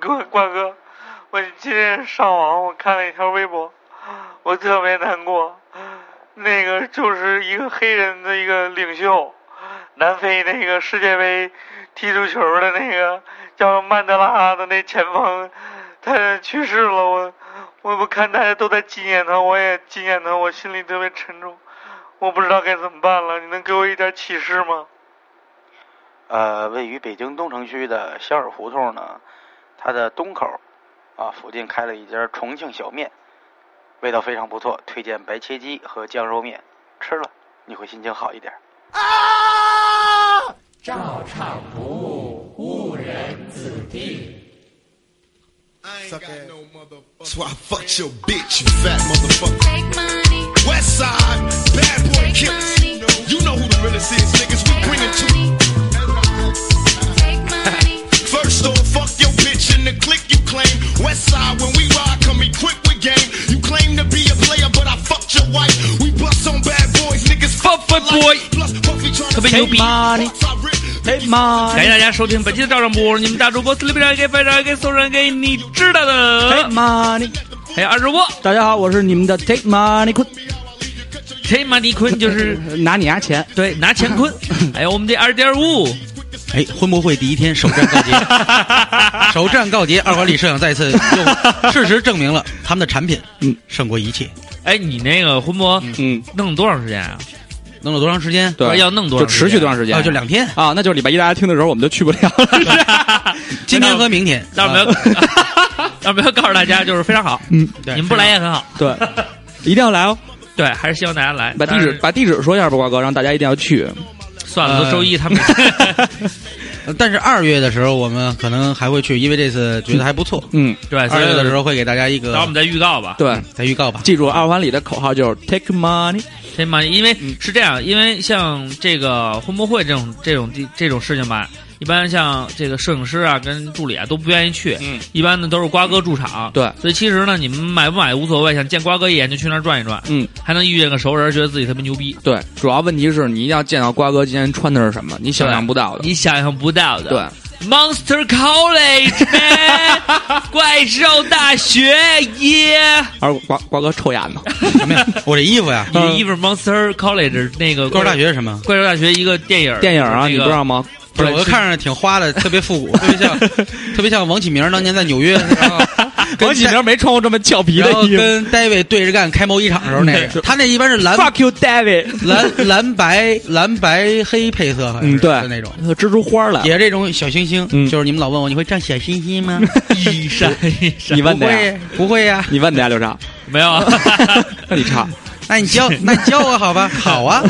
冠哥，我今天上网我看了一条微博，我特别难过。那个就是一个黑人的一个领袖，南非那个世界杯踢足球的那个叫曼德拉的那前锋，他去世了。我我我看大家都在纪念他，我也纪念他，我心里特别沉重，我不知道该怎么办了。你能给我一点启示吗？呃，位于北京东城区的香儿胡同呢，它的东口啊附近开了一家重庆小面，味道非常不错，推荐白切鸡和酱肉面，吃了你会心情好一点。啊！照唱不误，误人子弟。 I ain't Suck got ass. no motherfucker. That's why I fucked your bitch, you fat motherfucker. Take money, West side, bad boy killers. Take You know who the realest is, niggas. We bringin' to money, take money. First off, fuck your bitch and the click you claim. West side, when we ride, come equipped with game. You claim to be a player, but I fucked your wife. We bust on bad boys, niggas. Fuck for life. Plus, Puffy tryna 特别牛逼！ fucks I rip. 哎妈！感谢大家收听本期的照常播，你们大主播四六必然给非常给送人给你知道，Take 的， money。还有二主播大家好，我是你们的 Take money 坤，天马地坤就是 拿你丫钱。对拿乾坤，还有我们这二点五，哎，婚博会第一天首战告捷，首战告捷，二环里摄影再次用事实证明了他们的产品嗯胜过一切。哎，你那个魂魔嗯，弄了多长时间啊？弄了多长时间？对，要弄多就长时持续间哦多长时间？啊，就两天，啊，那就是礼拜一大家听的时候我们就去不了 啊了。今天和 明天。让我们要，呃让我们要告诉大家，就是非常好，嗯，对你们不来，也很好，对，一定要来哦。对，还是希望大家来。把地址但把地址说一下吧，瓜哥，让大家一定 要去。是算了，都周一他们呃但是二月的时候我们可能还会去，因为这次觉得还不错。嗯，对，所二以月的时候会给大家一等我个们再预告吧。对，再预告吧。记住二环里的口号就是 Take money。天马，因为嗯是这样，因为像这个婚博会这种这种地这种事情吧，一般像这个摄影师啊跟助理啊都不愿意去，嗯，一般呢都是瓜哥驻场，对所以其实呢你们买不买无所谓，想见瓜哥一眼就去那儿转一转，嗯，还能遇见个熟人，觉得自己特别牛逼，对，主要问题是你一定要见到瓜哥今天穿的是什么，你想象不到的。你想象不到的，对， Monster College，man 怪兽大学耶而瓜瓜哥 臭眼子，什么呀？我这衣服呀，嗯你的衣服是 Monster College 那个高中大学是什么？怪兽大学一个电影电影啊，就是那你个不知道吗？不是，我看着挺花的，特别复古，特别 像，特别像王启明当年在纽约，然后 跟王启明没穿过这么俏皮的然后衣服。跟 David 对着干开毛衣厂的时候那个，他那一般是蓝 Fuck you, David。蓝蓝白蓝白黑配色，好像是 嗯，对的那种，，蜘蛛花来了。也这种小星星，啊嗯就是你们老问我你会唱小星星 吗？一闪一闪，你问不的呀？会，不会呀、你问的呀，刘畅？没有 啊？那你唱。那你 教，那你教我好吧？好啊，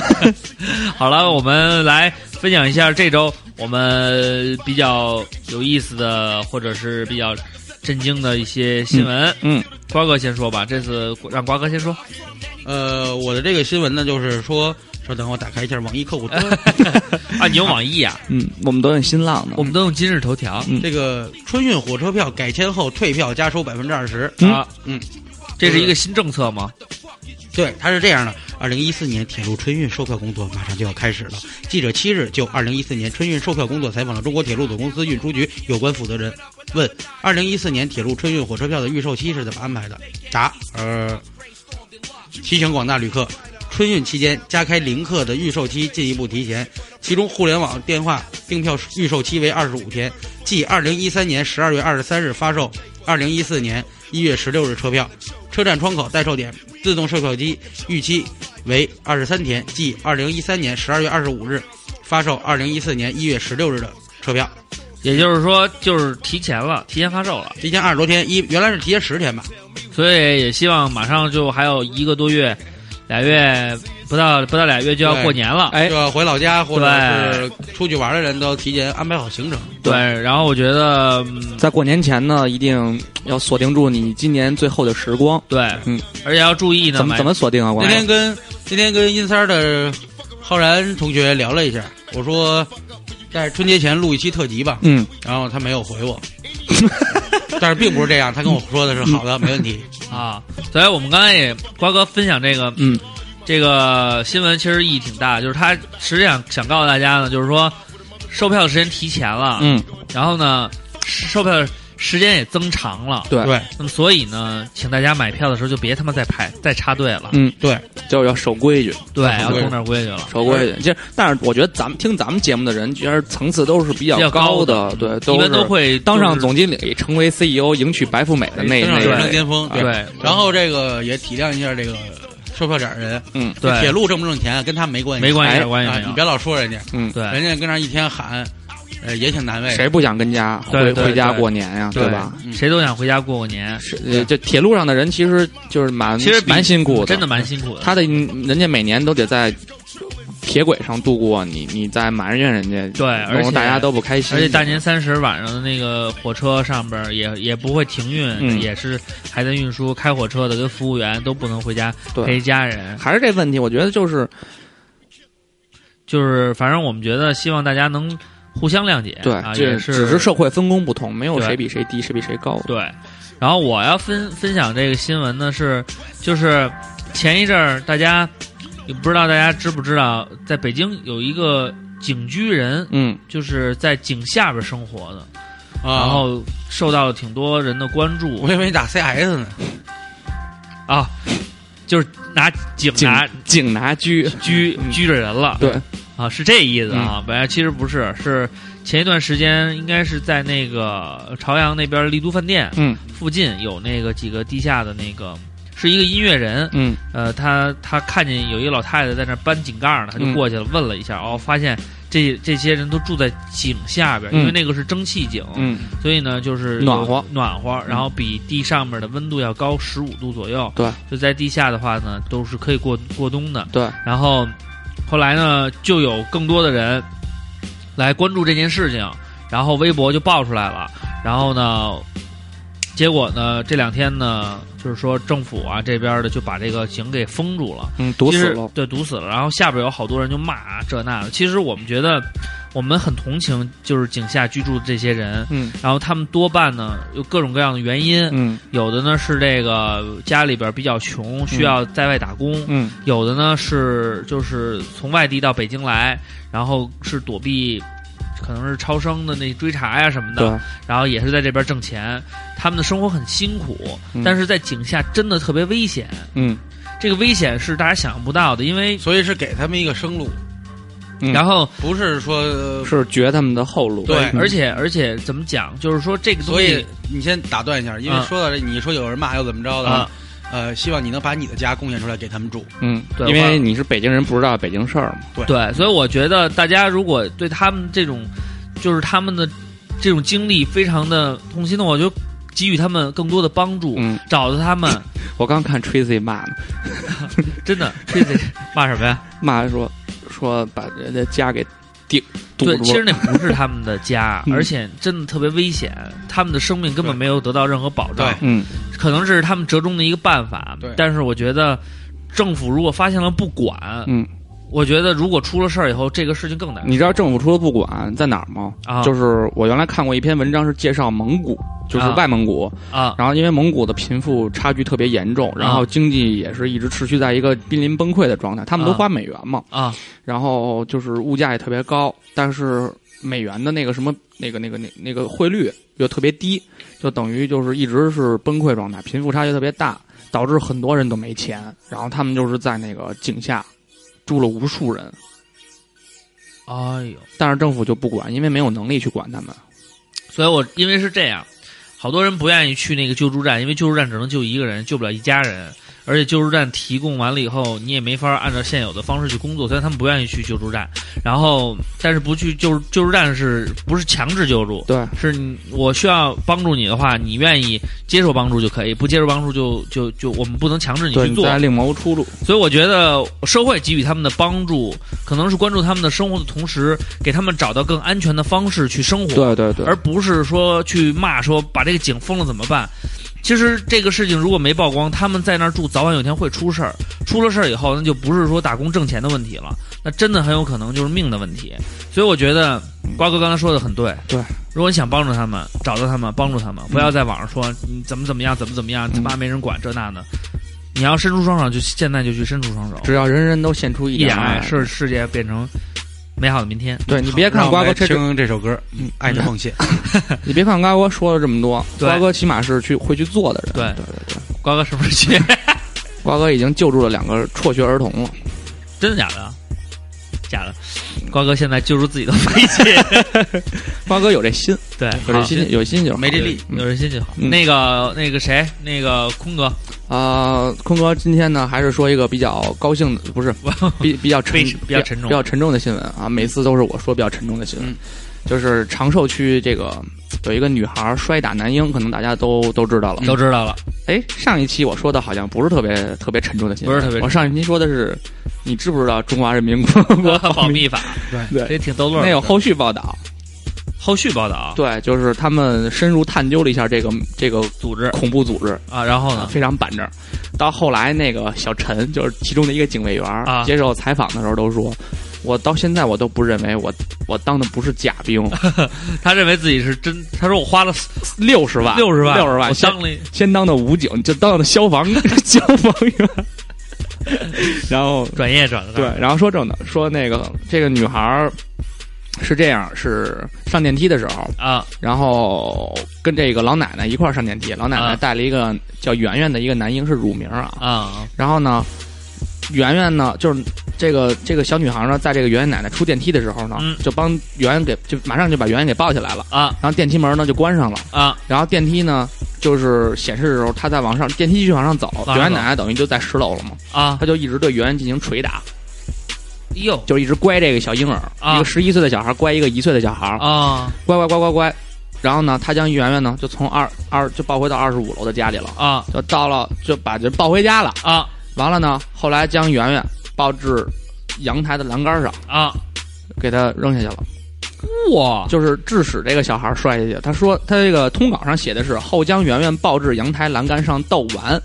好了，我们来分享一下这周我们比较有意思的，或者是比较震惊的一些新闻。嗯，瓜哥先说吧，这次让瓜哥先 说。 呃，我的这个新闻呢，就是说，稍等，我打开一下网易客户端， 啊，你有网易啊？嗯，我们都用新浪的。我们都用今日头条、嗯这个春运火车票改签后退票加收百分之二十。嗯啊。嗯，这是一个新政策吗？对，它是这样的：二零一四年铁路春运售票工作马上就要开始了。记者七日就二零一四年春运售票工作采访了中国铁路总公司运输局有关负责人，问：二零一四年铁路春运火车票的预售期是怎么安排的？答：呃，提醒广大旅客，春运期间加开临客的预售期进一步提前，其中互联网电话订票预售期为二十五天，即二零一三年十二月二十三日发售，二零一四年一月十六日车票。车站窗口代售点自动售票机预期为二十三天，即二零一三年十二月二十五日发售，二零一四年一月十六日的车票，也就是说，就是提前了，提前发售了，提前二十多天，一原来是提前十天吧，所以也希望马上就还有一个多月，俩月不到不到俩月就要过年了。哎就要回老家或者对是出去玩的人都提前安排好行程。对，然后我觉得、嗯在过年前呢，一定要锁定住你今年最后的时光。对，嗯，而且要注意呢，怎么买怎么锁定啊？我那天跟那天跟阴三儿的浩然同学聊了一下，我说在春节前录一期特辑吧，嗯，然后他没有回 我，但是并不是这样，他跟我说的是好 的，没问题。啊，所以我们刚才也瓜哥分享这个，嗯，这个新闻其实意义挺大，就是他实际上想啊告诉大家呢，就是说售票的时间提前了，嗯，然后呢，售票时间也增长了。对对那么所以呢，请大家买票的时候就别他妈再排再插队了，嗯，对，就要守规矩，对，要规矩懂点规矩了。守规矩。其实，但是我觉得咱们听咱们节目的人，其实层次都是比比较较高的，嗯对，一都般都是会当上就是总经理，成为 CEO，迎娶白富美的那登上那人个生巅峰。啊对，然后这个也体谅一下这个售票点儿人，嗯对铁路挣不挣钱啊跟他们没关系，没关系，哎没关系啊没，你有。别老说人家，嗯，对人家跟那儿一天喊，呃，也挺难为。谁不想跟家哎对回对回家对过年呀，对吧？？嗯谁都想回家过过年，是，呃这铁路上的人其实就是蛮其实比蛮辛苦的，真的蛮辛苦的。他的嗯人家每年都得在铁轨上度过，你你在埋怨人家，对而弄得且大家都不开心。而且大年三十晚上的那个火车上边儿也也不会停运，嗯也是还在运输，开火车的跟服务员都不能回家对陪家人。还是这问题，我觉得就是就是反正我们觉得，希望大家能互相谅解。对，啊，这也只是社会分工不同，没有对谁比谁低，谁比谁高。对。然后我要分分享这个新闻呢是，就是前一阵儿大家，也不知道大家知不知道，在北京有一个井居人，嗯，就是在井下边生活的，啊，然后受到了挺多人的关注我以为你打 CS 呢，啊，就是拿井井拿井拿居，拘拘着人了，嗯对，嗯啊，是这意思啊。本来其实不是，是前一段时间应该是在那个朝阳那边丽都饭店嗯附近有那个几个地下的那个。是一个音乐人，嗯呃，他他看见有一个老太太在那儿搬井盖儿呢，他就嗯过去了，问了一下，哦，发现这这些人都住在井下边儿，因为嗯那个是蒸汽井，嗯，所以呢，就是暖和嗯暖和，然后比地上面的温度要高十五度左右。对，就在地下的话呢，都是可以过过冬的。对，然后后来呢，就有更多的人来关注这件事情，然后微博就爆出来了。然后呢，结果呢，这两天呢，就是说政府啊这边的就把这个井给封住了。嗯，堵其死实了，对，堵死了。然后下边有好多人就骂啊这那的。其实我们觉得，我们很同情就是井下居住的这些人，嗯然后他们多半呢有各种各样的原因，嗯有的呢是这个家里边比较穷，需要在外打工；嗯有的呢是就是从外地到北京来，然后是躲避。可能是超生的那追查呀、什么的，对，然后也是在这边挣钱，他们的生活很辛苦，嗯但是在井下真的特别危险，嗯这个危险是大家想象不到的，因为所以是给他们一个生路，嗯然后不是说呃是绝他们的后路。对嗯而且而且怎么讲，就是说这个东所西以你先打断一下，因为啊说到这，你说有人骂又怎么着的啊，，呃，希望你能把你的家贡献出来给他们住。嗯，对因我为你是北京人，不知道北京事儿嘛。对，所以我觉得大家如果对他们这种，就是他们的这种经历非常的痛心的话，我就给予他们更多的帮助，嗯，找到他 们，我刚看 Tracy 骂呢，真的这得骂什么呀？骂说说把人家家给顶 堵住对，了。其实那不是他们的家，嗯而且真的特别危险，他们的生命根本没有得到任何保障对，嗯，可能是他们折中的一个办法对。但是我觉得，政府如果发现了不管，嗯，我觉得如果出了事儿以后，这个事情更难。你知道政府出的不管在哪儿吗？啊就是我原来看过一篇文章，是介绍蒙古，就是啊外蒙古。啊，然后因为蒙古的贫富差距特别严重，然后经济也是一直持续在一个濒临崩溃的状态。他们都啊花美元嘛，啊，然后就是物价也特别高，但是美元的那个什么那个那个那那个汇率又特别低，就等于就是一直是崩溃状态，贫富差距特别大，导致很多人都没钱，然后他们就是在那个井下住了无数人，哎呦。但是政府就不管，因为没有能力去管他们。所以我因为是这样，好多人不愿意去那个救助站，因为救助站只能救一个人，救不了一家人。而且救助站提供完了以后，你也没法按照现有的方式去工作，所以他们不愿意去救助站。然后，但是不去救救助站是不是强制救助？对，是你我需要帮助你的话，你愿意接受帮助就可以，不接受帮助就就就我们不能强制你对，去你做。再另谋出路。所以我觉得社会给予他们的帮助，可能是关注他们的生活的同时，给他们找到更安全的方式去生活。对对对，而不是说去骂说把这个井封了怎么办。其实这个事情如果没曝光，他们在那儿住，早晚有一天会出事儿。出了事儿以后，那就不是说打工挣钱的问题了，那真的很有可能就是命的问题。所以我觉得瓜哥刚才说的很对。嗯对，嗯如果你想帮助他们，找到他们，帮助他们，不要在网上说你怎么怎么样，怎么怎么样，他妈没人管这那的。你要伸出双手，就现在就去伸出双手。只要人人都献出一一点哎爱，爱，世世界变成美好的明天。对你别让看我瓜们哥来这这，听这首歌，嗯《爱的奉献》。 你别看瓜哥说了这么多，对瓜哥起码是去会去做的人。对对对对，瓜哥什么时候去？瓜哥已经救助了两个辍学儿童了。真的假的？假的。瓜哥现在救助自己都费 劲，瓜哥有这心，对，有这心，有心就好没这力有人心就好。嗯那个那个谁，那个空哥，啊。坤哥今天呢，还是说一个比较高兴 的，不是比比较沉为什么比较沉重嗯比较沉重的新闻啊。每次都是我说比较沉重的新闻，啊就是长寿区这个有一个女孩摔打男婴，可能大家都都知道了。都知道了，哎，上一期我说的好像不是特别特别沉重的新闻，不是特别我上一期说的是，你知不知道中华人民共 和国保密法， 对这挺逗乐儿的。那有后续报道，后续报道，啊对，就是他们深入探究了一下这个这个组织恐怖组织，啊，然后啊，呢？非常板正。到后来，那个小陈就是其中的一个警卫员儿啊接受采访的时候都说，我到现在我都不认为我我当的不是假 兵，他认为自己是真，他说我花了六十万，六十万，六十万，我先当了一先当的武警，就当的消 防消防员，然后转业转的。对，然后说正的说那个这个女孩儿是这样，是上电梯的时候，啊，然后跟这个老奶奶一块儿上电梯，老奶啊奶带了一个叫圆圆的一个男婴，是乳名儿啊啊然后呢，圆圆呢，就是这个这个小女孩呢，在这个圆圆奶奶出电梯的时候呢，嗯就帮圆圆给就马上就把圆圆给抱起来了，啊然后电梯门呢就关上了，啊！然后电梯呢就是显示的时候，她在往上，电梯继续往上走，上走圆圆奶奶等于就在十楼了嘛，啊！她就一直对圆圆进行捶打，哟就一直乖这个小婴儿，啊一个十一岁的小孩乖一个一岁的小孩，啊乖乖乖乖乖，然后呢，她将圆圆呢就从二二就抱回到二十五楼的家里了，啊就到了就把人抱回家了。啊完了呢，后来将圆圆抱至阳台的栏杆上，啊！给他扔下去了，哇！就是致使这个小孩摔下去。他说他这个通稿上写的是后将圆圆抱至阳台栏杆上斗完，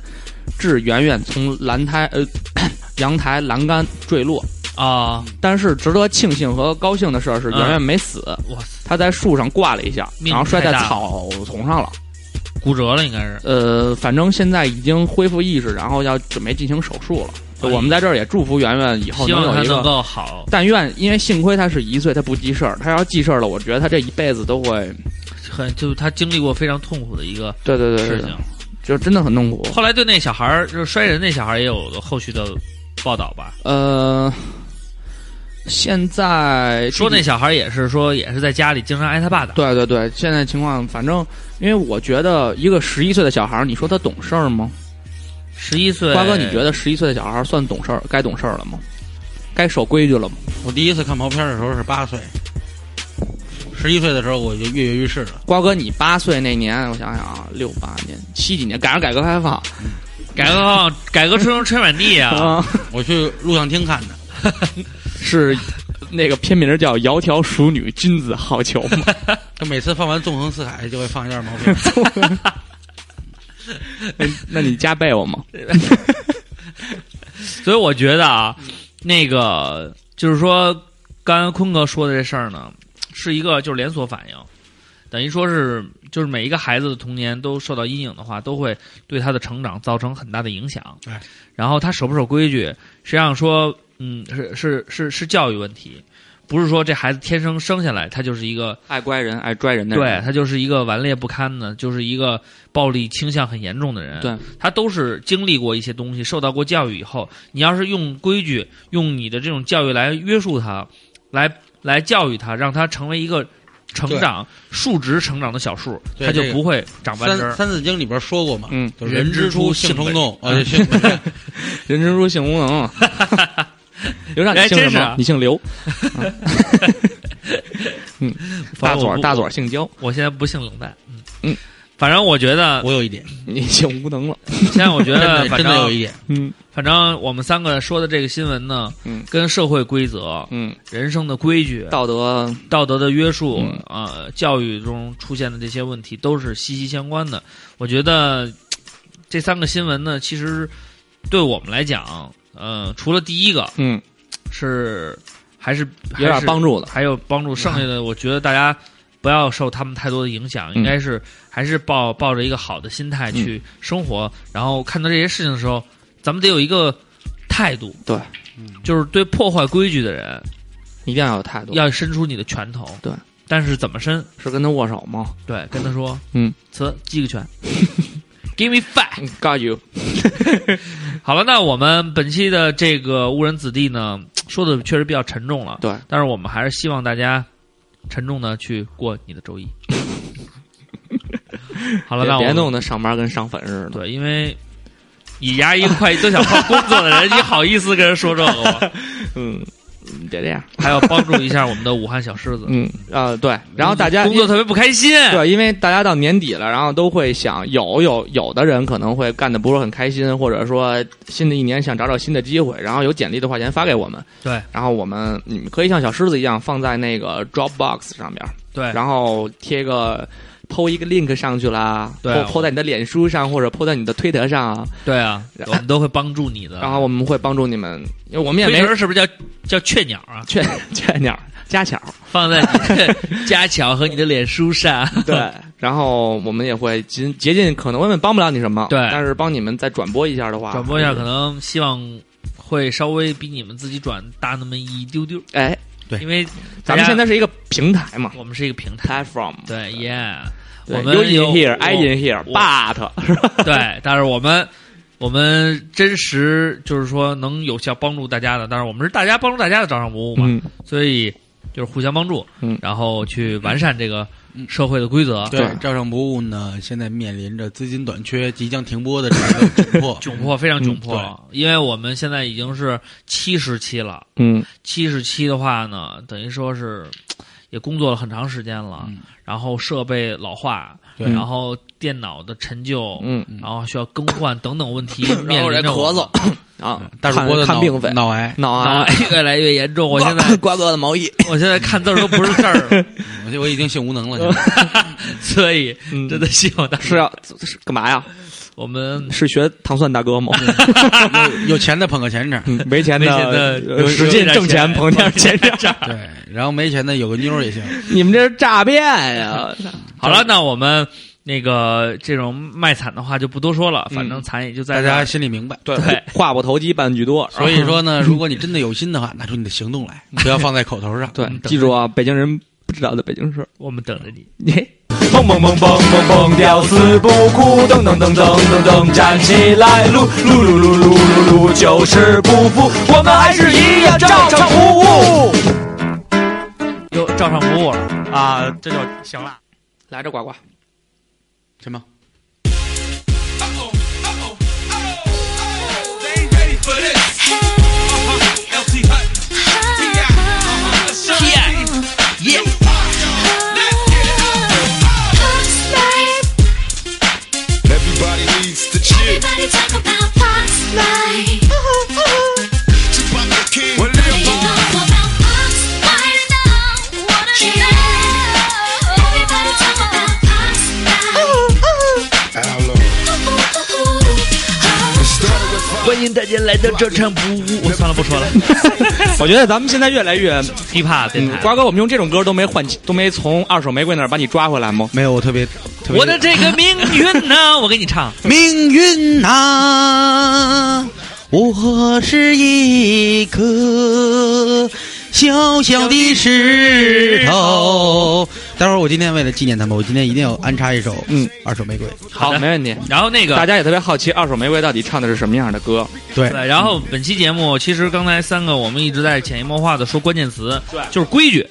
致圆圆从栏台呃 阳台栏杆坠落。啊！但是值得庆幸和高兴的事儿是，嗯圆圆没死，哇塞，她在树上挂了一下，命然后摔在太大了草丛上了。骨折了应该是。呃，反正现在已经恢复意识，然后要准备进行手术了。就我们在这儿也祝福圆圆以后哎希望有他一个能够好，但愿，因为幸亏他是一岁，他不记事儿。他要记事儿了，我觉得他这一辈子都会，很就是他经历过非常痛苦的一个对对对事对情对，。就真的很痛苦。后来对那小孩儿，就是摔人那小孩儿也有后续的报道吧？呃，现在说那小孩儿也是说也是在家里经常挨他爸打。对对对，现在情况，反正因为我觉得一个十一岁的小孩儿，你说他懂事儿吗？十一岁，瓜哥，你觉得十一岁的小孩儿算懂事儿，该懂事儿了吗？该守规矩了吗？我第一次看毛片的时候是八岁，十一岁的时候我就跃跃欲试了。瓜哥，你八岁那年，我想想啊，六八年、七几年，赶上改革开放改革开放，改革春风吹满 地啊！啊，我去录像厅看的， 是那个片名儿叫《窈窕淑女，君子好逑》嘛。就每次放完《纵横四海》就会放一段 毛片。哎那那你加倍我吗？所以我觉得啊，那个就是说，刚刚坤哥说的这事儿呢，是一个就是连锁反应，等于说是就是每一个孩子的童年都受到阴影的话，都会对他的成长造成很大的影响。哎然后他守不守规矩，实际上说，嗯，是是是是教育问题，不是说这孩子天生生下来他就是一个爱乖人、爱拽人的对人，他就是一个顽劣不堪的，就是一个暴力倾向很严重的人。对，他都是经历过一些东西，受到过教育以后，你要是用规矩、用你的这种教育来约束他，来来教育他，让他成为一个成长数值成长的小数，对他就这个不会长三弯枝儿。三字经》里边说过嘛，嗯就人人之之初初性性冲本动，呃，性本善 人之初性无 能。刘畅，你哎姓真是什啊么？你 姓刘。嗯，反大正嘴我儿不大嘴儿姓焦，我现在不姓冷淡，嗯嗯，反正我觉得，我有一点， 你姓无能了。现在我觉真得的，反真的有一正点。嗯反正我们三个说的这个新闻呢，嗯跟社会规则、嗯，人生的规矩、道德道德的约束嗯啊、呃教育中出现的这些问题都是息息相关的。我觉得嘖这三个新闻呢，其实对我们来讲，呃，除了第一个嗯是还是有点帮，助的还是。还有帮助，剩下 的我觉得大家。不要受他们太多的影响，嗯应该是还是抱抱着一个好的心态去生活，然后看到这些事情的时候，咱们得有一个态度，对，就是对破坏规矩的人，一定要有态度，要伸出你的拳头。对，但是怎么伸？是跟他握手吗对，跟他说，嗯，词击个拳 ，Give me five。 ？Got you，好了，那我们本期的这个误人子弟呢，说的确实比较沉重了，对，但是我们还是希望大家沉重的去过你的周 一。好了，别那我别们弄得上班跟上坟似的。对，因为以牙一块都想换工作的人，你好意思跟人说这个 吗？嗯，嗯别这样。还要帮助一下我们的武汉小狮子，嗯啊，对。然后大家工作特别不开心。 对，因为大家到年底了，然后都会想，有有有的人可能会干的不是很开心，或者说新的一年想找找新的机会，然后有简历的话，先发给我们。对，然后我们你们可以像小狮子一样放在那个 Dropbox 上面，对，然后贴个。PO 一个 link 上去啦，对 po po 在你的脸书上或者 po 在你的推特上，对啊，然我们都会帮助你的。然后我们会帮助你们，因为我们也推没人是不是叫叫雀鸟啊？劝劝鸟 加巧，放在你的家巧和你的脸书上。对，然后我们也会尽竭尽可能，我们帮不了你什么，对但是帮你们再转播一下的话，转播一下，可能希望会稍微比你们自己转大那么一丢丢，哎，对因为咱大们家现在是一个平台嘛我们是一个平台， ，platform，对，yeah，对我们 you in 有 here，I 我 in 我 here，but 是吧？ 对，但是我们我们真实就是说能有效帮助大家的，但是我们是大家帮助大家的掌上服务嘛，嗯所以就是互相帮助，嗯然后去完善这个社会的规则。。对对，照上不误呢，现在面临着资金短缺、即将停播的这样一个窘迫窘迫非常窘嗯迫，因为我们现在已经是七十期了，嗯，七十期的话呢，等于说是也工作了很长时间了，嗯然后设备老化，对然后电脑的陈旧，嗯，，然后需要更换等等问题 面临着我们啊，嗯大主播的看看脑病费，脑 癌，脑脑啊，癌越来越严重。我现在 瓜哥的毛衣， 我现在看字儿都不是字儿 了，我我已经性无能了。现在所以嗯真的希望大家是要是干嘛呀？我们是学糖蒜大哥吗？ 有有钱的捧个钱场，嗯没钱没钱的的有呃使劲挣钱，捧点 钱场，对，然后没钱的有个妞儿 也行。 你们这是诈骗呀！好了，那我们那个这种卖惨的话就不多说了，反嗯正惨也就在大这儿家心里明白。对对话不投机半句多，。所以说 呢，如果你真的有心的话，拿出你的行动 来，不要放在口头上对嗯，记住啊，北京人不知道的北京 事儿。我们等着你。耶蹦蹦蹦蹦蹦蹦，吊死不哭，噔噔噔噔噔噔，站起来，撸撸撸撸撸撸撸，就是不服，我们还是一样照常服务。哟，照上服务了，啊，这就行了。来这呱呱，什么？Uh, Everybody needs to cheer. Everybody talk about Fox Life. To pop the can. Well, They talk about Fox Life now. Wanna know? Everybody talk about Fox Life. How long? Ooh, ooh, ooh. 欢迎大家来到照常服务。我算了，不说 了。我觉得咱们现在越来越， hiphop 电嗯台，，瓜哥，我们用这种歌都没换，都没从二手玫瑰那儿把你抓回来吗？没有，我特别特嗯别。我的这个命运呢，我给你唱。命运啊，我是一颗小小的石头。待会儿我今天为了纪念他们，我今天一定要安插一首嗯二手玫瑰。好，的没问题。然后那个大家也特别好奇二手玫瑰到底唱的是什么样的歌？对，对，然后本期节目其实刚才三个我们一直在潜移默化的说关键词，对，就是规矩，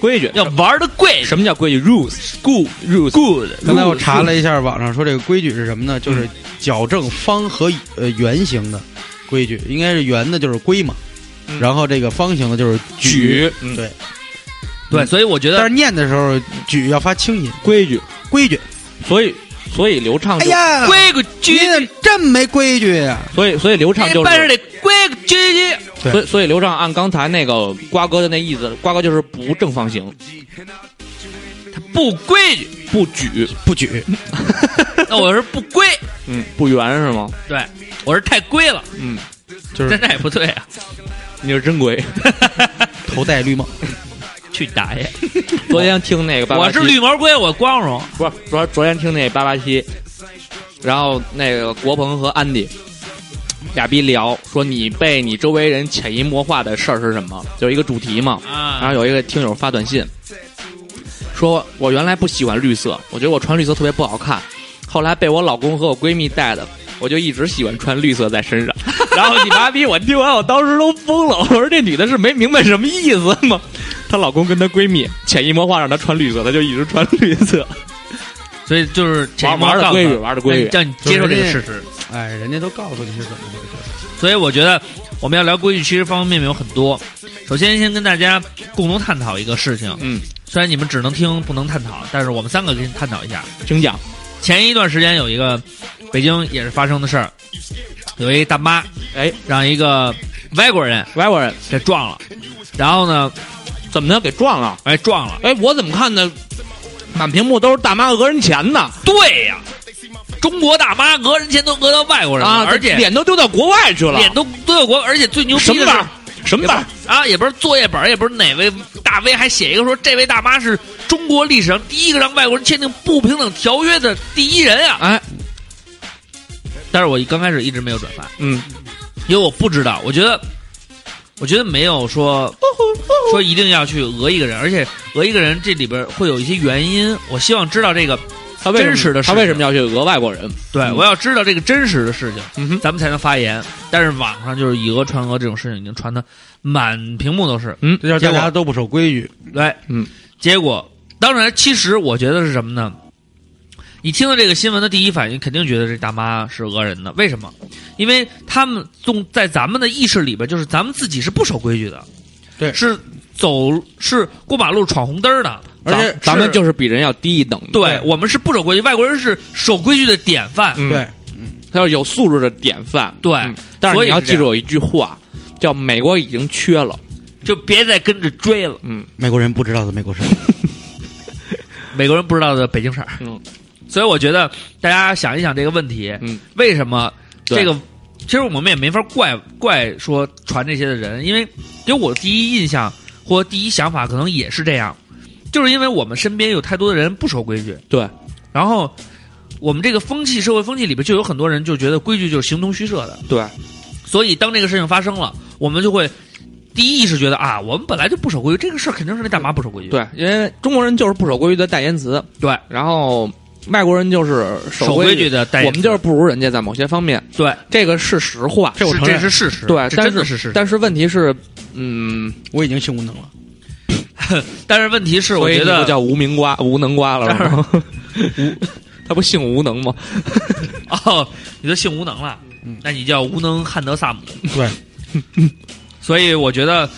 规矩要玩的规矩什。么叫规矩？rules good rules good。刚才我查了一下网上说这个规矩是什么呢？就是矫正方和呃圆形的规矩，应该是圆的就是规嘛，嗯然后这个方形的就是矩。举，嗯，对，对，所以我觉但得是念的时候举要发清音。规矩。规矩，所以，所以流畅哎就，呀，规矩你矩，怎么这么没规矩呀、哎所以所以流畅这就是办事得规矩矩。对所以所以刘畅按刚才那个瓜哥的那意思，瓜哥就是不正方形，他不规矩，不举， 不举，那我是不规，嗯，不圆是吗？对我是太规了，嗯，就但是这也不对啊。 你是真龟。头戴绿帽。去大爷！昨天听那个八八我七，是绿毛龟，我光荣。不是昨昨天听那八八七，然后那个国鹏和安迪，俩逼聊，说你被你周围人潜移默化的事儿是什么？有一个主题嘛，然啊后有一个听友发短信，说我原来不喜欢绿色，我觉得我穿绿色特别不好看，后来被我老公和我闺蜜带的，我就一直喜欢穿绿色在身上。 然后你妈逼，我听完我当时都疯了，我说这女的是没明白什么意思吗？她老公跟她闺蜜潜移默化让她穿绿色，她就一直穿绿色，所以就是这玩玩的规矩，玩的规矩。让你接受这个事实。哎，人家都告诉你是怎么回事。所以我觉得我们要聊规矩，其实方方面面有很多。首先，先跟大家共同探讨一个事情。嗯，虽然你们只能听不能探讨，但是我们三个给你探讨一下。请讲，前一段时间有一个北京也是发生的事儿，有一大妈哎，让一个外国人外国人给撞了，然后呢，怎么的给撞了？哎撞了，哎，我怎么看呢？满屏幕都是大妈讹人钱呢对呀、中国大妈讹人钱都讹到外国人了，啊！而且脸都丢到国外去了，脸都都有国，而且最牛什逼么的玩是意儿。什么也玩不意是儿？啊，也不是作业本儿，也不是哪位大 V 还写一个说这位大妈是中国历史上第一个让外国人签订不平等条约的第一人啊！哎，但是我刚开始一直没有转发，嗯，因为我不知道，我觉得，我觉得没有说说一定要去讹一个人，而且讹一个人这里边会有一些原因，我希望知道这个，他为什么真实的事他情为什么要去讹外国人？对、嗯我要知道这个真实的事情，嗯哼，咱们才能发言。但是网上就是以讹传讹这种事情已经传的满屏幕都是，嗯，这叫大家都不守规矩。对，嗯，哎结果当然，其实我觉得是什么呢？你听到这个新闻的第一反应，肯定觉得这大妈是讹人的。为什么？因为他们总在咱们的意识里边，就是咱们自己是不守规矩的，对是走是过马路闯红灯儿的，咱而且咱们就是是比人要低一等，对，我们是不守规矩，外国人是守规矩的典范。嗯对，他要有素质的典范。对嗯但是所以你要是这记住有一句话，叫美国已经缺了，就别再跟着追了。嗯，美国人不知道的美国事，美国人不知道的北京事儿。嗯，所以我觉得大家想一想这个问题，嗯，为什么对这个？其实我们也没法怪怪说传这些的人，因为给我第一印象或第一想法可能也是这样，就是因为我们身边有太多的人不守规矩，对，然后我们这个风气社会风气里边就有很多人就觉得规矩就是形同虚设的，对，所以当这个事情发生了，我们就会第一意识觉得啊，我们本来就不守规矩，这个事儿肯定是那大妈不守规矩，对，因为中国人就是不守规矩的代言词，对，然后外国人就是守规规矩的代言我们就是不如人家在某些方面，对，这个是实话。这我是承这认是事实，对，这但真是的是事实。但是问题是，嗯，我已经性无能了。但是问题是，我所以觉你得就叫无名瓜、无能瓜了，但是吗？ 无，他不姓无能吗？哦，你都性无能了，那你叫无能汉德萨姆。对， 所以我觉得，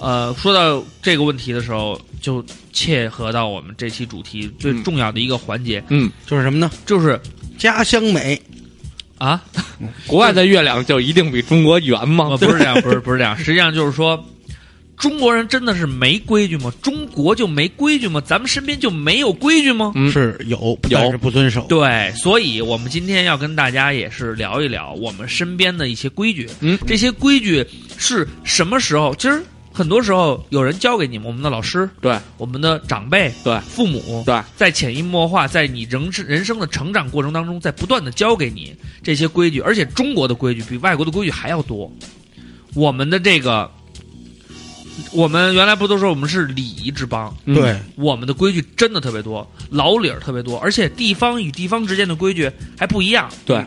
呃，说到这个问题的时候，就切合到我们这期主题最重要的一个环节，嗯，就是什么呢？就是家乡美，啊，国外的月亮就一定比中国圆吗呃？不是这样，不是不是这样，实际上就是说。中国人真的是没规矩吗？中国就没规矩吗？咱们身边就没有规矩吗？嗯是有，但是不遵守。对，所以我们今天要跟大家也是聊一聊我们身边的一些规矩。嗯这些规矩是什么时候？其实很多时候有人教给你们，我们的老师、对我们的长辈、对父母，对，在潜移默化，在你人生人生的成长过程当中，在不断的教给你这些规矩，而且中国的规矩比外国的规矩还要多。我们的这个，我们原来不都说我们是礼仪之邦，嗯对，我们的规矩真的特别多，老理儿特别多，而且地方与地方之间的规矩还不一样。对，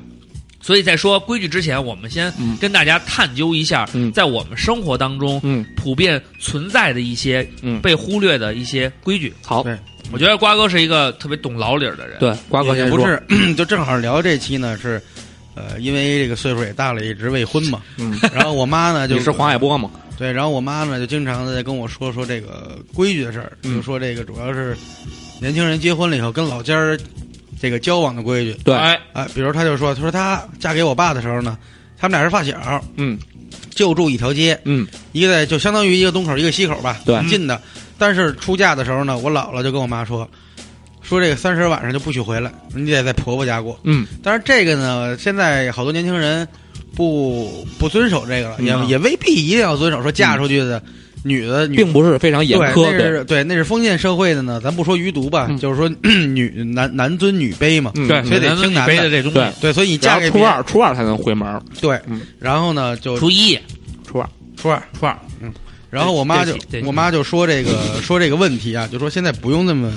所以在说规矩之前，我们先嗯跟大家探究一下嗯，在我们生活当中嗯普遍存在的一些嗯被忽略的一些规矩。好，对我觉得瓜哥是一个特别懂老理儿的人，对，瓜哥也先不说，是， 就正好聊这期呢是，呃，因为这个岁数也大了，一直未婚 嘛。嗯，然后我妈呢就你是黄海波吗？对，然后我妈呢就经常在跟我说说这个规矩的事儿，就说这个主要是年轻人结婚了以后跟老家儿这个交往的规矩对，哎，啊、比如她就说，她说她嫁给我爸的时候呢，他们俩是发小，嗯就住一条街，嗯，一个在就相当于一个东口一个西口吧，对挺近的。但是出嫁的时候呢，我姥姥就跟我妈说，说这个三十晚上就不许回来，你得在婆婆家过。嗯，但是这个呢，现在好多年轻人不不遵守这个了，嗯啊也也未必一定要遵守。说嫁出去的，女的女并不是非常严苛，对，那对，是对，那是封建社会的呢。咱不说余毒吧，嗯就是说 女男男尊女卑嘛。嗯对，所以得听你男背的的。这东对西。对，所以你然嫁后给初别人二初二才能回门儿，对嗯，然后呢就初一，初二初二嗯初二，然后我妈就对对我妈就说这个说这个问题啊，就说现在不用那么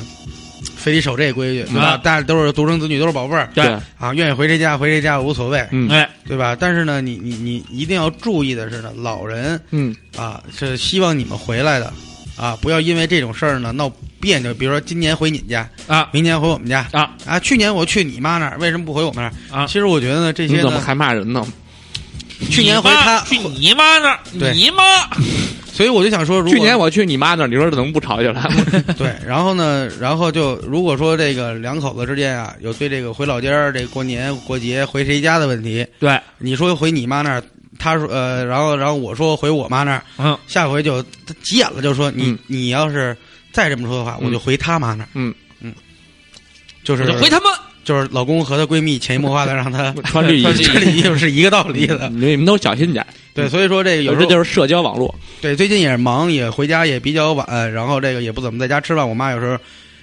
非得守这个规矩，对吧？啊大家都是独生子女，都是宝贝儿对啊，愿意回谁家回谁家无所谓，嗯哎，对吧？但是呢，你你你一定要注意的是呢，老人嗯啊是希望你们回来的啊，不要因为这种事儿呢闹别扭。比如说今年回你们家啊明年回我们家啊啊，去年我去你妈那儿，为什么不回我们那儿？啊其实我觉得呢，这你些怎么呢，还骂人呢？去年回你妈他去你妈那儿，对你妈所以我就想说，如果去年我去你妈那儿，你说这能不吵起来吗？ 对，然后呢，然后就如果说这个两口子之间啊，有对这个回老家儿、这过年过节回谁家的问题，对，你说回你妈那儿，他说呃，然后然后我说回我妈那儿，嗯，下回就他急眼了，就说你、嗯你要是再这么说的话，嗯我就回他妈那儿，嗯嗯，就是我就回他们。就是老公和她闺蜜潜移默化的让 她穿绿衣啊穿， 这衣服是一个道理嗯的，你们都小心点儿，对，所以说这个有时这候就是社交网络。对，最近也是忙，也回家也比较晚，然后这个也不怎么在家吃饭。我妈有时候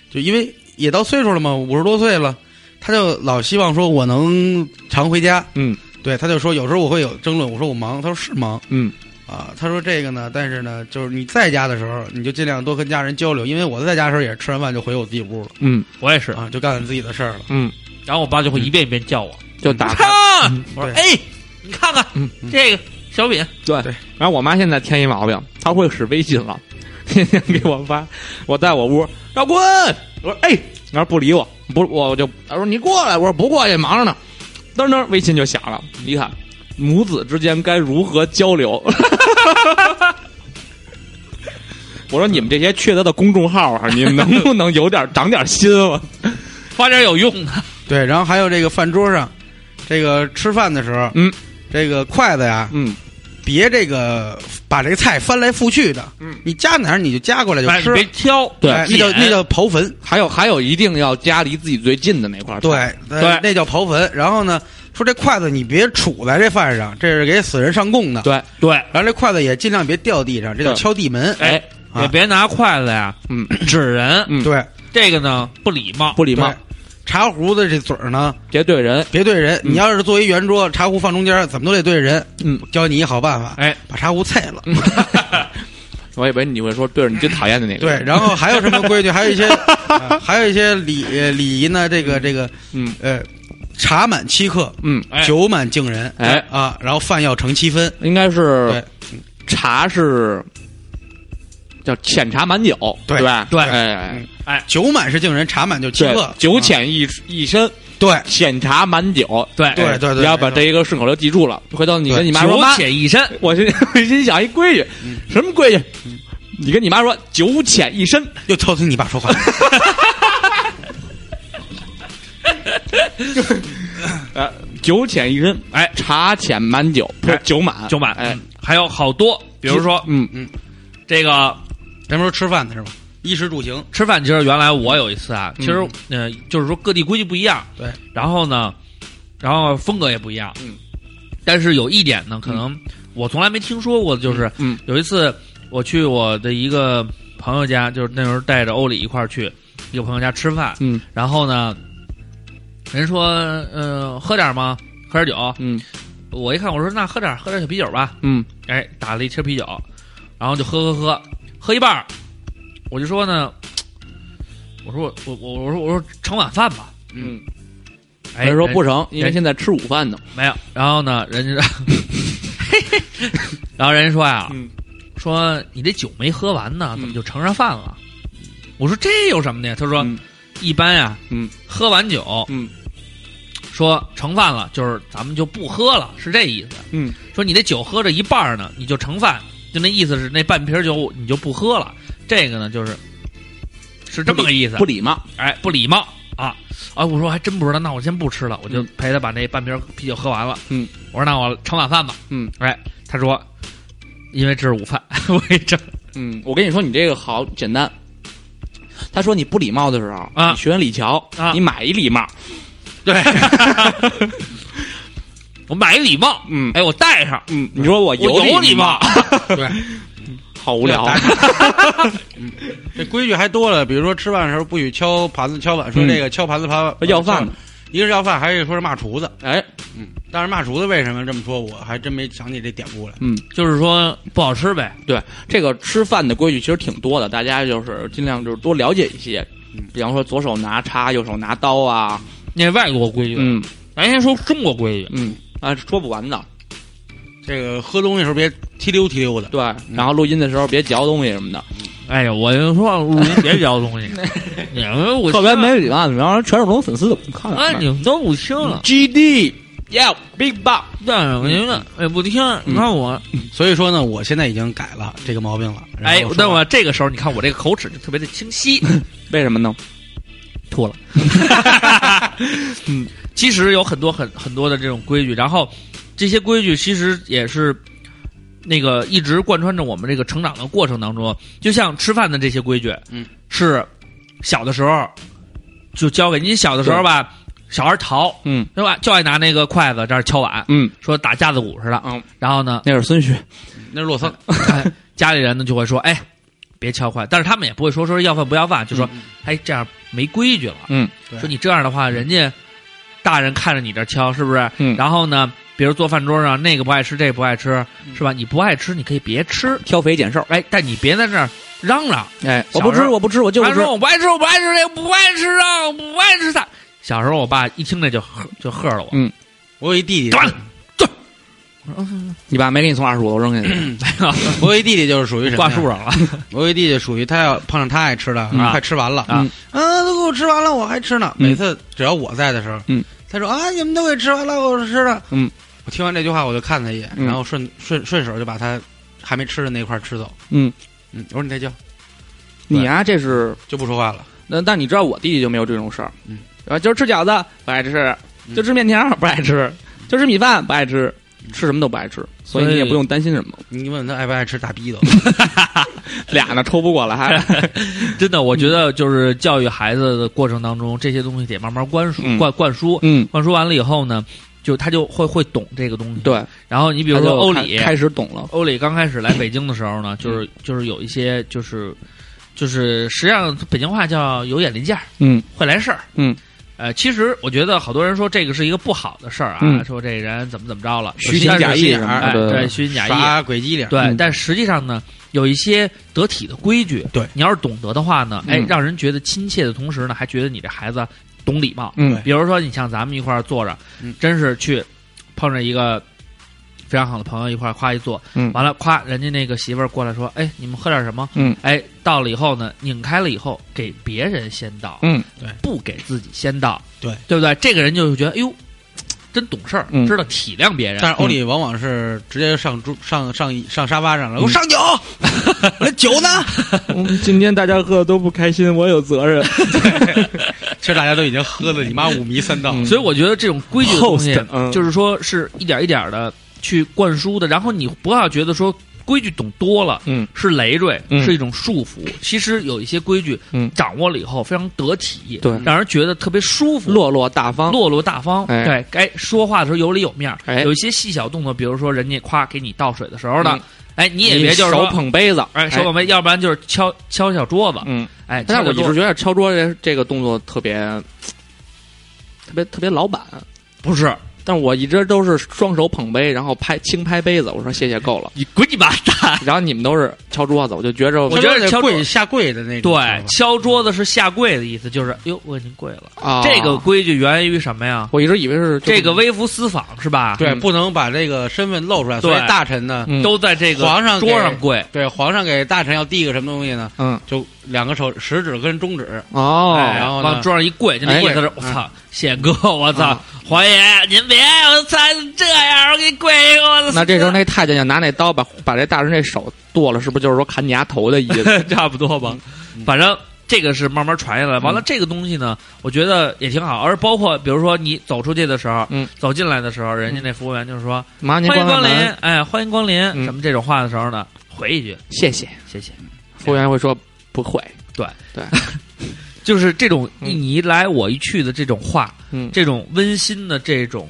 就因为也到岁数了嘛，五十多岁了，她就老希望说我能常回家。嗯对，她就说有时候我会有争论，我说我忙，她说是忙嗯，啊，她说这个呢，但是呢，就是你在家的时候，你就尽量多跟家人交流，因为我在家的时候也是吃完饭就回我自己屋了嗯我也是，啊，就干点自己的事儿了。嗯，然后我爸就会一遍一遍叫嗯我，就打看，我对说哎，你看看嗯这个小品，对对然后我妈现在添一毛病，她会使微信了， 天天给我发。我在我屋，赵坤，我说哎，然后不理我，不，我就她说你过来，我说不过去，忙着呢。噔噔，微信就响了，一看母子之间该如何交流？ 我说你们这些缺德的公众号啊，你们能不能有点长点心啊？ 发点有用的。对，然后还有这个饭桌上，这个吃饭的时候，嗯，这个筷子呀，嗯，别这个把这个菜翻来覆去的，嗯你夹哪儿你就夹过来就哎吃你，别挑，对哎那叫捡那叫刨坟，还有还有，一定要加离自己最近的那块儿。对，对呃那叫刨坟。然后呢，说这筷子你别杵在这饭上，这是给死人上供的。对，对，然后这筷子也尽量别掉地上，这叫对敲地门。哎，啊也别拿筷子呀嗯，指人，嗯对，这个呢不礼貌。不礼貌对，茶壶的这嘴儿呢，别对人。别对人。嗯你要是作为圆桌，茶壶放中间，怎么都得对人。嗯，教你一好办法，哎，把茶壶菜了。 我以为你会说对着你最讨厌的那个对人。，然后还有什么规矩？还有一 些，啊还有一些礼礼仪呢。这个这个，嗯呃，茶满七客， 嗯，哎酒满敬人，哎啊，然后饭要盛七分，应该是对茶是叫浅茶满酒，对吧？对哎哎，嗯酒满是敬人，茶满就七对客，，酒啊，浅一一身，对浅茶满酒。对对哎对对要把没错这一个顺口溜记住了。回头你跟对你妈说九妈，浅一深，我心我心想一规矩，什么规矩？你跟你妈说酒浅一身，又偷听你爸 说话，呃，酒浅一身，哎，茶浅满酒，不是酒满，九满，哎，嗯还有好多，比如说嗯这个咱们说吃饭的是吧？衣食住行，吃饭，其实原来我有一次啊，其实嗯、呃就是说各地规矩不一样，对，然后呢，然后风格也不一样，嗯，但是有一点呢，可能我从来没听说过，就是嗯有一次我去我的一个朋友家，就是那时候带着欧里一块儿去一个朋友家吃饭，嗯然后呢，人说嗯、呃喝点儿吗？喝点儿酒，嗯我一看我说那喝点儿喝点儿小啤酒吧，嗯哎，打了一车啤酒，然后就喝喝喝，喝一半儿，我就说呢，我说我我我我说我说盛晚饭吧，嗯，哎，人说不人成，因为现在吃午饭呢。没有，然后呢，人家， 然后人家说呀，嗯说你这酒没喝完呢，嗯怎么就盛上饭了？我说这有什么的呀？他说、嗯一般呀，嗯，喝完酒，嗯，说盛饭了，就是咱们就不喝了，是这意思。嗯，说你这酒喝着一半儿呢，你就盛饭，就那意思是那半瓶酒你就不喝了。这个呢，就是是这么个意思，不礼貌。哎，不礼貌啊！啊，我说还真不知道，那我先不吃了，我就嗯陪他把那半瓶啤酒喝完了。嗯，我说那我盛晚饭吧。嗯，哎，他说，因为这是午饭， 我一整嗯，我跟你说，你这个好简单。他说你不礼貌的时候，啊你学李乔，啊你买一礼帽，对， 我买一礼帽，嗯哎，我戴上，嗯，你说我我有礼貌，貌，对， 好无 聊。啊嗯这规矩还多了，比如说吃饭的时候不许敲盘子、敲碗，说嗯这个敲盘子、盘碗要饭的，一个是要饭，还有一个说是骂厨子。哎，嗯，但是骂厨子为什么这么说，我还真没想起这典故来。嗯，就是说不好吃呗。对，这个吃饭的规矩其实挺多的，大家就是尽量就是多了解一些嗯。比方说左手拿叉，右手拿刀啊，那外国规矩，嗯咱先说中国规矩，嗯，啊，说不完的。这个喝东西的时候别提溜提溜的，对，然后录音的时候别嚼东西什么的，哎呀，我就说录音别聊东 西，你们我特别没礼貌。然后全是龙粉丝怎么看哎，你们都不听了， G D Yeah Big Bob，但是你们也不听，你看我，所以说呢，我现在已经改了这个毛病了。然后哎说，但我这个时候，你看我这个口齿就特别的清晰。为什么呢？吐了。 嗯其实有很多很很多的这种规矩，然后这些规矩其实也是那个一直贯穿着我们这个成长的过程当中。就像吃饭的这些规矩，嗯，是小的时候就教给你，小的时候吧，小孩淘，嗯对吧？就爱拿那个筷子这儿敲碗，嗯说打架子鼓似的。嗯，然后呢，那是孙旭，那是洛 桑，哎家里人呢就会说，哎，别敲筷，但是他们也不会说说要饭不要饭，就说，哎，这样没规矩了。嗯，对说你这样的话，人家大人看着你这敲，是不是？嗯然后呢，比如坐饭桌上，那个不爱吃，这个不爱吃，是吧？你不爱吃，你可以别吃，嗯挑肥拣瘦。哎，但你别在那儿嚷嚷。哎，我小不时吃，候我不吃，我就他是吃说。我不爱吃，我不爱吃这个，不爱吃啊，我不爱吃它。小时候，我爸一听这就呵就呵了我。嗯我有一弟弟断，你爸没给你送二十五，我扔 给你。我有一弟弟就是属于什么挂呀树上了，我有一弟弟属于他要碰上他爱吃的，嗯快吃完了啊，嗯，都给我吃完了，我还吃呢。嗯每次只要我在的时候，嗯，他说啊，你们都给吃完了，我吃了。嗯，我听完这句话，我就看他一眼，嗯然后顺顺顺手就把他还没吃的那块儿吃走。嗯嗯，我说你再叫，你呀、这是就不说话了。那，但你知道我弟弟就没有这种事儿。嗯，啊，就是吃饺子不爱吃，嗯就吃面条不爱吃，就吃米饭不爱吃，吃什么都不爱吃，嗯所以所以你也不用担心什 么。你问问他爱不爱吃大逼的，俩呢抽不过来，真的，我觉得就是教育孩子的过程当中，这些东西得慢慢灌输、嗯灌灌输，嗯，灌输完了以后呢，就他就会会懂这个东西。，对。然后你比比如说欧里，开嗯始懂了，欧里刚开始来北京的时候呢，就是就是有一些就是就是实际上北京话叫有眼力见儿，嗯，会来事儿，嗯。呃，其实我觉得好多人说这个是一个不好的事儿啊，嗯说这人怎么怎么着了，虚情假意什啊么哎，的，对，虚情假意，啊耍鬼机灵。对，嗯但实际上呢，有一些得体的规矩。对你要是懂得的话呢，哎嗯，让人觉得亲切的同时呢，还觉得你这孩子懂礼貌。嗯比如说，你像咱们一块儿坐着嗯，真是去碰着一个非常好的朋友一块儿夸一坐，嗯完了夸人家那个媳妇儿过来说，哎，你们喝点什么？嗯，哎，到了以后呢，拧开了以后给别人先倒，嗯，对，不给自己先倒，对，对不对？这个人就觉得，哎呦，真懂事儿，嗯知道体谅别人。但是欧里往往是直接上桌上上上沙发上了，给我上酒，我说酒呢？嗯今天大家喝的都不开心，我有责 任。其实大家都已经喝的你妈五迷三道。嗯所以我觉得这种规矩的东西 Host，嗯，就是说是一点一点的去灌输的，然后你不要觉得说规矩懂多了。嗯是累赘，嗯是一种束缚。其实有一些规矩，嗯掌握了以后非常得体，对让人觉得特别舒服，落落大方，落落大方。哎对，该说话的时候有理有面儿。哎有一些细小动作，比如说人家夸给你倒水的时候呢嗯，哎，你也你别就是手说，捧杯子，哎，手捧杯，要不然就是敲敲小桌子哎，嗯。哎，敲但是小我一桌直子觉得敲桌这这个动作特别，特别特别老板。不是但是我一直都是双手捧杯，然后拍轻拍杯子，我说谢谢够了。你滚你妈蛋！然后你们都是敲桌子，我就觉着啊我觉得敲得桌跪下跪的那种。对，敲桌子是下跪的意思，就是哟，我给您跪了。啊，这个规矩源于什么呀？我一直以为是这个微服私访是吧？对，嗯不能把这个身份露出来。所以对大臣呢，嗯都在这个皇上给桌上跪。对，皇上给大臣要递个什么东西呢？嗯就两个手食指跟中指，哦，哎然后呢往桌上一跪，就那哎意思是，我操，谢哥，我操啊，皇爷您别，我操这样，我给你跪一个，我操那这时候那太监就拿那刀把把这大人这手剁了，是不是就是说砍你牙头的意思？ 差不多吧，嗯反正。这个是慢慢传下来，完了这个东西呢，我觉得也挺好，而包括比如说你走出去的时候，嗯走进来的时候，人家那服务员就是说麻烦您欢迎关光临门，，哎，欢迎光临，嗯什么这种话的时候呢，回一句谢谢。谢谢，服务员会说不会，就是这种嗯你一来我一去的这种话，嗯这种温馨的这种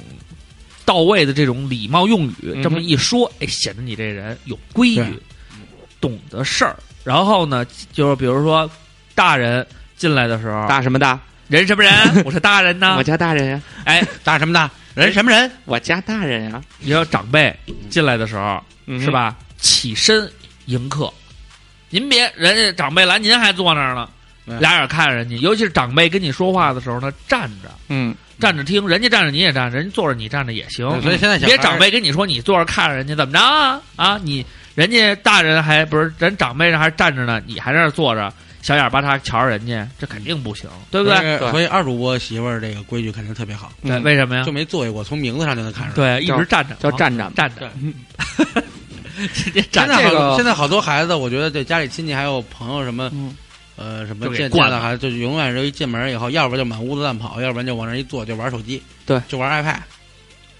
到位的这种礼貌用语嗯，哼这么一说，哎，显得你这人有规对矩。懂的事儿。然后呢，就是比如说大人进来的时候，大什么大？人什么 人？我是大人呢我。家大人呀，哎，大什么 大？人什么人？我家大人呀，你要长辈进来的时候，嗯是？吧？起身迎客，您别人家长辈来，您还坐那儿呢，嗯俩眼看着人家，尤其是长辈跟你说话的时候呢，站着嗯，站着听，人家站着你也站着，人家坐着你站着也行。嗯所以现在小孩别长辈跟你说你坐着看着人家怎么着啊啊！你人家大人还不是人长辈还站着呢，你还在那儿坐着，小眼巴叉瞧着人家，这肯定不行，对不对？所以对所以哎二主播媳妇儿这个规矩肯定特别好，对嗯为什么呀就？没坐下过，从名字上就能看出来。对，一直站着叫啊站站吧。站着，直接嗯现 站着在好这多个现在好多孩子，我觉得对家里亲戚还有朋友什么嗯，呃什就么给见见惯到了孩子，就是永远是一进门以后，要不然就满屋子乱跑，要不然就往那儿一坐就玩手机，对，就玩 iPad，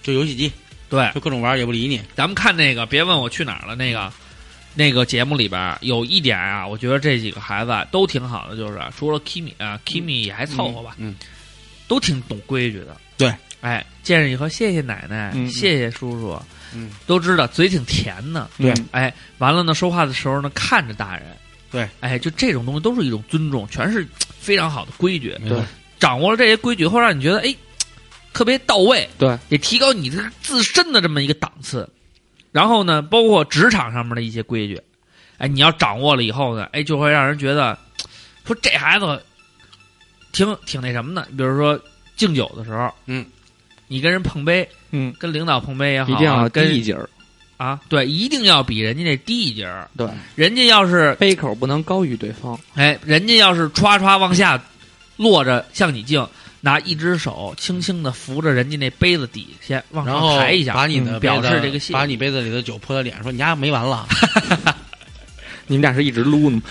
就游戏机，对，就各种玩也不理你。咱们看那个，别问我去哪儿了。那个，那个节目里边有一点啊，我觉得这几个孩子啊都挺好的，就是除了 Kimi 啊，Kimi 也还凑合吧，嗯，都挺懂规矩的。对，哎，见着以后谢谢奶奶，嗯嗯谢谢叔叔，嗯，都知道嘴挺甜的。对哎，完了呢，说话的时候呢，看着大人。对，哎，就这种东西都是一种尊重，全是非常好的规矩。没错对，掌握了这些规矩后，让你觉得哎，特别到位，对，也提高你这个自身的这么一个档次。然后呢，包括职场上面的一些规矩，哎，你要掌握了以后呢，哎，就会让人觉得说这孩子挺挺那什么的。比如说敬酒的时候，嗯，你跟人碰杯，嗯，跟领导碰杯也好啊，一定要跟低一截儿，啊，对，一定要比人家那低一截儿。对，人家要是杯口不能高于对方。哎，人家要是歘歘往下落着向你敬，拿一只手轻轻的扶着人家那杯子底下往然上后抬一下，把你的嗯表杯子示这个谢意把你杯子里的酒泼他脸，说你家没完了。你们俩是一直撸呢吗？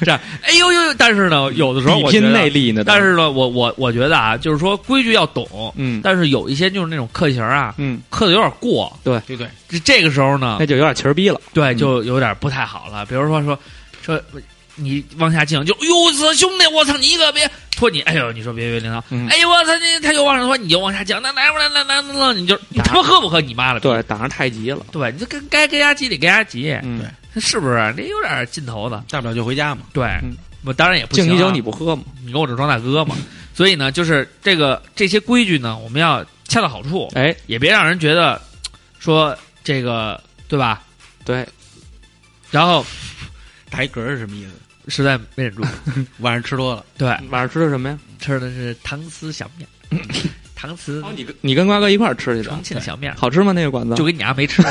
这样，哎呦呦！呦但是呢，有的时候比我觉拼内得，啊力呢？但是呢，我我我觉得啊，就是说规矩要懂，嗯但是有一些就是那种客情啊，嗯，客的有点过，对对，这这个时候呢哎那，就有点旗儿逼了。对，嗯就有点不太好了。比如说说说你往下敬，就哟操兄弟，我操你可别托你，哎呦你说别别领导，嗯哎呦我操你他又往上拖，你就往下降，那来不来来来来来，你就你他妈喝不喝你妈了？对，打上太极了。对，你就跟该跟家急得跟家急，嗯，是不是？你有点劲头子。大不了就回家嘛。对嗯，我当然也不行敬啊。你酒你不喝吗？你跟我这装大哥嘛。所以呢，就是这个这些规矩呢，我们要恰到好处，哎，也别让人觉得说这个对吧？对，然后打一嗝是什么意思？实在没忍住，晚上吃多了，对，晚上吃的什么呀？吃的是搪瓷小面，搪瓷你跟你跟瓜哥一块儿吃去的重，庆小面，好吃吗？那个馆子就跟你丫没吃。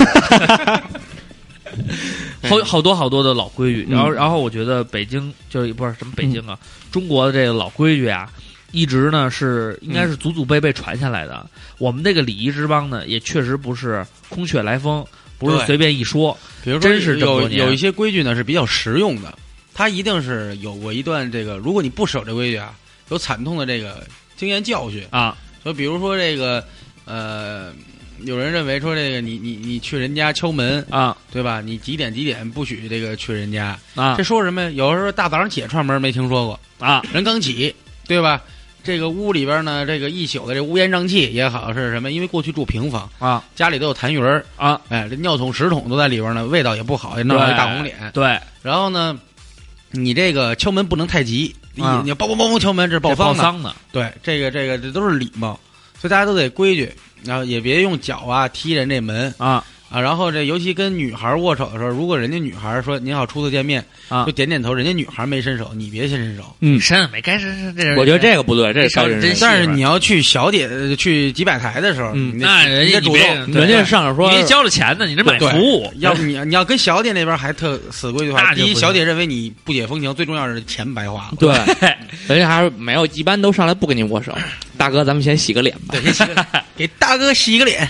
好好多好多的老规矩，然后嗯然后我觉得北京就是不是什么北京啊，中国的这个老规矩啊，一直呢是应该是祖祖辈辈传下来的。我们这个礼仪之邦呢，也确实不是空穴来风，不是对随便一说。比如说真是这么有多年有一些规矩呢是比较实用的，它一定是有过一段这个，如果你不守这规矩啊，有惨痛的这个经验教训。啊，就比如说这个，呃，有人认为说这个你你你去人家敲门，啊对吧？你几点几点不许这个去人家？啊这说什么呀？有时候大早上起来串门没听 说过，啊！人刚起，对吧？这个屋里边呢，这个一宿的这乌烟瘴气也好是什么？因为过去住平房啊，家里都有痰盂儿啊，哎，这尿桶屎桶都在里边呢，味道也不好，也弄对了一大红脸。对，然后呢，你这个敲门不能太急，你啊你梆梆梆梆敲门，这是爆这丧报的。丧的，对，这个这个这都是礼貌，所以大家都得规矩，然后也别用脚啊踢人这门啊啊。然后这尤其跟女孩握手的时候，如果人家女孩说“您好，初次见面”，啊就点点头，人家女孩没伸手，你别先伸手。你身上没该身上这人，我觉得这个不对，这是伤人真是但是你要去小姐呃去几百台的时候，嗯你得那人你家得你主别动，对人家上来说你这交了钱呢，你这买服务，要不你你要跟小姐那边还特死规矩的话，那就第不一，行小姐认为你不解风情，最重要是钱白花了。对， 人家还是没有，一般都上来不跟你握手。嗯大哥，咱们先洗个脸吧。对，给洗个给大哥洗个脸。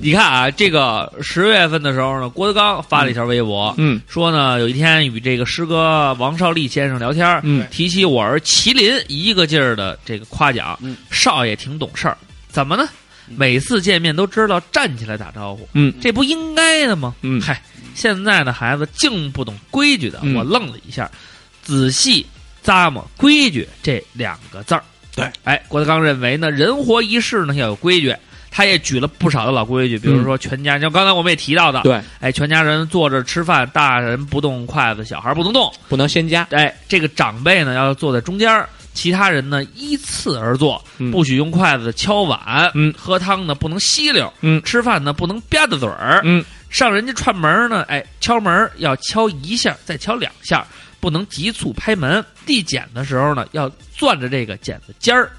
你看啊，这个十月份的时候呢，郭德纲发了一条微博，嗯说呢有一天与这个师哥王少利先生聊天儿，嗯提起我儿麒麟，一个劲儿的这个夸奖，嗯少爷挺懂事儿，怎么呢？每次见面都知道站起来打招呼，嗯这不应该的吗？嗯嗨，现在的孩子竟不懂规矩的，嗯我愣了一下，仔细咂摸“规矩”这两个字儿。对，哎，郭德纲认为呢，人活一世呢要有规矩，他也举了不少的老规矩，比如说全家，就刚才我们也提到的，嗯对，哎，全家人坐着吃饭，大人不动筷子，小孩不能动。不能先加，哎，这个长辈呢要坐在中间儿，其他人呢依次而坐，嗯不许用筷子敲碗，嗯喝汤呢不能吸溜，嗯吃饭呢不能吧嗒嘴儿，嗯，上人家串门儿呢，哎，敲门儿要敲一下，再敲两下，不能急促拍门。递减的时候呢，要攥着这个剪子尖儿，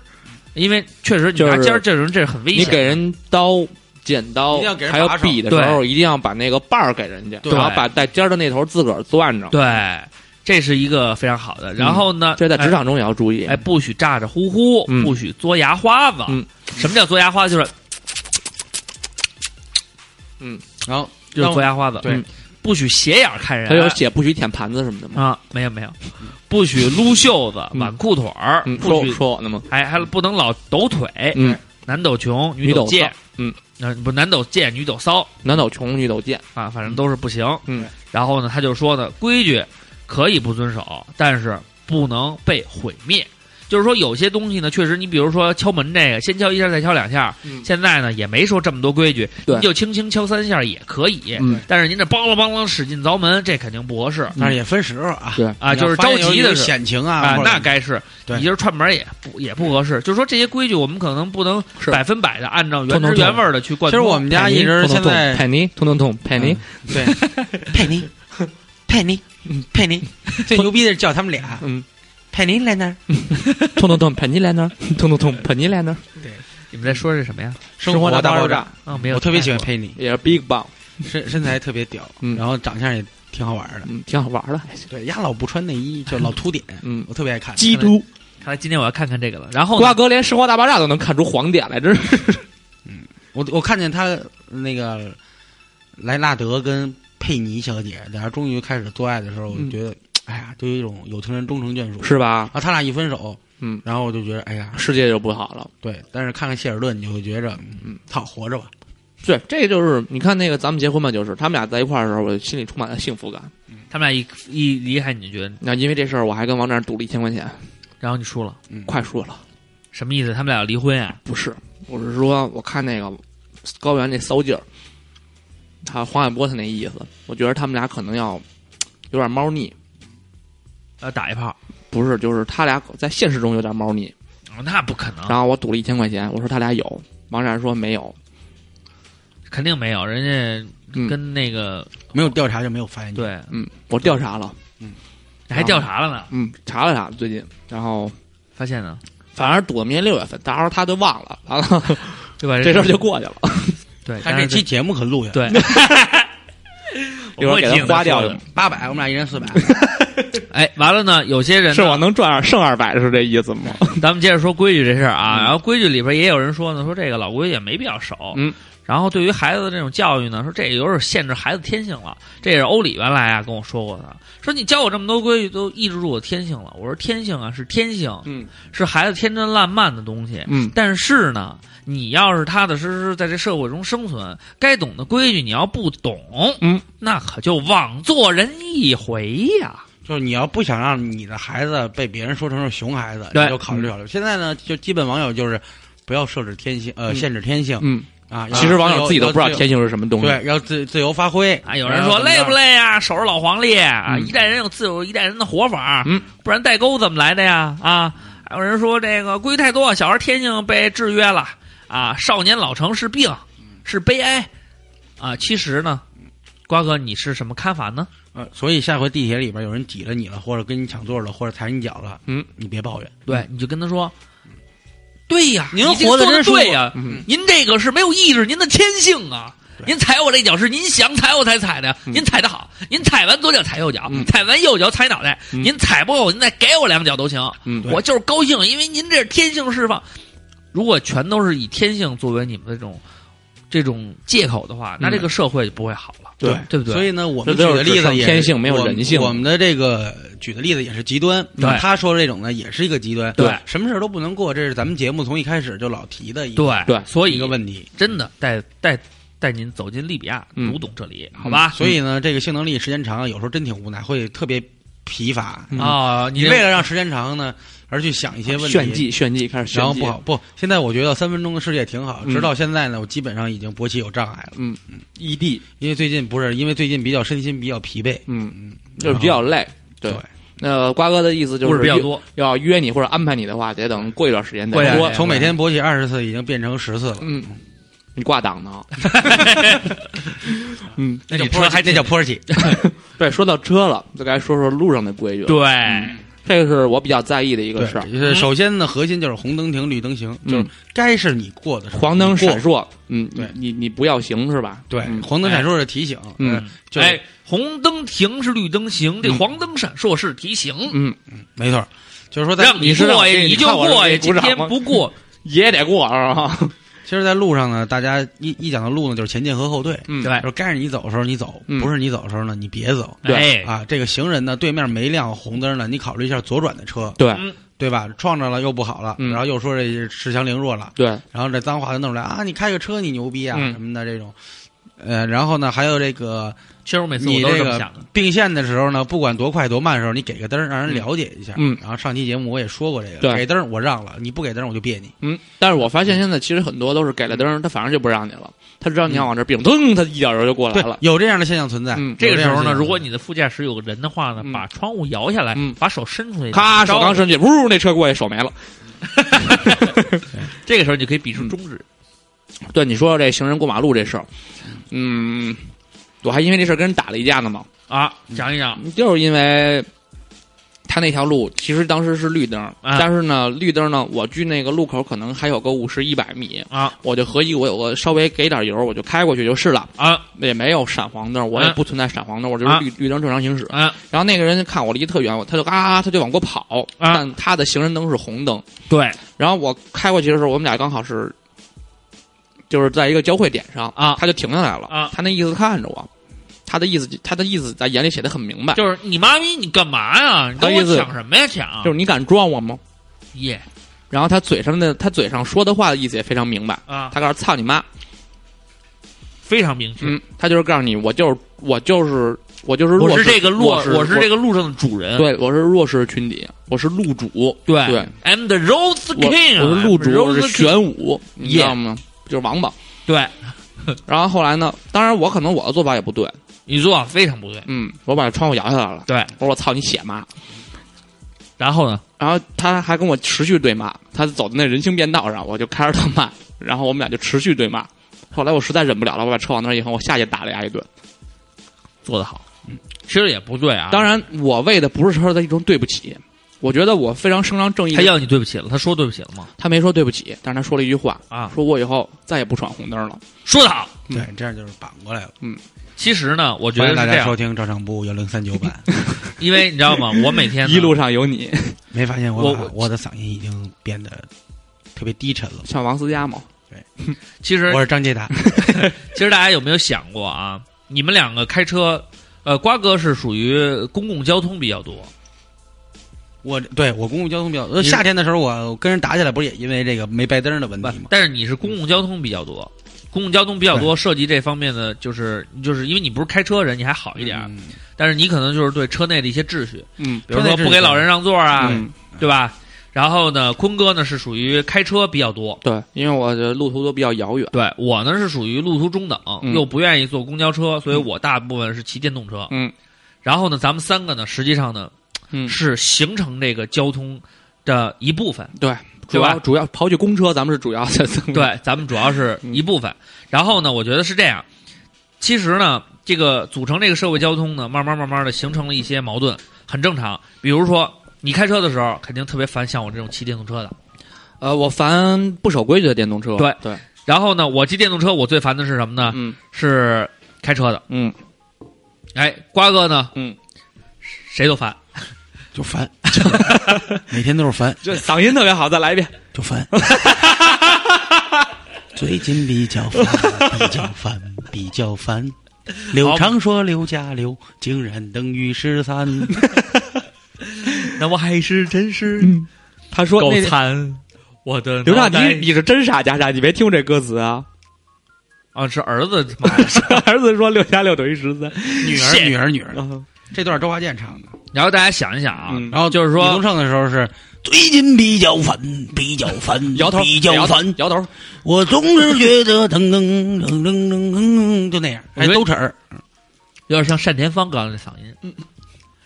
因为确实你就是拿尖儿这人这是很危你险的，给人刀、剪刀一定要给人还有把手笔的时候，一定要把那个把儿给人家，对然后把带尖儿的那头自个儿攥着。对，这是一个非常好的。然后呢，嗯这在哎职场中也要注意。哎，不许咋咋呼呼，嗯不许嘬牙花子。嗯什么叫嘬牙花子？就是然后就是嘬牙花子。对嗯，不许斜眼看人。他有写不许舔盘子什么的吗？啊，没有没有，不许撸袖子、嗯挽裤腿儿，嗯，不说许说我呢吗？哎，还不能老抖腿。嗯，男抖穷，女抖抖贱骚。嗯，呃，不，男抖贱，女抖骚男抖穷，女抖贱。啊，反正都是不行。嗯，然后呢，他就说呢，规矩可以不遵守，但是不能被毁灭。就是说，有些东西呢，确实，你比如说敲门这个，先敲一下，再敲两下。嗯现在呢，也没说这么多规矩，对您就轻轻敲三下也可以。嗯但是您这梆啷梆啷使劲凿门，这肯定不合适但是也分时候啊，对嗯啊，就是着急的的是险情啊，啊或，者那该是，对你就是串门也不也不合适。就是说，这些规矩我们可能不能是百分百的按照原通汁通原味的去其贯实通。我们家一直现在佩妮，痛痛痛，佩妮，对， 佩妮，佩妮，佩妮，最牛逼的是叫他们俩，嗯，佩妮来那儿， 痛痛痛，佩妮来那儿，痛痛痛，佩妮来那儿。你们在说是什么呀？生活大爆炸，，啊，没有，我特别喜欢佩妮，也是 Big Bang，身身材特别屌，嗯然后长相也挺好玩的。嗯，挺好玩的。对，丫老不穿内衣，就老凸点，嗯我特别爱看。基督。看来今天我要看看这个了。然后呢瓜哥连《生活大爆炸》都能看出黄点来，真是。我我看见他那个莱纳德跟佩妮小姐俩人终于开始做爱的时候，我就嗯觉得，哎呀，就有一种有情人终成眷属。是吧？然后他俩一分手，嗯，然后我就觉得，哎呀，世界就不好了。对。但是看看谢尔顿，你就会觉着，嗯，操，活着吧。对，这就是你看那个咱们结婚吧，就是他们俩在一块儿的时候，我心里充满了幸福感。他们俩一一离开，你就觉得，那因为这事儿，我还跟王战赌了一千块钱，然后你输了，嗯，快输了。什么意思？他们俩要离婚啊？不是，我是说，我看那个高原那骚劲儿，他黄海波他那意思，我觉得他们俩可能要有点猫腻，要打一炮？不是，就是他俩在现实中有点猫腻。哦那不可能，然后我赌了一千块钱，我说他俩有，王战说没有。肯定没有。人家嗯跟那个没有调查就没有发现。，对，嗯，我调查了，还调查了呢，嗯，查了查最近，然后发现呢，反正赌了明年六月份，到时候他就忘了，完了对吧？这事儿就过去了。对。但但是这期节目可录下，对， 一会儿给他花掉了。八百，我们俩一人四百。哎，完了呢，有些人呢是我能赚二剩二百是这意思 吗？咱们接着说规矩这事儿啊，然后规矩里边也有人说呢，说这个老规矩也没必要守。嗯，然后对于孩子的这种教育呢，说这有点限制孩子天性了。这也是欧里原来啊跟我说过的，说你教我这么多规矩都抑制住我天性了。我说天性啊是天性，嗯是孩子天真烂漫的东西。嗯但是呢，你要是踏踏实实在这社会中生存，该懂的规矩你要不懂，嗯，那可就枉做人一回呀。就是你要不想让你的孩子被别人说成是熊孩子，对你就考虑考虑。现在呢，就基本网友就是不要设置天性，呃，嗯限制天性嗯，啊。其实网友要自己都不知道要自由天性是什么东西。对，要自自由发挥啊，有哎人说累不？累啊？守着老黄历啊，嗯一代人有自有一代人的活法，嗯，不然代沟怎么来的呀？啊，还有人说这个规矩太多，小孩天性被制约了啊，少年老成是病，是悲哀啊。其实呢，瓜哥，你是什么看法呢？呃，所以下回地铁里边有人挤着你了，或者跟你抢座了，或者踩你脚了，嗯，你别抱怨。对，你就跟他说，对呀，您你这个活得做得真舒服对呀，嗯您这个是没有意志，您的天性啊。对嗯您踩我这脚是您想踩我才踩的，您踩的好，您踩完左脚踩右脚，嗯踩完右脚踩脑袋，嗯您踩不够，您再给我两脚都行。嗯，我就是高兴，因为您这是天性释放。如果全都是以天性作为你们的这种这种借口的话，那这个社会就不会好了，对对不嗯对？所以以呢，我们这举都是的例指子向也天性没有我人性我们的这个举的例子也是极端，对他说的这种呢也是一个极端。对什么事儿都不能过，这是咱们节目从一开始就老提的一个对对所一以个问题。真的带带带您走进利比亚，嗯读懂这里，好吧？所以呢，这个性能力时间长了，有时候真挺无奈，会特别疲乏嗯啊，你你为这了让时间长呢，而去想一些问题，炫技，炫技开始炫技，然后不好。不，现在我觉得三分钟的世界挺好，嗯直到现在呢，我基本上已经勃起有障碍了，嗯异地，因为最近不是因为最近比较身心比较疲惫，嗯，就是比较累。对对，那瓜哥的意思就故是事比较约， 多，要约你或者安排你的话，得等过一段时间过一再段说时。间从每天勃起二十次已经变成十次了，嗯，你挂档 呢？嗯，那叫你坡车儿还还那叫坡儿起，对，说到车了，就该说说路上的规矩了。对，这个是我比较在意的一个事儿。对，首先呢，核心就是红灯停，绿灯行，就是嗯该是你过的时候黄灯你过闪，烁，嗯，对你你你不要行是吧？对，嗯黄灯闪烁是提醒，嗯呃，就是哎，红灯停是绿灯行，这黄灯闪烁是提醒，嗯，没错，就是说在让你是让过呀，我你你就看我过给呀，你今鼓掌天吗不过，也得过是吧？其实，在路上呢，大家一一讲到路呢，就是前进和后退，嗯，对就是该是你走的时候你走，嗯不是你走的时候呢，你别走。 对哎，啊，这个行人呢，对面没亮红灯呢，你考虑一下左转的车，对嗯对吧？撞着了又不好了，嗯然后又说这恃强凌弱了，对，然后这脏话就弄出来啊，你开个车你牛逼啊、嗯什么的这种，呃，然后呢，还有这个其实我每次我你都是这这么个想的，并线的时候呢，不管多快多慢的时候，你给个灯儿让人了解一下。嗯然后上期节目我也说过这对个，给灯儿我让了，你不给灯儿我就别你。嗯，但是我发现现在其实很多都是给了灯，他反正就不让你了，他知道你要往这儿并，噔，他一脚油就过来对了，。有这样的现象存在。嗯这个时候呢，有这样的现象如果你的副驾驶有个人的话呢嗯，把窗户摇下来嗯，把手伸出去，咔，招手呼刚伸进去，呜，那车过去，手没了。这个时候你可以比出中指，对，你说这行人过马路这事儿，嗯，我还因为这事儿跟人打了一架呢嘛，啊，嗯讲一讲，就是因为他那条路其实当时是绿灯，啊但是呢，绿灯呢，我距那个路口可能还有个五十一百米啊，我就合计我有个稍微给点油，我就开过去就是了，啊也没有闪黄灯，我也嗯不存在闪黄灯，我就是啊绿、绿灯正常行驶。啊，然后那个人就看我离特远，我他就啊，他就往过跑，啊但他的行人灯是红灯，对然后我开过去的时候，我们俩刚好是，就是在一个交汇点上啊他就停下来了啊他那意思看着我，他的意思，他的意思在眼里写的很明白，就是你妈逼，你干嘛呀？你跟我抢什么呀？抢就是你敢撞我吗？耶然后他嘴上的他嘴上说的话的意思也非常明白，啊，他告诉操你妈，非常明确，嗯，他就是告诉你，我就是我就是我就是弱我势，是这个路，我我是是这个路上的主人，对，我是弱势群体，我是路主，嗯对对，I'm the Rose 我 King，啊我是路主，我 Rose 是 King，玄武，你知道吗？就是王八。对，然后后来呢？当然，我可能我的做法也不对，你做法非常不对，嗯，我把窗户摇下来了，对，我说我操你血妈！然后呢？然后他还跟我持续对骂，他走到那人行便道上，我就开着他骂，然后我们俩就持续对骂。后来我实在忍不了了，我把车往那儿一横，我下去打了他一顿。做得好，嗯其实也不对啊，当。然，我为的不是说他一种对不起，我觉得我非常伸张正义他。要你对不起了，他说对不起了吗？他没说对不起，但是他说了一句话，啊，说我以后再也不闯红灯了。说得好。嗯对，这样就是绑过来了。其实呢，我觉欢得迎是大这家收样，听照常不误幺零三九 版。因为你知道 吗？我每天呢一路上有你，没发现我我把我的嗓音已经变得特别低沉了吗。像王思佳嘛，其实我是张杰达，其实大家有没有想过啊？你们两个开车，呃，瓜哥是属于公共交通比较多，我对我公共交通比较，呃你是夏天的时候我跟人打起来，不是也因为这个没白灯的嗯问不题吗？？但是你是公共交通比较多，公共交通比较多，涉及这方面的就是就是因为你不是开车人，你还好一点儿，嗯但是你可能就是对车内的一些秩序，嗯比如车内说秩序不给老人让座啊，嗯对吧？然后呢，坤哥呢是属于开车比较多，对，因为我的路途都比较遥远，对我呢是属于路途中等，嗯又不愿意坐公交车，所以我大部分是骑电动车。嗯，然后呢，咱们三个呢，实际上呢嗯，是形成这个交通的一部分。对，主对吧要主要刨去公车，咱们是主要 的，对，咱们主要是嗯一部分。然后呢，我觉得是这样。其实呢，这个组成这个社会交通呢，慢慢慢慢的形成了一些矛盾，很正常。比如说，你开车的时候肯定特别烦像我这种骑电动车的。呃，我烦不守规矩的电动车，对对，然后呢，我骑电动车，我最烦的是什么呢？嗯是开车的。嗯，哎，瓜哥呢？嗯，谁都烦。 就烦， 每天都是烦，这嗓音特别好，再来一遍，就 烦。最近比较烦，比较烦，比较烦。好刘常说刘家刘竟然等于十 三，那我还是真是嗯他说那惨，我的刘脑畅，袋你你是真傻假傻，你没听过这歌词啊？啊，是儿子 他妈的儿子说六加六等于十三，女儿谢女儿女儿，嗯这段周华健唱的，然后大家想一想啊，嗯然后就是李宗说，盛的时候是最近比较烦，比较烦，摇头，比较摇头烦，，摇头，我总是觉得噔噔噔噔噔噔，就那样，还我觉得兜齿儿。有点像单田芳刚才那嗓音。嗯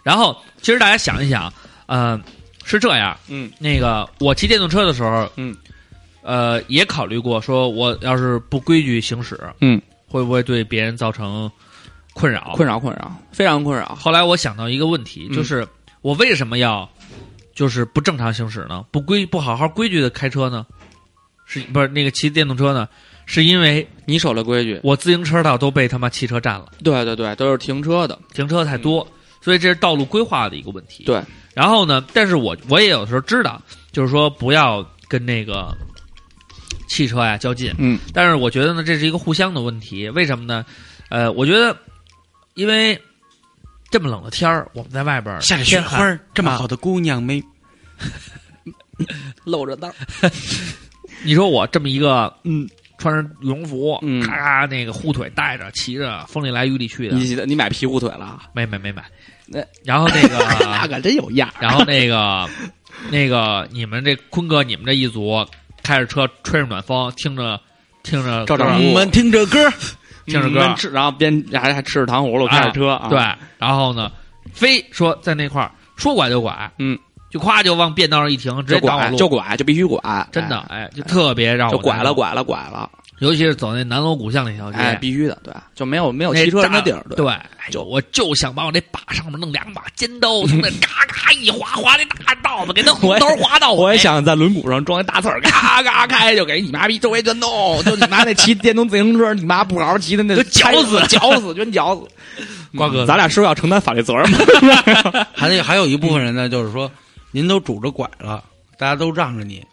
然后，其实大家想一想，呃，是这样，嗯，那个我骑电动车的时候，嗯，呃，也考虑过，说我要是不规矩行驶，嗯，会不会对别人造成困扰？困扰困扰，非常困扰。后来我想到一个问题，嗯就是我为什么要就是不正常行驶呢？不规不好好规矩的开车呢？是不是那个骑电动车呢？是因为你守了规矩，我自行车道都被他妈汽车占了，对对对，都是停车的，停车太多，所以这是道路规划的一个问题。对，然后呢，但是我我也有时候知道，就是说不要跟那个汽车呀较劲。嗯，但是我觉得呢，这是一个互相的问题。为什么呢？呃，我觉得因为这么冷的天儿，我们在外边儿下着雪天花寒，儿，这么好的姑娘没露着道。你说我这么一个嗯，穿着羽绒服，嗯咔咔那个护腿带着，骑着，风里来雨里去的，你你买皮裤腿了？没没没买那。然后那 那个，可真有样儿。然后那个，那个，你们这坤哥，你们这一组开着车吹着暖风，听着听着照照歌顾我们听着歌，听着歌哎嗯吃，然后边还还吃着糖葫芦，开着车啊。对，，然后呢，非说在那块儿说拐就拐，嗯，就咵就往变道上一停，直就接挡我拐路，就拐就必须拐，真的哎，哎，就特别让我就拐难了受，拐了拐了，尤其是走那南锣鼓巷那条街，哎，必须的，对，就没有没有那骑车人的地儿炸，对，对，哎呦我就想把我那把上面弄两把尖刀，从那嘎嘎一划划那大道子，哎给那红刀划到我也尾。想在轮毂上装一大刺儿，嘎嘎开就给你妈逼周围全弄，就你妈那骑电动自行车，你妈不好好骑的那就绞死开绞死，全绞死。 嗯瓜哥咱俩是不是要承担法律责任吗？还嗯得还有一部分人呢，就是说，您都拄着拐了，大家都让着你，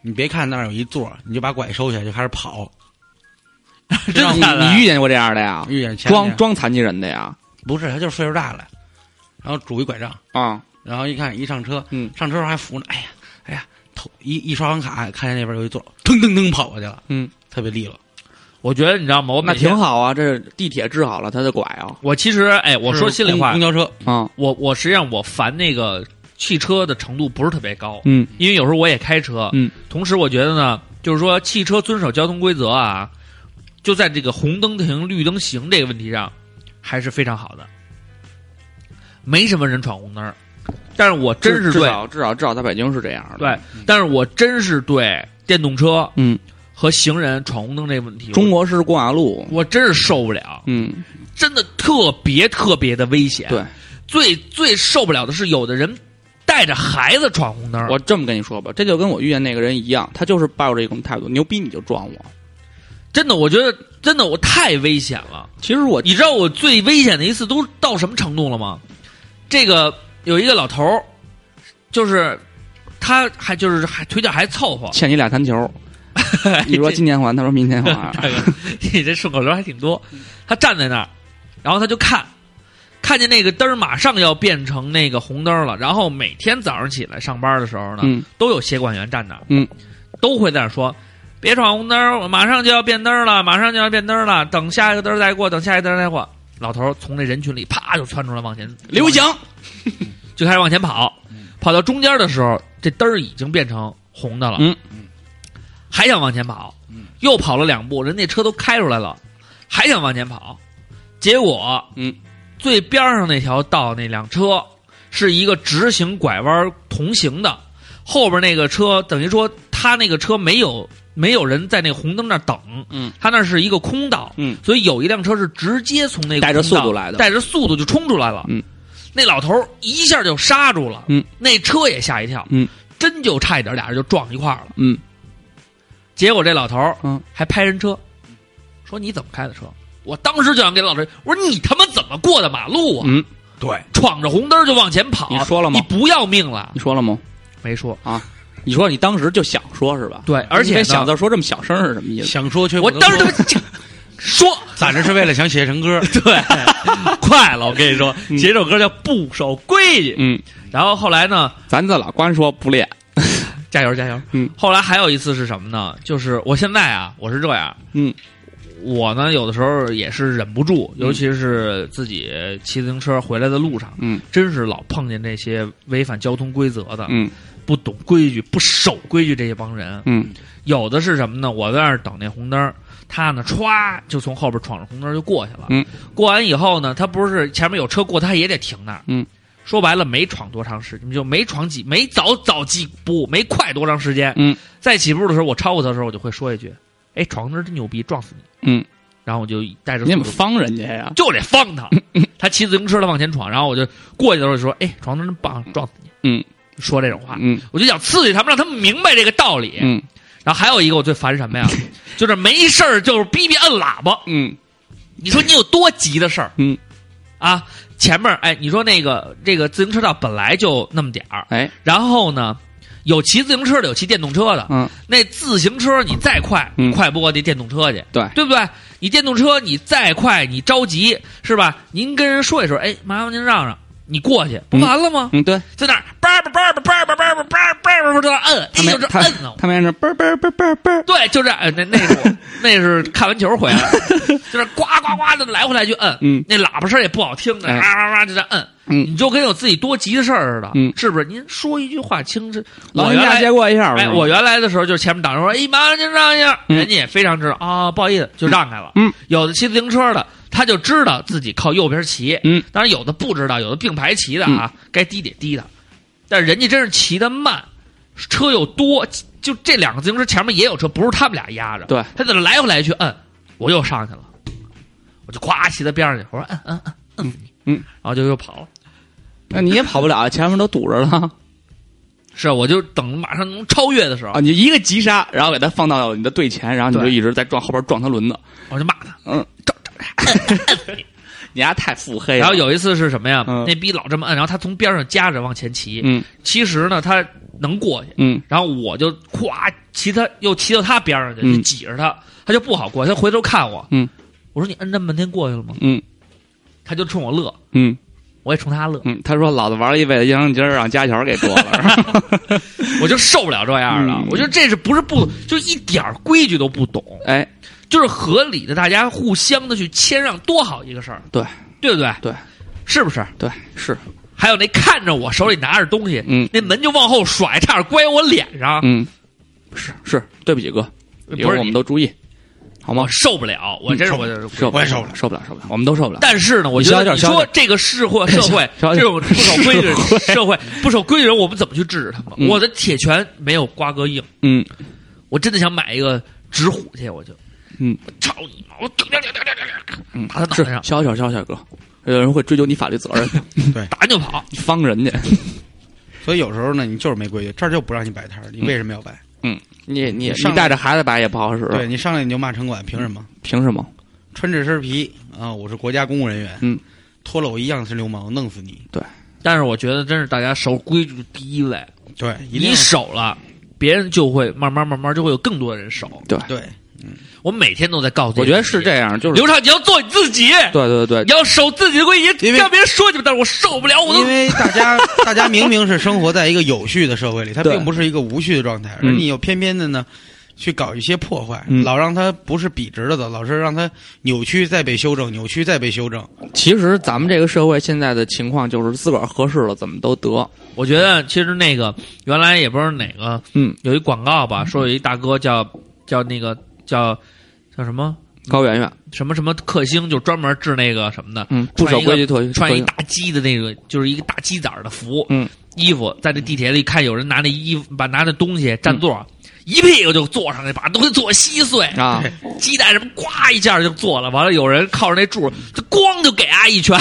你别看那儿有一座儿，你就把拐收起来就开始跑。 真你的你遇见过这样的呀？遇见前两装天装残疾人的呀？不是，他就是岁数大了，然后拄一拐杖，啊，然后一看一上车，嗯上车时候还扶着，哎呀，哎呀，头一一刷完卡，看见那边有一座儿，腾腾腾跑过去了，嗯，特别利落。我觉得你知道吗？我那每天挺。好啊，这地铁治好了他的拐啊，我其实哎，我说是心里公话公，交车啊，我我实际上我烦那个汽车的程度不是特别高，嗯因为有时候我也开车。嗯，同时我觉得呢，就是说汽车遵守交通规则啊，就在这个红灯停、绿灯行这个问题上，还是非常好的，没什么人闯红灯儿。但是我真是至对少嗯至少至少在北京是这样的。对，，但是我真是对电动车嗯，和行人闯红灯这个问题，中国式过马路，我我真是受不了，嗯，真的特别特别的危险。对，最最受不了的是有的人带着孩子闯红灯。我这么跟你说吧，这就跟我遇见那个人一样，他就是抱着一种态度，牛逼你就撞我。真的，我觉得真的我太危险了。其实我你知道我最危险的一次都到什么程度了吗？这个有一个老头儿，就是他还就是还腿脚还凑合，欠你俩 弹球，你说今年还，他说明 年还，你这顺口溜还挺多。他站在那儿，然后他就看，看见那个灯儿马上要变成那个红灯儿了。然后每天早上起来上班的时候呢，嗯都有协管员站那儿，嗯，都会在那儿说。别闯红灯儿，我马上就要变灯儿了，马上就要变灯儿了，等下一个灯儿再过，等下一个灯儿再过。老头儿从这人群里啪就窜出来，往前刘翔， 就开始往前跑，跑到中间的时候，这灯儿已经变成红的了，嗯还想往前跑，又跑了两步，人那车都开出来了，还想往前跑，结果，嗯，最边上那条道那辆车是一个直行拐弯同行的，后边那个车等于说他那个车没有没有人在那红灯那儿等，嗯，他那是一个空道，嗯，所以有一辆车是直接从那个带着空道速度来的带着速度就冲出来了，嗯，那老头儿一下就刹住了，嗯，那车也吓一跳，嗯，真就差一点俩人就撞一块儿了，嗯，结果这老头儿嗯还拍人车，说你怎么开的车？我当时就想给老头儿，我说你他妈怎么过的马路啊？嗯，对，闯着红灯就往前跑，啊你说了吗你不要命了你？说了吗？没说。你说你当时就想说是吧？对，而且你呢这想字说这么小声是什么意思？想说却不我能当时他说 妈这说攒着是为了想写成 歌， 对，快了，我跟你说，写首歌叫《不守规矩》。嗯，然后后来呢，咱这老光说不练，加油加油！嗯，后来还有一次是什么呢？就是我现在啊，我是这样，嗯，我呢，有的时候也是忍不住，尤其是自己骑自行车回来的路上，嗯真是老碰见这些违反交通规则的、嗯不懂规矩、不守规矩这一帮人。嗯有的是什么呢？我在那儿等那红灯儿，他呢歘就从后边闯着红灯儿就过去了。嗯，过完以后呢，他不是前面有车过，他也得停那儿。嗯，说白了没闯多长时间，就没闯几没早早几步，没快多长时间。嗯，在起步的时候，我超过他的时候，我就会说一句：“哎，闯红灯真牛逼，撞死你！”嗯，然后我就带着你怎么嗯速度方人家呀？就得放他，他骑自行车他往前闯，然后我就过去的时候就说：“哎，闯红灯真棒，撞死你！”嗯，说这种话，嗯我就想刺激他们，让他们明白这个道理。嗯然后还有一个我最烦什么 呀？就是没事儿就是逼逼摁喇叭。嗯你说你有多急的事儿嗯，啊？前面儿哎，你说那个这个自行车道本来就那么点儿，哎然后呢，有骑自行车的，有骑电动车的。嗯，那自行车你再快，嗯快不过那电动车去，对对不对？你电动车你再快，你着急是吧？您跟人说一说，哎，麻烦您让让，你过去不嗯完了吗？嗯，对，在那儿叭叭叭叭叭叭叭叭叭叭叭在那儿摁，他哎没呦这他摁呢，他没事，嘣儿嘣儿嘣儿嘣儿嘣儿，对，就这样，呃那那是 我那是看完球回来，就是呱呱呱的来回来去摁，嗯那喇叭声也不好听的，哎啊啊啊就在摁，嗯你就跟有自己多急的事儿似的，嗯是不是？您说一句话轻声，老我人原家来接过一下，哎，是吧我原来的时候就是前面挡着说，哎，麻烦您让一下，嗯人家也非常知道啊，不好意思，就让开了。嗯，有的骑自行车的，他就知道自己靠右边骑，嗯，当然有的不知道，有的并排骑的啊，该低得低的，但是人家真是骑得慢，车又多，就这两个自行车前面也有车，不是他们俩压着，对，他在那来回来去摁，我又上去了，我就咵骑到边上去，我说嗯摁摁摁摁死你，嗯嗯，然后就又跑了。那你也跑不了，啊前面都堵着 了是，啊我就等马上能超越的时候啊！，你一个急刹，然后给他放到你的队前，然后你就对一直在撞后边撞他轮子，我就骂他。嗯， 你丫太腹黑了。然后有一次是什么呀？哎嗯那逼老这么摁，然后他从边上夹着往前骑。嗯其实呢，他能过去，嗯然后我就咵骑他，又骑到他边上去，嗯就挤着他，他就不好过去。他回头看我，嗯，我说你摁这么半天过去了吗？嗯他就冲我乐，嗯我也冲他乐， 嗯，他说老子玩了一辈子，让今儿让家乔给剁 了。 我就受不了这样了。嗯我觉得这是不是不就一点儿规矩都不懂，哎，就是合理的，大家互相的去谦让，多好一个事儿，对对不对？对，是不是？对是，还有那看着我手里拿着东西，嗯那门就往后甩，差点摔我脸上。嗯是是，对不起哥，以不后是我们都注意，好吗我？受不了，我真是嗯我就是受不我了，也受受不了，受不了，受不了，我们都受不了。但是呢，我觉消得点你消说点这个社 会社会消消这种不守规矩社会社会不守规矩的人，我们怎么去制止他们？嗯我的铁拳没有瓜哥硬，嗯我真的想买一个纸虎去，我就嗯，操你妈！我噔噔噔噔噔噔嗯打他脑是袋上消消消消哥，有人会追究你法律责 任的，打完就跑。你方人家，所以有时候呢，你就是没规矩，这儿就不让你摆摊儿，嗯你为什么要摆？你你上你带着孩子吧也不好使，对你上来你就骂城管，凭什么？凭什么？穿这身皮啊，我是国家公务人员，嗯，脱了我一样是流氓，弄死你！但是我觉得，真是大家守规矩第一位，对，一定你要守了，别人就会慢慢慢慢就会有更多人守。对，对，我每天都在告诉，我觉得是这。样，就是刘畅，你要做你自己，对对对你呃要守自己的规矩，因为让别人说你们，但是我受不了，我都因为大家大家明明是生活在一个有序的社会里，它对并不是一个无序的状态，嗯而你又偏偏的呢。去搞一些破坏，嗯老让它不是笔直的走，老是让它扭曲再被修正，扭曲再被修正。其实咱们这个社会现在的情况就是自个儿合适了怎么都得，我觉得其实那个原来也不知道哪个，嗯，有一广告吧，说有一大哥叫叫那个叫叫什么高圆圆，什么什么克星，就专门治那个什么的，嗯，不守规矩特穿一特大鸡的那个，就是一个大鸡崽儿的服， 嗯，衣服，在那地铁里看有人拿那衣服，把拿那东西占座。嗯一屁股就坐上去，把东西坐稀碎，啊，鸡蛋什么，呱一下就坐了。完了，有人靠着那柱，就咣就给俺一拳，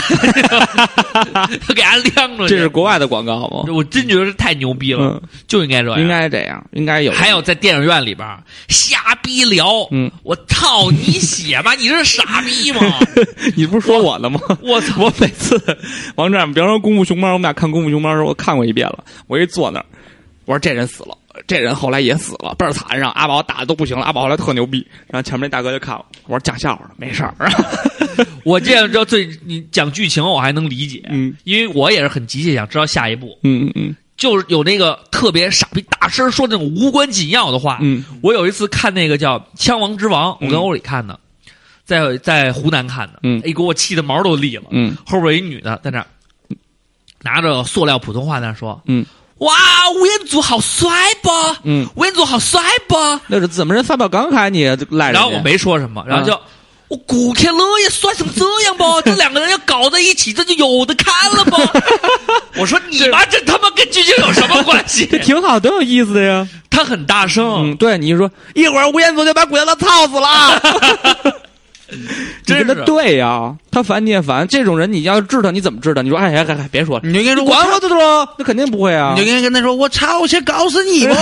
就 给俺晾出去。这是国外的广告吗？我真觉得太牛逼了，嗯，就应该这样。应该这样，应该有。还有在电影院里边儿瞎逼聊，嗯，我操你血吧！你是傻逼吗？你不是说我了吗？我操！ 我每次王战，比方说《功夫熊猫》，我们俩看《功夫熊猫》的时候，我看过一遍了。我一坐那儿，我说这人死了，这人后来也死了，倍儿惨。让阿宝打的都不行了，阿宝后来特牛逼。然后前面那大哥就看我，我说讲笑话呢，没事儿。 我这样就最你讲剧情我还能理解，嗯因为我也是很急切想知道下一步，嗯嗯嗯就是有那个特别傻逼大声说那种无关紧要的话。嗯我有一次看那个叫《枪王之王》，我跟嗯欧里看的，在在湖南看的，嗯哎，给我气的毛都立了。嗯后边有一女的在那儿拿着塑料普通话在那儿说：“嗯哇，吴彦祖好帅不？嗯，吴彦祖好帅不？”那是怎么人三秒感慨你啊赖着然你？后我没说什嗯么，然后就、我古天乐也帅成这样 吧，这两个人要搞在一起，这就有的看了吧。 我说你妈这他妈跟剧情有什么关系？这挺好，多有意思的呀。他很大声，嗯，对，你说一会儿吴彦祖就把古天乐操死 了，真你是跟啊他对呀、他烦你也烦，这种人你要治他，你怎么治他？你说哎哎哎哎，别说了，你就应该说管我我操，的喽，那肯定不会啊你，就应该跟他说我操，我先搞死 你吧！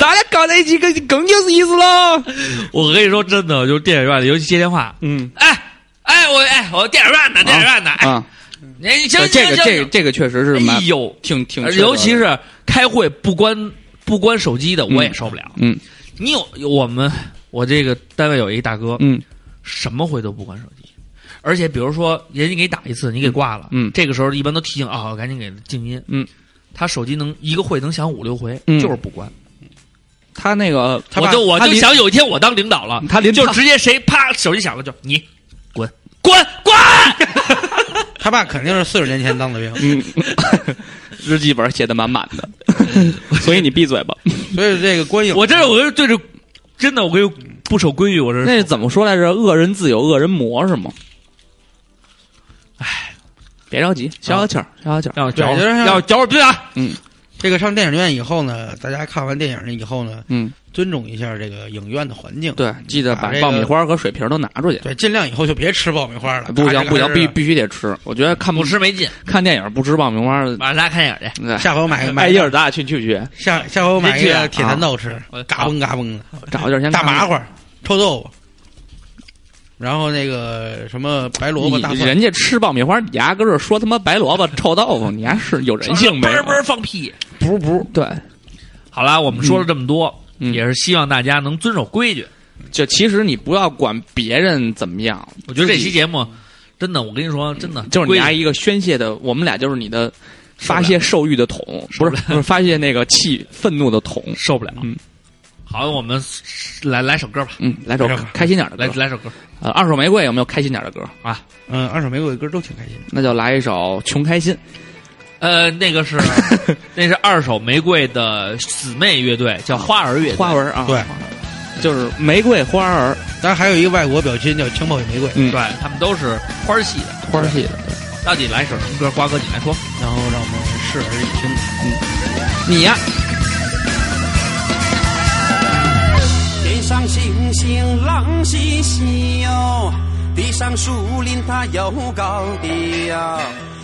咱俩搞在一起，肯肯定是意思喽。我跟你说真的，就是电影院里，尤其接电话，嗯哎哎，我哎我电影院呢，电影院呢，哎，啊，你你行对行这个行这个这个确实是哎蛮呦，挺挺，尤其是开会不关不关手机的，我也嗯受不了。嗯你有有我们我这个单位有一大哥，嗯什么会都不关手机，而且比如说人家给你打一次，你给挂了，嗯这个时候一般都提醒啊、赶紧给静音，嗯，他手机能一个会能响五六回，嗯就是不关，他那个我就我他就临想有一天我当领导了，他临就他直接谁啪手机响了就你滚滚滚，他爸肯定是四十年前当的兵， 嗯， 日记本写的满满 的，所以你闭嘴吧。所以这个观影，我这我这对着真的我跟你不守规矩，我这 那是怎么说来着？恶人自有恶人磨是吗？哎，别着急，消消气儿，消消气儿。要对嚼就是像要嚼会儿嘴啊，这个上电影院以后呢，大家看完电影以后呢，嗯，尊重一下这个影院的环境，对，记得把把这个爆米花和水瓶都拿出去。对，尽量以后就别吃爆米花了，不嘎行吱不嘎行，吱必的必须得吃。我觉得嗯看不吃没劲，看电影不吃爆米花，晚上大家看电影去。哎下回我买个买哎，个一会儿咱俩去去不去？下下回我买一别去啊个铁蚕豆吃我，嘎嘣嘎嘣的，找地儿先大看看麻花、臭豆腐，然后那个什么白萝卜、大你蒜，人家吃爆米花，你压根儿说他妈白萝卜、臭豆腐，你还是有人 性没嘣有儿？嘣儿放屁。不不，对，好啦，我们说了这么多，嗯也是希望大家能遵守规矩。就其实你不要管别人怎么样，我觉得这自己期节目真的，我跟你说，真的就是你规拿矩一个宣泄的，我们俩就是你的发泄兽欲的桶，受不不是 了不是发泄那个气愤怒的桶。受不了。嗯好，我们来来首歌吧，嗯，来首来首歌开心点的来歌，来首歌。呃，二手玫瑰有没有开心点的歌？嗯，二手玫瑰歌都挺开心的。那就来一首《穷开心》。呃，那 个是那是二手玫瑰的姊妹乐队，叫花儿乐队。花儿啊，对，就是玫瑰花儿，当然还有一个外国表亲叫枪炮与玫瑰，嗯对他们都是花儿系的。花儿系的。到底来一首什么歌？瓜哥，你来说。然后让我们视而一听。你呀、天上星星亮星星哟，地上树林它有高低呀，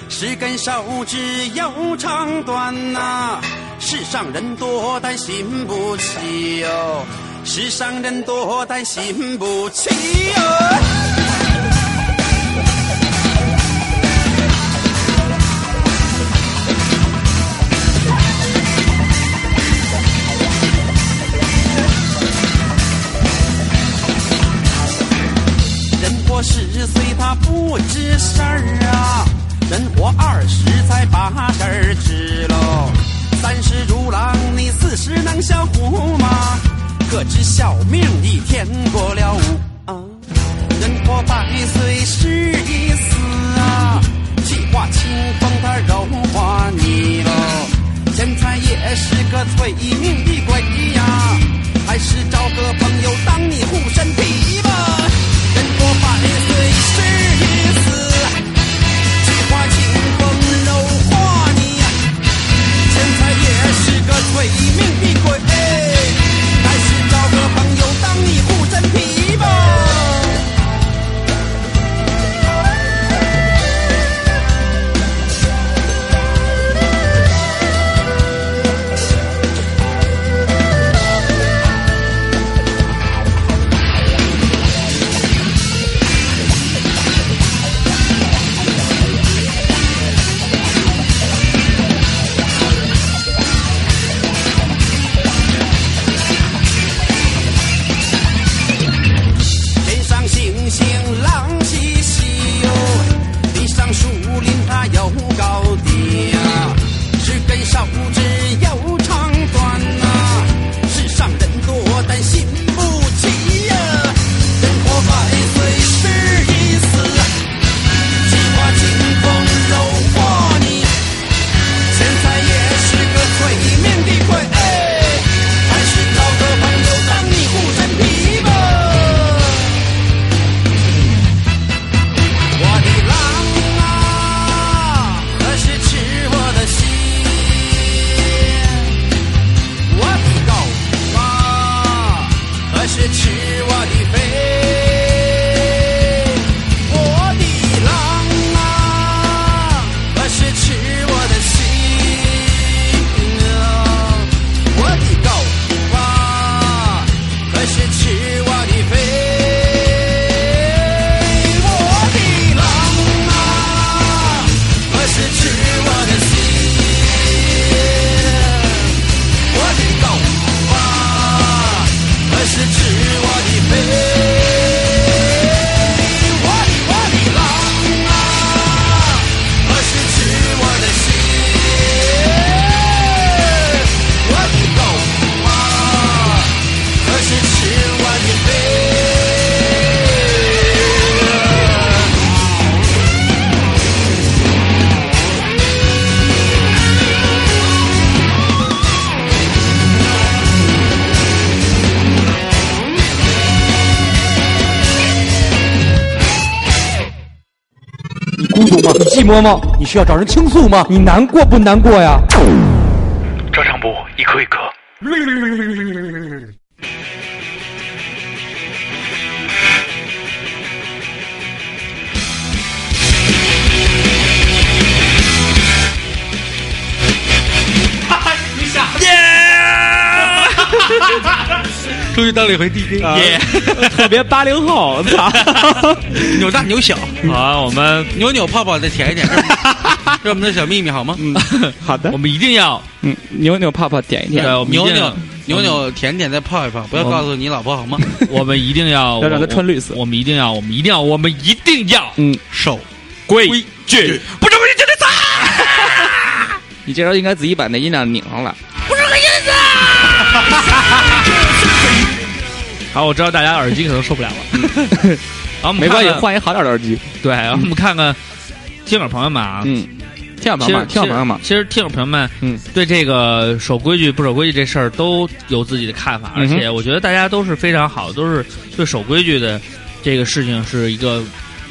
十根手指有长短呐、 世上人多但心不齐哟，世上人多但心不齐哟。人活十岁他不知事儿啊，人活二十才把事儿知喽。三十如狼，你四十能像虎吗？可知小命一天过了午啊，人活百岁是一死啊，气化清风它柔化你喽。钱财也是个催命的鬼呀、还是找个朋友当你护身体吧。人活百岁是一死，菊花清风柔化你，钱财也是个催命的鬼，哎还是找个朋友当你护身体吧。啊啊啊寂寞吗？你需要找人倾诉吗？你难过不难过呀？照常补，一颗一颗。 终于当了一回 DJ，耶！ 特别八零后，操！扭大扭小，好啊，我们扭扭泡泡的甜一点，这是我们这是我们的小秘密好吗？嗯好的我，们一定要嗯，扭扭泡泡点一对，点，我们一扭定扭 扭扭甜甜再泡一泡，不要嗯我告诉你老婆好吗？ 我们一定要 要让他穿绿色我们一定要，我们一定要，我们一定要嗯，手规规矩矩，不是规矩就得砸。 你这时候应该自己把那音量拧上来。好，我知道大家耳机可能受不 了了，好，我们没关系，看看换一好点的耳机。对，我们看看听友朋友们 啊，嗯，听好朋其友实们，听好朋友们，其实听友朋友们，嗯，对这个守规矩不守规矩这事儿都有自己的看法，而嗯哼且我觉得大家都是非常好，都是对守规矩的这个事情是一个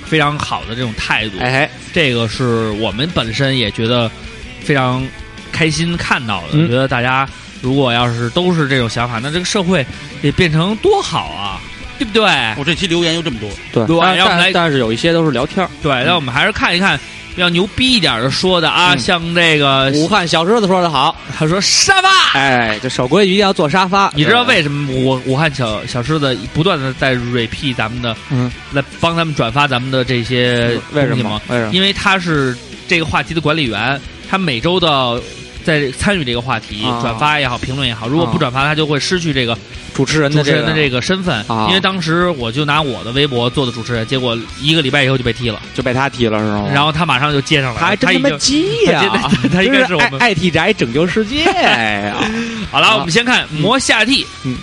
非常好的这种态度。哎，这个是我们本身也觉得非常开心看到的。嗯觉得大家如果要是都是这种想法，那这个社会得变成多好啊，对不对？我这期留言又这么多，对，对但要不来但但是有一些都是聊天儿。对，那我们还是看一看。比较牛逼一点的说的啊，嗯像这个武汉小狮子说的好，他 说沙发，哎，这守规矩一定要坐沙发。你知道为什么武武汉小小狮子不断的在 repeat 咱们的，嗯，来帮咱们转发咱们的这些为什东西么吗？？为什么？因为他是这个话题的管理员，他每周的在参与这个话题，啊转发也好，评论也好。如果啊不转发，他就会失去这个主持人主的持这人的个这个身份。啊因为当时我就拿我的微博做的主持人，结果一个礼拜以后就被踢了，就被他踢了是吗？然后他马上就接上来了，哦他还真已他妈经急呀他真 的！他应该是我们真爱 IT 宅拯救世 界呀！好了，啊我们先看魔下地。嗯，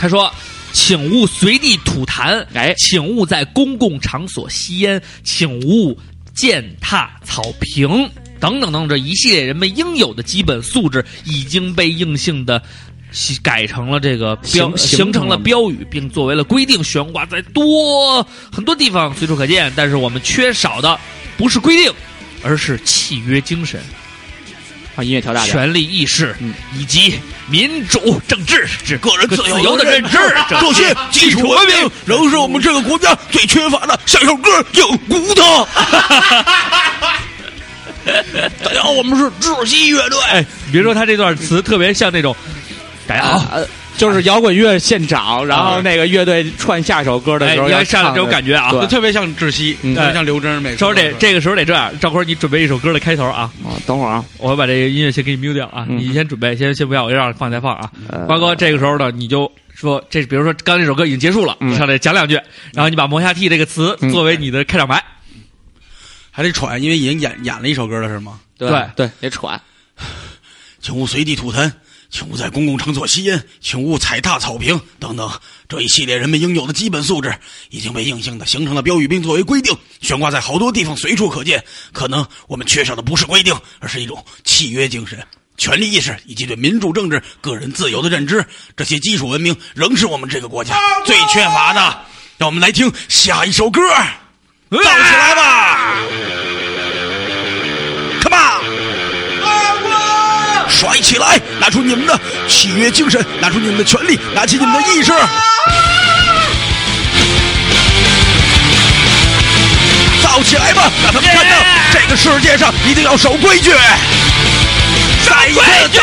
他说：“请勿随地吐痰，哎请勿在公共场所吸烟，请勿践踏草坪，等等等，这一系列人们应有的基本素质已经被硬性的。”改成了这个标，形形形成成了了标语，并作为了规定悬挂在多很多地方随处可见。但是我们缺少的不是规定，而是契约精神。把音乐调大点。权利意识嗯以及民主政治是个人自由的认知。这些基础文明仍是我们这个国家最缺乏的。下一首歌硬骨 头。大家好，我们是窒息乐队。别哎说他这段词特别像那种，大家好，啊，就是摇滚乐现场，然后那个乐队串下一首歌的哎，时候你要看上来这种感觉。觉啊。就 对特别像窒息，特嗯哎别像刘真儿每次稍都微是。得这个时候得这样，赵坤，你准备一首歌的开头啊！啊，等会儿啊，我把这个音乐先给你 mute 掉啊！嗯你先准备，先先不要，我让放再放啊！呃瓜哥，这个时候呢，你就说这，比如说刚刚这首歌已经结束了，嗯你上来讲两句，然后你把“磨下 T” 这个词嗯作为你的开场白。 还得喘，因为已经演演了一首歌了，是吗？对对对，得喘。请勿随地吐痰，请勿在公共场所吸烟，请勿踩踏草坪等等，这一系列人们应有的基本素质已经被硬性的形成了标语，并作为规定悬挂在好多地方，随处可见。可能我们缺少的不是规定，而是一种契约精神。权利意识以及对民主政治、个人自由的认知，这些基础文明仍是我们这个国家最缺乏的。让我们来听下一首歌，燥起来吧，Come on！甩起来！拿出你们的契约精神，拿出你们的权利，拿起你们的意识。造起来吧，让他们看到这个世界上一定要守规矩。再一次走。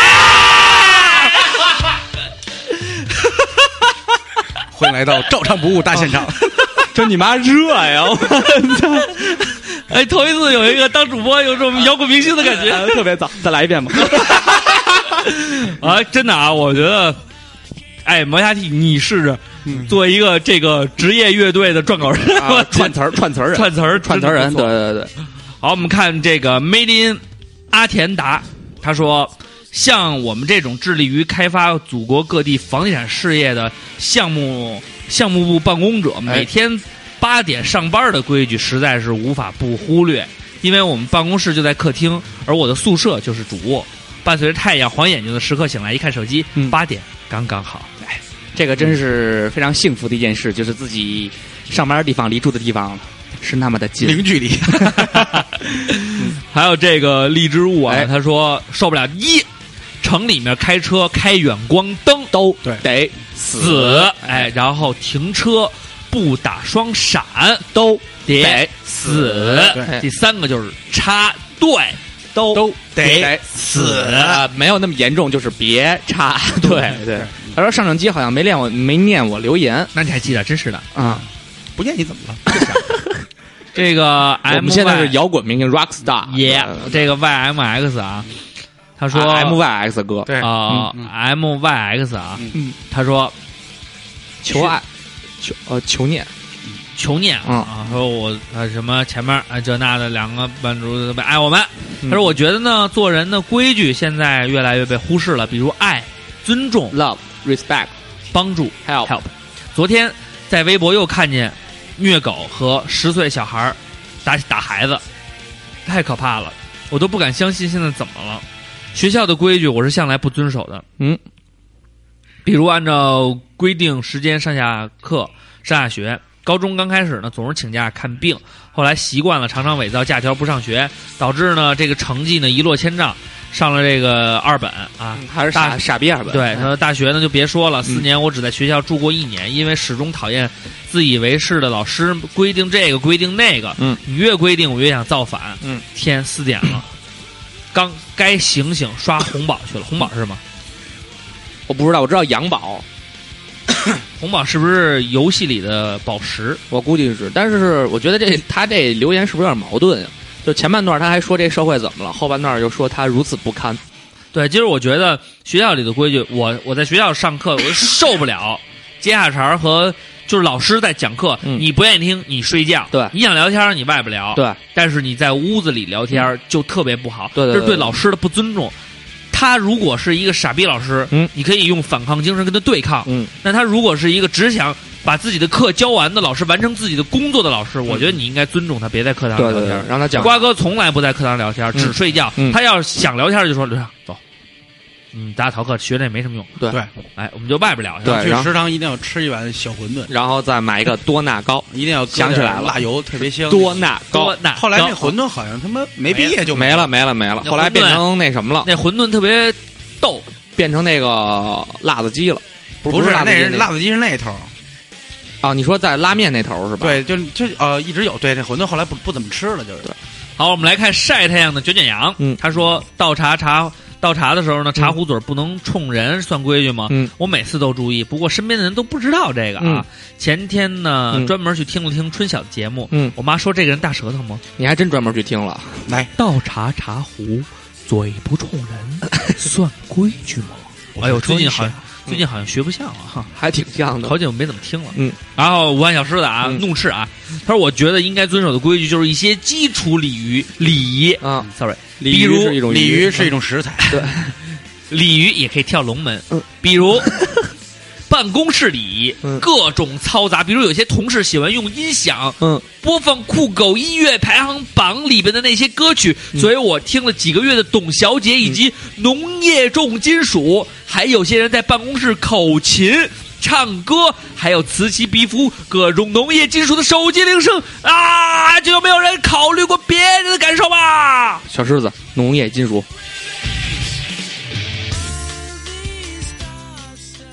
欢迎来到照唱不误大现 场。真你妈啊热呀！我操，哎，头一次有一个当主播有种摇滚明星的感 觉 特别燥，再来一遍吧。啊！真的啊，我觉得，哎，磨牙 T，你试试作为一个这个职业乐队的撰稿人，我 嗯 啊串词儿，串词儿 人，串词儿，串词儿人，真的对不错对对，好，我们看这个 Made in 阿田达，他说。像我们这种致力于开发祖国各地房地产事业的项目项目部办公者，每天八点上班的规矩实在是无法不忽略，因为我们办公室就在客厅，而我的宿舍就是主卧。伴随着太阳晃眼睛的时刻醒来，一看手机，嗯八、点刚刚好。这个真是非常幸福的一件事，就是自己上班的地方离住的地方是那么的近。距离， 还有这个荔枝雾啊哎，他说受不了一，城里面开车开远光灯都对得死，哎，然后停车不打双闪都得死对。第三个就是插队都都得死死，哦啊啊没有那么严重，就是别插。对对，他说上上机好像没练我没念我留言那你还记得？真是的，啊。 不见你怎么了？这个 M 我们现在是 Y 摇滚明星 rock star，嗯耶，这个 YMX 啊，他说啊 M Y X 哥，对啊嗯 M Y X 啊嗯，他说求爱，求呃求念，求念嗯啊，说我啊什么前面啊这那的两个班主特别爱我们，他嗯说我觉得呢做人的规矩现在越来越被忽视了，比如爱、尊重、 love respect 帮助、 help help。昨天在微博又看见虐狗和十岁小孩儿打打孩子，太可怕了，我都不敢相信现在怎么了。学校的规矩我是向来不遵守的，嗯，比如按照规定时间上下课、上下学。高中刚开始呢，总是请假看病，后来习惯了，常常伪造假条不上学，导致呢这个成绩呢一落千丈，上了这个二本啊，还嗯是大傻傻逼啊嗯二本，对，他说大学呢就别说了，四嗯年我只在学校住过一年，因为始终讨厌自以为是的老师规定这个规定那个，嗯，你越规定我越想造反，嗯，天四点了，刚该醒醒刷红宝去了，红宝是吗？我不知道，我知道杨宝，红宝是不是游戏里的宝石？我估计是，但是我觉得这他这留言是不是有点矛盾呀？啊就前半段他还说这社会怎么了，后半段又说他如此不堪。对，其实我觉得学校里的规矩，我我在学校上课我就受不了，接下茬儿和就是老师在讲课，嗯你不愿意听你睡觉，对你想聊天儿你外不了，对，但是你在屋子里聊天儿就特别不好，嗯对对对这是对老师的不尊重。他如果是一个傻逼老师，嗯你可以用反抗精神跟他对抗；嗯，那他如果是一个只想把自己的课教完的老师，完成自己的工作的老师，我觉得你应该尊重他，别在课堂上嗯对聊对天儿。，对让他讲。瓜哥从来不在课堂聊天，只睡觉。嗯他要是想聊天就说刘畅走，嗯，大家逃课，学这也没什么用。对对，哎，我们就外边聊去。对去然后食堂一定要吃一碗小馄饨，然后再买一个多纳膏，一定要搁想起来点了辣油特别香。多纳多膏那后来那高馄饨好像他妈没毕业就没了，没了没了，那后来变馄饨成那什么了，那馄饨特别逗，变成那个辣子鸡了。不不是，辣子那鸡是那辣子鸡是那头儿，啊！你说在拉面那头是啊吧？，对，就就呃一直有，对，这馄饨后来不不怎么吃了，就是好，我们来看晒太阳的卷卷羊，嗯他说倒茶茶倒茶的时候呢，茶壶嘴不能冲人，算规矩吗？嗯，我每次都注意，不过身边的人都不知道这个啊。嗯前天呢，嗯专门去听了听春晓的节目，嗯我妈说这个人大舌头吗？你还真专门去听了。倒茶茶壶，嘴不冲人， 算规矩吗？哎呦，最近好啊像最近好像学不像了哈， 还挺像的好。久没怎么听了。嗯，然后武汉小狮子啊，嗯怒斥啊，他说我觉得应该遵守的规矩就是一些基础礼仪礼仪。啊， Sorry，鲤鱼比如是一种鲤鱼鱼是一种食 材，鲤鱼也可以跳龙门嗯，比如 办公室礼仪嗯，各种嘈杂，比如有些同事喜欢用音响嗯，播放酷狗音乐排行榜里边的那些歌曲，嗯所以我听了几个月的董小姐以及农业重金属，还有些人在办公室口琴。唱歌，还有此起彼伏各种农业金属的手机铃声啊！就有没有人考虑过别人的感受吧？小狮子，农业金属，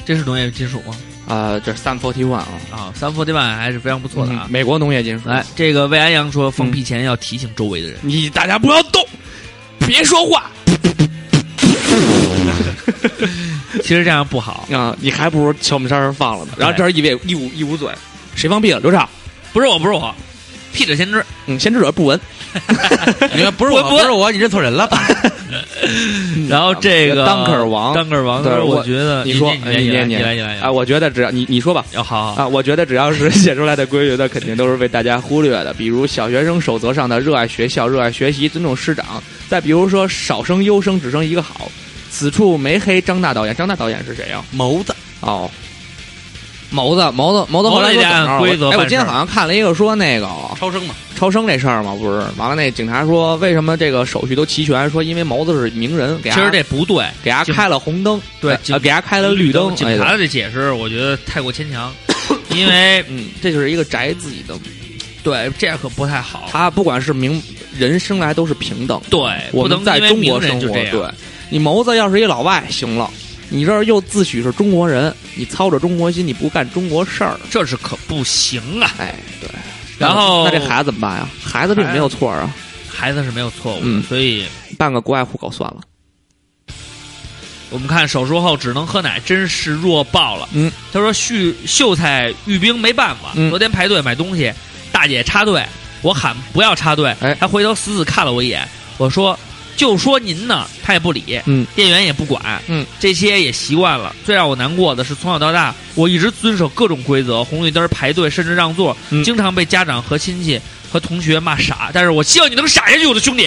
这是农业金属吗？啊，这三 forty one 啊，啊，三伏对吧？还是非常不错的啊嗯。美国农业金属。来，，这个魏安阳说，放屁前要提醒周围的人。你大家不要动，别说话其实这样不好，啊！你还不如敲我们山上放了呢。然后这儿一位一捂一捂嘴，谁放屁了？刘畅，不是我，不是我，屁者先知。嗯，先知者不 闻。你看不是我，不不是我，你认错人了吧？然后这个当克尔王当克尔王，对我我觉得你说，你哎来你你来念你来你念来啊！！我觉得只要你你说吧。要好好啊，我觉得只要是写出来的规矩，那肯定都是被大家忽略的。比如小学生守则上的热爱学校、热爱学习、尊重师长；再比如说少生优生，只生一个好。此处没黑张大导演，张大导演是谁呀、啊谋子，哦，毛子，毛子，毛子后来说怎么毛子着也按规则我哎，我办今天事儿好像看了一个说那个超生嘛，超生这事儿嘛，不是？完了，那警察说为什么这个手续都齐全？说因为毛子是名人，给其他实这不对，给他警开了红灯，对呃警给他开了绿灯，警哎察对的这解释，我觉得太过牵强，因为嗯，这就是一个宅自己的对这样可不太好。他不管是名人生来都是平等的。对，我不能们在因为中名国人生就活，这样。对你谋子要是一老外行了，你这儿又自诩是中国人，你操着中国心，你不干中国事儿，这是可不行啊！哎，对。然后那这孩子怎么办呀？孩子并没有错啊，孩子是没有错误的，嗯所以办个国外户口算了。我们看手术后只能喝奶，真是弱爆了。嗯，他说秀秀才遇兵没办法，嗯昨天排队买东西，大姐插队，我喊不要插队，哎她回头死死看了我一眼，我说就说您呢，她也不理，嗯，店员也不管，嗯，这些也习惯了。最让我难过的是，从小到大我一直遵守各种规则，红绿灯排队甚至让座，嗯经常被家长和亲戚和同学骂傻，但是我希望你能傻下去，我的兄弟，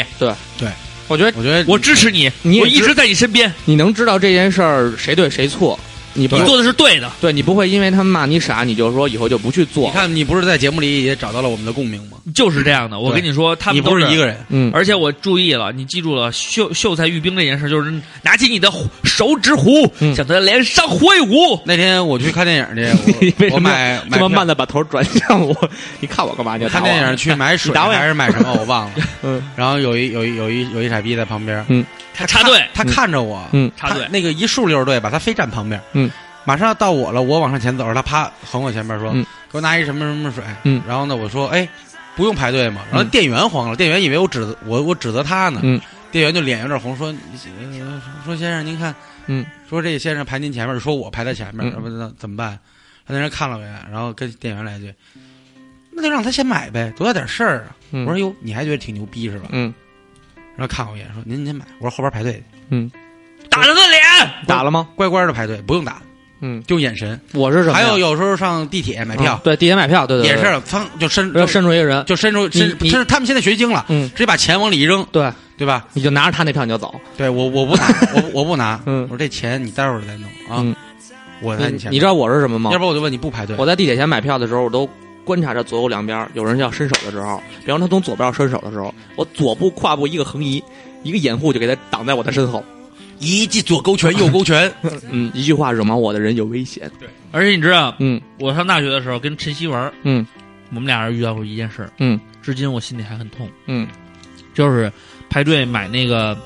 我觉得我觉得我支持你，你也我一知直在你身边，你能知道这件事儿谁对谁错，你不你做的是对的。对你不会因为他们骂你傻，你就说以后就不去你做。看，你不是在节目里也找到了我们的共鸣吗？就是这样的，我跟你说，他你们都不是一个。人，嗯，而且我注意了，你记住了，秀秀才遇兵这件事，就是拿起你的手指虎，嗯向他脸上挥舞。那天我去看电 影你去，为我我什么买这买么票慢的把头转向我？你看我干嘛？你要打看我电影去买水你打我呀还是买什 么，我忘了。嗯然后有一有一有一有一傻逼在旁边，嗯他插队，他看着我，嗯插他队，那个一竖溜队把他非站旁边，嗯，马上要到我了，我往上前走，他啪横我前面说，嗯给我拿一什么什么水，嗯然后呢我说，哎，不用排队嘛，然后嗯店员慌了，店员以为我指责我我指责他呢，嗯店员就脸有点红，说你呃说先生您看，嗯，说这先生排您前面，说我排他前面，嗯要不那怎么办？他在那看了我一眼，然后跟店员来一句，那就让他先买呗，多大点事儿啊！嗯我说哟，你还觉得挺牛逼是吧？嗯然后看我一眼说您先买，我说后边排队去，嗯，打他的脸。打了吗？乖乖的排队，不用打，嗯，就眼神。我是什么还呀？有有时候上地铁买票嗯，对，地铁买票，对对也对，是噌就伸要就伸出一个人，就伸出你伸，你甚至他们现在学精了，嗯，直接把钱往里一扔，对，对吧？你就拿着他那票你就走。对我我 不拿，我我不拿，嗯我说这钱你待会儿再弄嗯啊，我在你前面，你知道我是什么吗要？不我就问你不排队，我在地铁前买票的时候，我都观察着左右两边有人要伸手的时候，比方他从左边要伸手的时候，我左步跨步一个横移，一个掩护就给他挡在我的身后。一记左勾拳右勾拳，嗯，一句话惹毛我的人有危险。而且你知道，嗯我上大学的时候跟陈希文，嗯，我们俩人遇到过一件事，嗯，至今我心里还很痛，嗯就是排队买那个。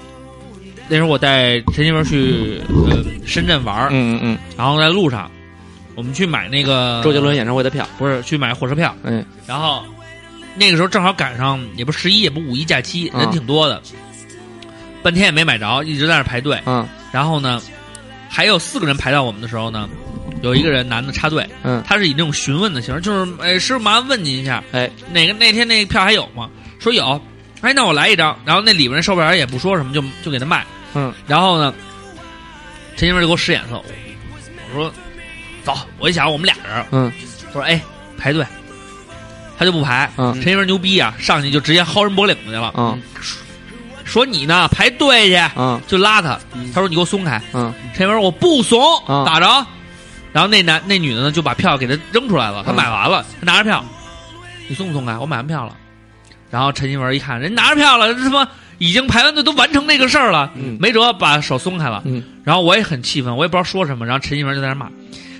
那时候我带陈希文去呃深圳玩儿，嗯嗯然后在路上，我们去买那个嗯，周杰伦演唱会的票，不是去买火车票，嗯，然后那个时候正好赶上也不十一也不五一假期，嗯人挺多的，半天也没买着，一直在那排队。嗯然后呢，还有四个人排到我们的时候呢，有一个人男的插队，嗯他是以那种询问的形式，就是哎师傅麻烦问您一下，哎哪个那天那票还有吗？说有，哎那我来一张。然后那里边那售票员也不说什么，就就给他卖。嗯，然后呢，陈先生就给我使眼色，我说走，我一想我们俩人，嗯，我说哎排队，他就不排。嗯陈先生牛逼啊，上去就直接薅人脖领子去了，嗯说你呢排队去，嗯就拉他。他说你给我松开。嗯陈先生说我不怂，嗯打着。然后那男那女的呢就把票给他扔出来了，他嗯买完了，他拿着票，你松不松开？我买完票了。然后陈新文一看，人拿着票了，这他妈已经排完队，都完成那个事儿了，嗯没辙，把手松开了。嗯然后我也很气愤，我也不知道说什么。然后陈新文就在那骂：“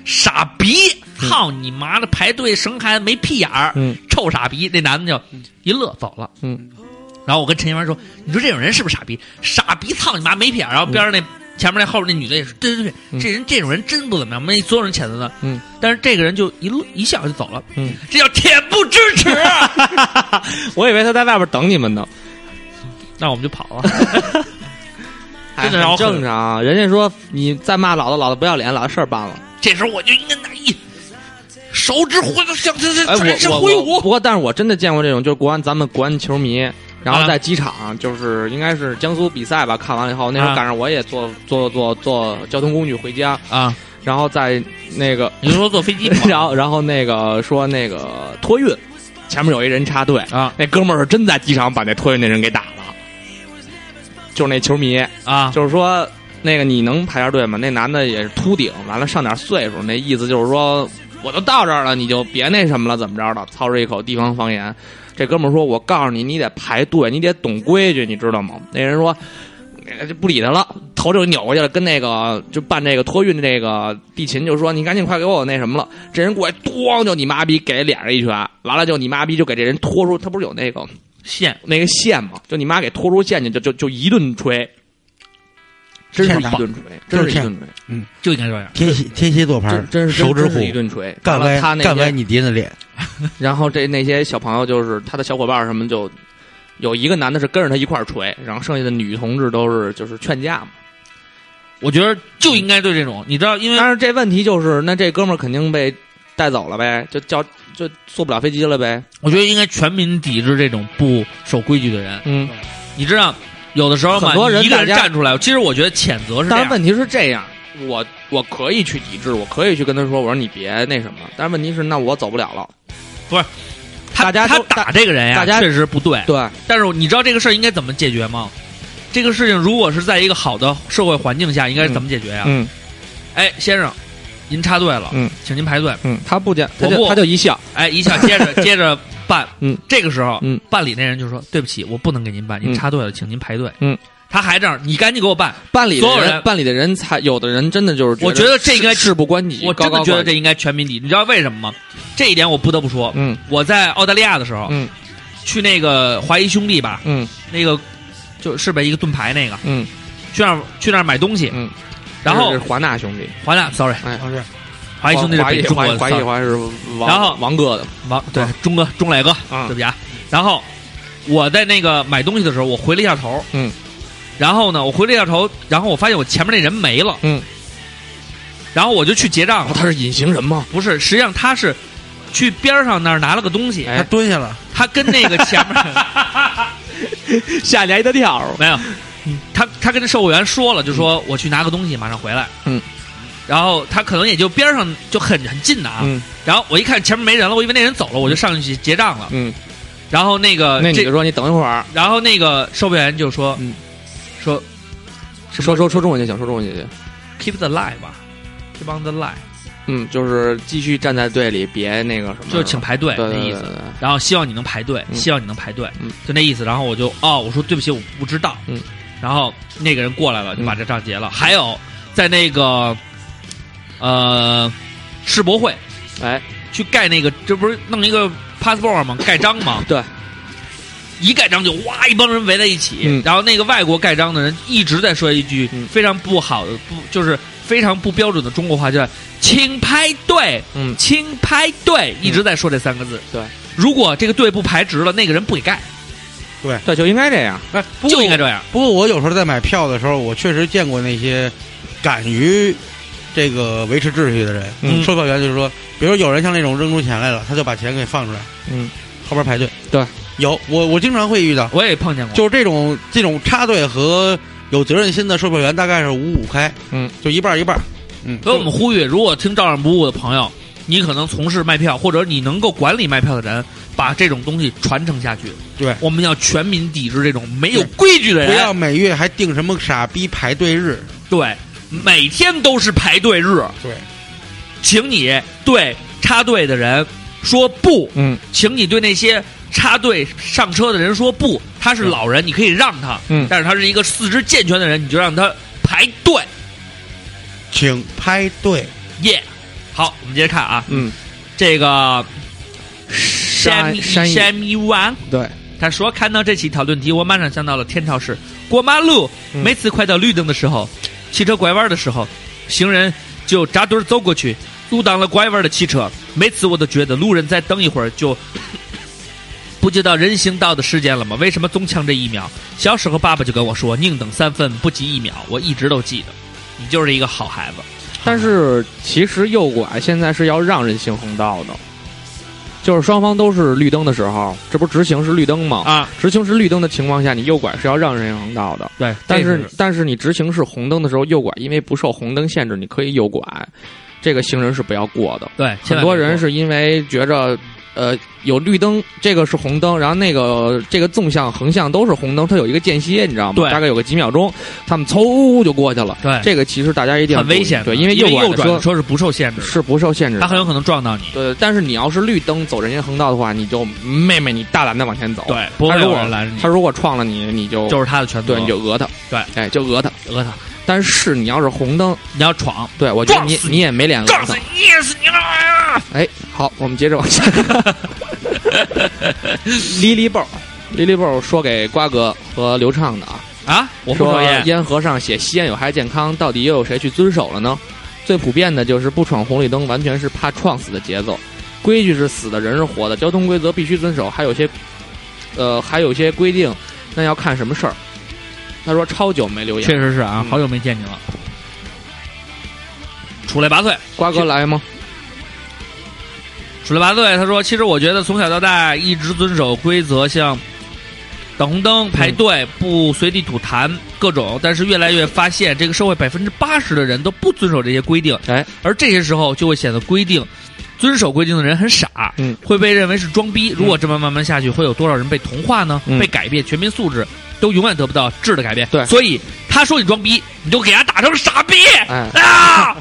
傻逼，操你妈的，排队生孩子没屁眼儿，嗯臭傻逼！”那男的就一乐走了。嗯，然后我跟陈新文说：“你说这种人是不是傻逼？傻逼，操你妈没屁眼儿！”然后边上那、前面那后边那女的也说：“对对对，嗯这人这种人真不怎么样。”我们所有人谴责他。嗯，但是这个人就一乐一笑就走了。嗯，这叫恬不知耻。 啊我以为他在外边等你们呢， 那我们就跑 了。真的哎让我很很正常。人家说你再骂老子，老子不要脸，老子事儿办了。这时候我就应该拿一手指挥的向他 哎，他人身我挥我我舞。不过，但是我真的见过这种，就是国安咱们国安球迷，然后啊在机场，就是应该是江苏比赛吧，看完了以后，那时啊候赶上我也坐坐坐坐交通工具回家，啊！然后在 那个，你就说坐飞机 然后然后那个说那个托运，前面有一人插队，啊那哥们儿是真在机场把那托运那人给打了，就是那球迷，啊，就是说那个你能排下队吗？那男的也是秃顶，完了上点岁数，那意思就是说我都到这儿了，你就别那什么了，怎么着的？操着一口地方方言，这哥们儿说：“我告诉你，你得排队，你得懂规矩，你知道吗？”那人说。哎就不理他了，头就扭过去了，跟那个就办这个托运的这个地勤就说：“你赶紧快给我那什么了。”这人过来，咣就你妈逼给脸上一拳，完了就你妈逼就给这人拖出，他不是有那个线，那个线嘛，就你妈给拖出线去，就就就一顿锤，真是欠一打顿锤，真是一顿锤，就应该这样。天蝎天蝎座牌儿真，真是手指真虎是一顿锤，干完了歪他那干歪些，你爹的脸，然后这那些小朋友就是他的小伙伴什么就。有一个男的是跟着他一块儿锤，然后剩下的女同志都是就是劝架嘛。我觉得就应该对这种，你知道，因为但是这问题就是，那这哥们儿肯定被带走了呗，就叫就坐不了飞机了呗。我觉得应该全民抵制这种不守规矩的人。嗯，你知道，有的时候嘛，很多人你一个人大家站出来，其实我觉得谴责是这但是样。问题是这样，我我可以去抵制，我可以去跟他说，我说你别那什么。但是问题是，那我走不了了。他大家他都打这个人呀，大家确实不对。对，但是你知道这个事儿应该怎么解决吗？这个事情如果是在一个好的社会环境下，应该是怎么解决呀？嗯哎，先生，您插队了，嗯请您排队。嗯，他不讲，他我不就他就一笑，哎，一下 接着接着办，嗯，这个时候，嗯，办理那人就说：“对不起，我不能给您办，您嗯插队了，请您排队。”嗯，他还这样，你赶紧给我办。办理的所有人人办理的人才，有的人真的就是我觉得这应该事不关己，我真高的高觉得挂这起应该全民抵，你知道为什么吗？这一点我不得不说，嗯我在澳大利亚的时候，嗯去那个华谊兄弟吧，嗯那个就是呗一个盾牌那个，嗯，去那儿去那儿买东西，嗯然后这是华纳兄弟，华纳，sorry，哎不是华谊兄弟是华北谊中国华的 sorry 谊华谊华谊是王然后王哥的，王对钟哥钟磊哥，嗯对不起啊。然后我在那个买东西的时候，我回了一下头，嗯，然后呢，我回了一下头，然后我发现我前面那人没了，嗯，然后我就去结账哦，了，他是隐形 人吗？不是，实际上他是去边上那儿拿了个东西，哎蹲下了，他跟那个前 面吓你一大跳， 没有，他他跟售货员说了，就说我去拿个东西，马上回来，嗯。然后他可能也就边上就很很近的啊，嗯然后我一看前面没人了，我以为那人走了，我就上去结账了。嗯，然后那个那呃这你就说你等一会儿，然后那个售票员就说：“嗯说说说说中文就行，说中文就行。 keep the lie 吧，keep on the lie，嗯，就是继续站在队里，别那个什么，就是请排队嗯对对那对意对思。对然后希望你能排队，嗯希望你能排队，嗯就那意思。然后我就哦，我说对不起，我不知道。嗯，然后那个人过来了，就把嗯这账结了。还有在那个呃世博会对哎，去盖那个，这不是弄一个 passport 吗？盖章 吗？对，一盖章就哇，一帮人围在一起，嗯然后那个外国盖章的人一直在说一句嗯非常不好的，不就是非常不标准的中国话，就是“请排队，嗯请排队”，一直在说这三个字。对，如果这个队不排直了，那个人不给盖，对，就应该这样。哎，不过就应该这样。不过我有时候在买票的时候，我确实见过那些敢于这个维持秩序的人。嗯售票员就是说，比如有人像那种扔出钱来了，他就把钱给放出来，嗯，后边排队。对，有我我经常会遇到，我也碰见过，就是这种这种插队和有责任心的售票员大概是五五开，嗯，就一半儿一半儿。嗯，所以我们呼吁，如果听照样不误的朋友，你可能从事卖票，或者你能够管理卖票的人，把这种东西传承下去。对我们要全民抵制这种没有规矩的不要人。每月还定什么傻逼排队日。对，每天都是排队日。对，请你对插队的人说不，嗯请你对那些插队上车的人说不。他是老人，你可以让他，嗯但是他是一个四肢健全的人，你就让他排队。请排队。耶、好，我们接着看啊，嗯，这个山山米山山米湾。对，他说：“看到这期讨论题，我马上想到了天朝市过马路，嗯每次快到绿灯的时候，汽车拐弯的时候，行人就扎堆儿走过去，阻挡了拐弯的汽车。每次我都觉得路人再等一会儿就不知道人行道的时间了吗？为什么总抢这一秒？小时候爸爸就跟我说，宁等三分，不急一秒。我一直都记得，你就是一个好孩子。但是其实右拐现在是要让人行横道的，就是双方都是绿灯的时候，这不是直行是绿灯吗？啊，直行是绿灯的情况下，你右拐是要让人行横道的。对，但这是但是你直行是红灯的时候，右拐因为不受红灯限制，你可以右拐，这个行人是不要过的。对很多人是因为觉着，呃，有绿灯，这个是红灯，然后那个这个纵向、横向都是红灯，它有一个间歇，你知道吗？对大概有个几秒钟，他们嗖就过去了。对这个其实大家一定要很危险的，注意对，因为右拐转车的车是不受限制的，是不受限制的，他很有可能撞到你。”对，但是你要是绿灯走人行横道的话，你就妹妹你大胆的往前走。，对，不他会如有果人拦着你他，如果撞了你，你就就是他的全责。对，你就讹他。对，哎，就讹他。讹他，但是你要是红灯，你要闯，对我觉得你撞死你你也没脸讹撞他死。你，捏死你了！ 哎，好，我们接着往下。啊哩哩蹦， Lilybird 说给瓜哥和刘畅的啊，啊，我不抽说烟，烟盒上写吸烟有害健康，到底又有谁去遵守了呢？最普遍的就是不闯红绿灯，完全是怕撞死的节奏。规矩是死的，人是活的，交通规则必须遵守。还有些，呃，还有些规定，那要看什么事儿。他说超久没留言，确实是啊，好久没见你了。出类拔萃，瓜哥来吗？出类拔萃。他说：“其实我觉得从小到大一直遵守规则，像等红嗯灯、排队、不随地吐痰各种，但是越来越发现，这个社会百分之八十的人都不遵守这些规定。哎，而这些时候就会显得规定遵守规定的人很傻，嗯，会被认为是装逼。如果这么慢慢下去，会有多少人被同化呢？嗯被改变，全民素质都永远得不到质的改变。对所以他说你装逼，你就给他打成傻逼。哎啊！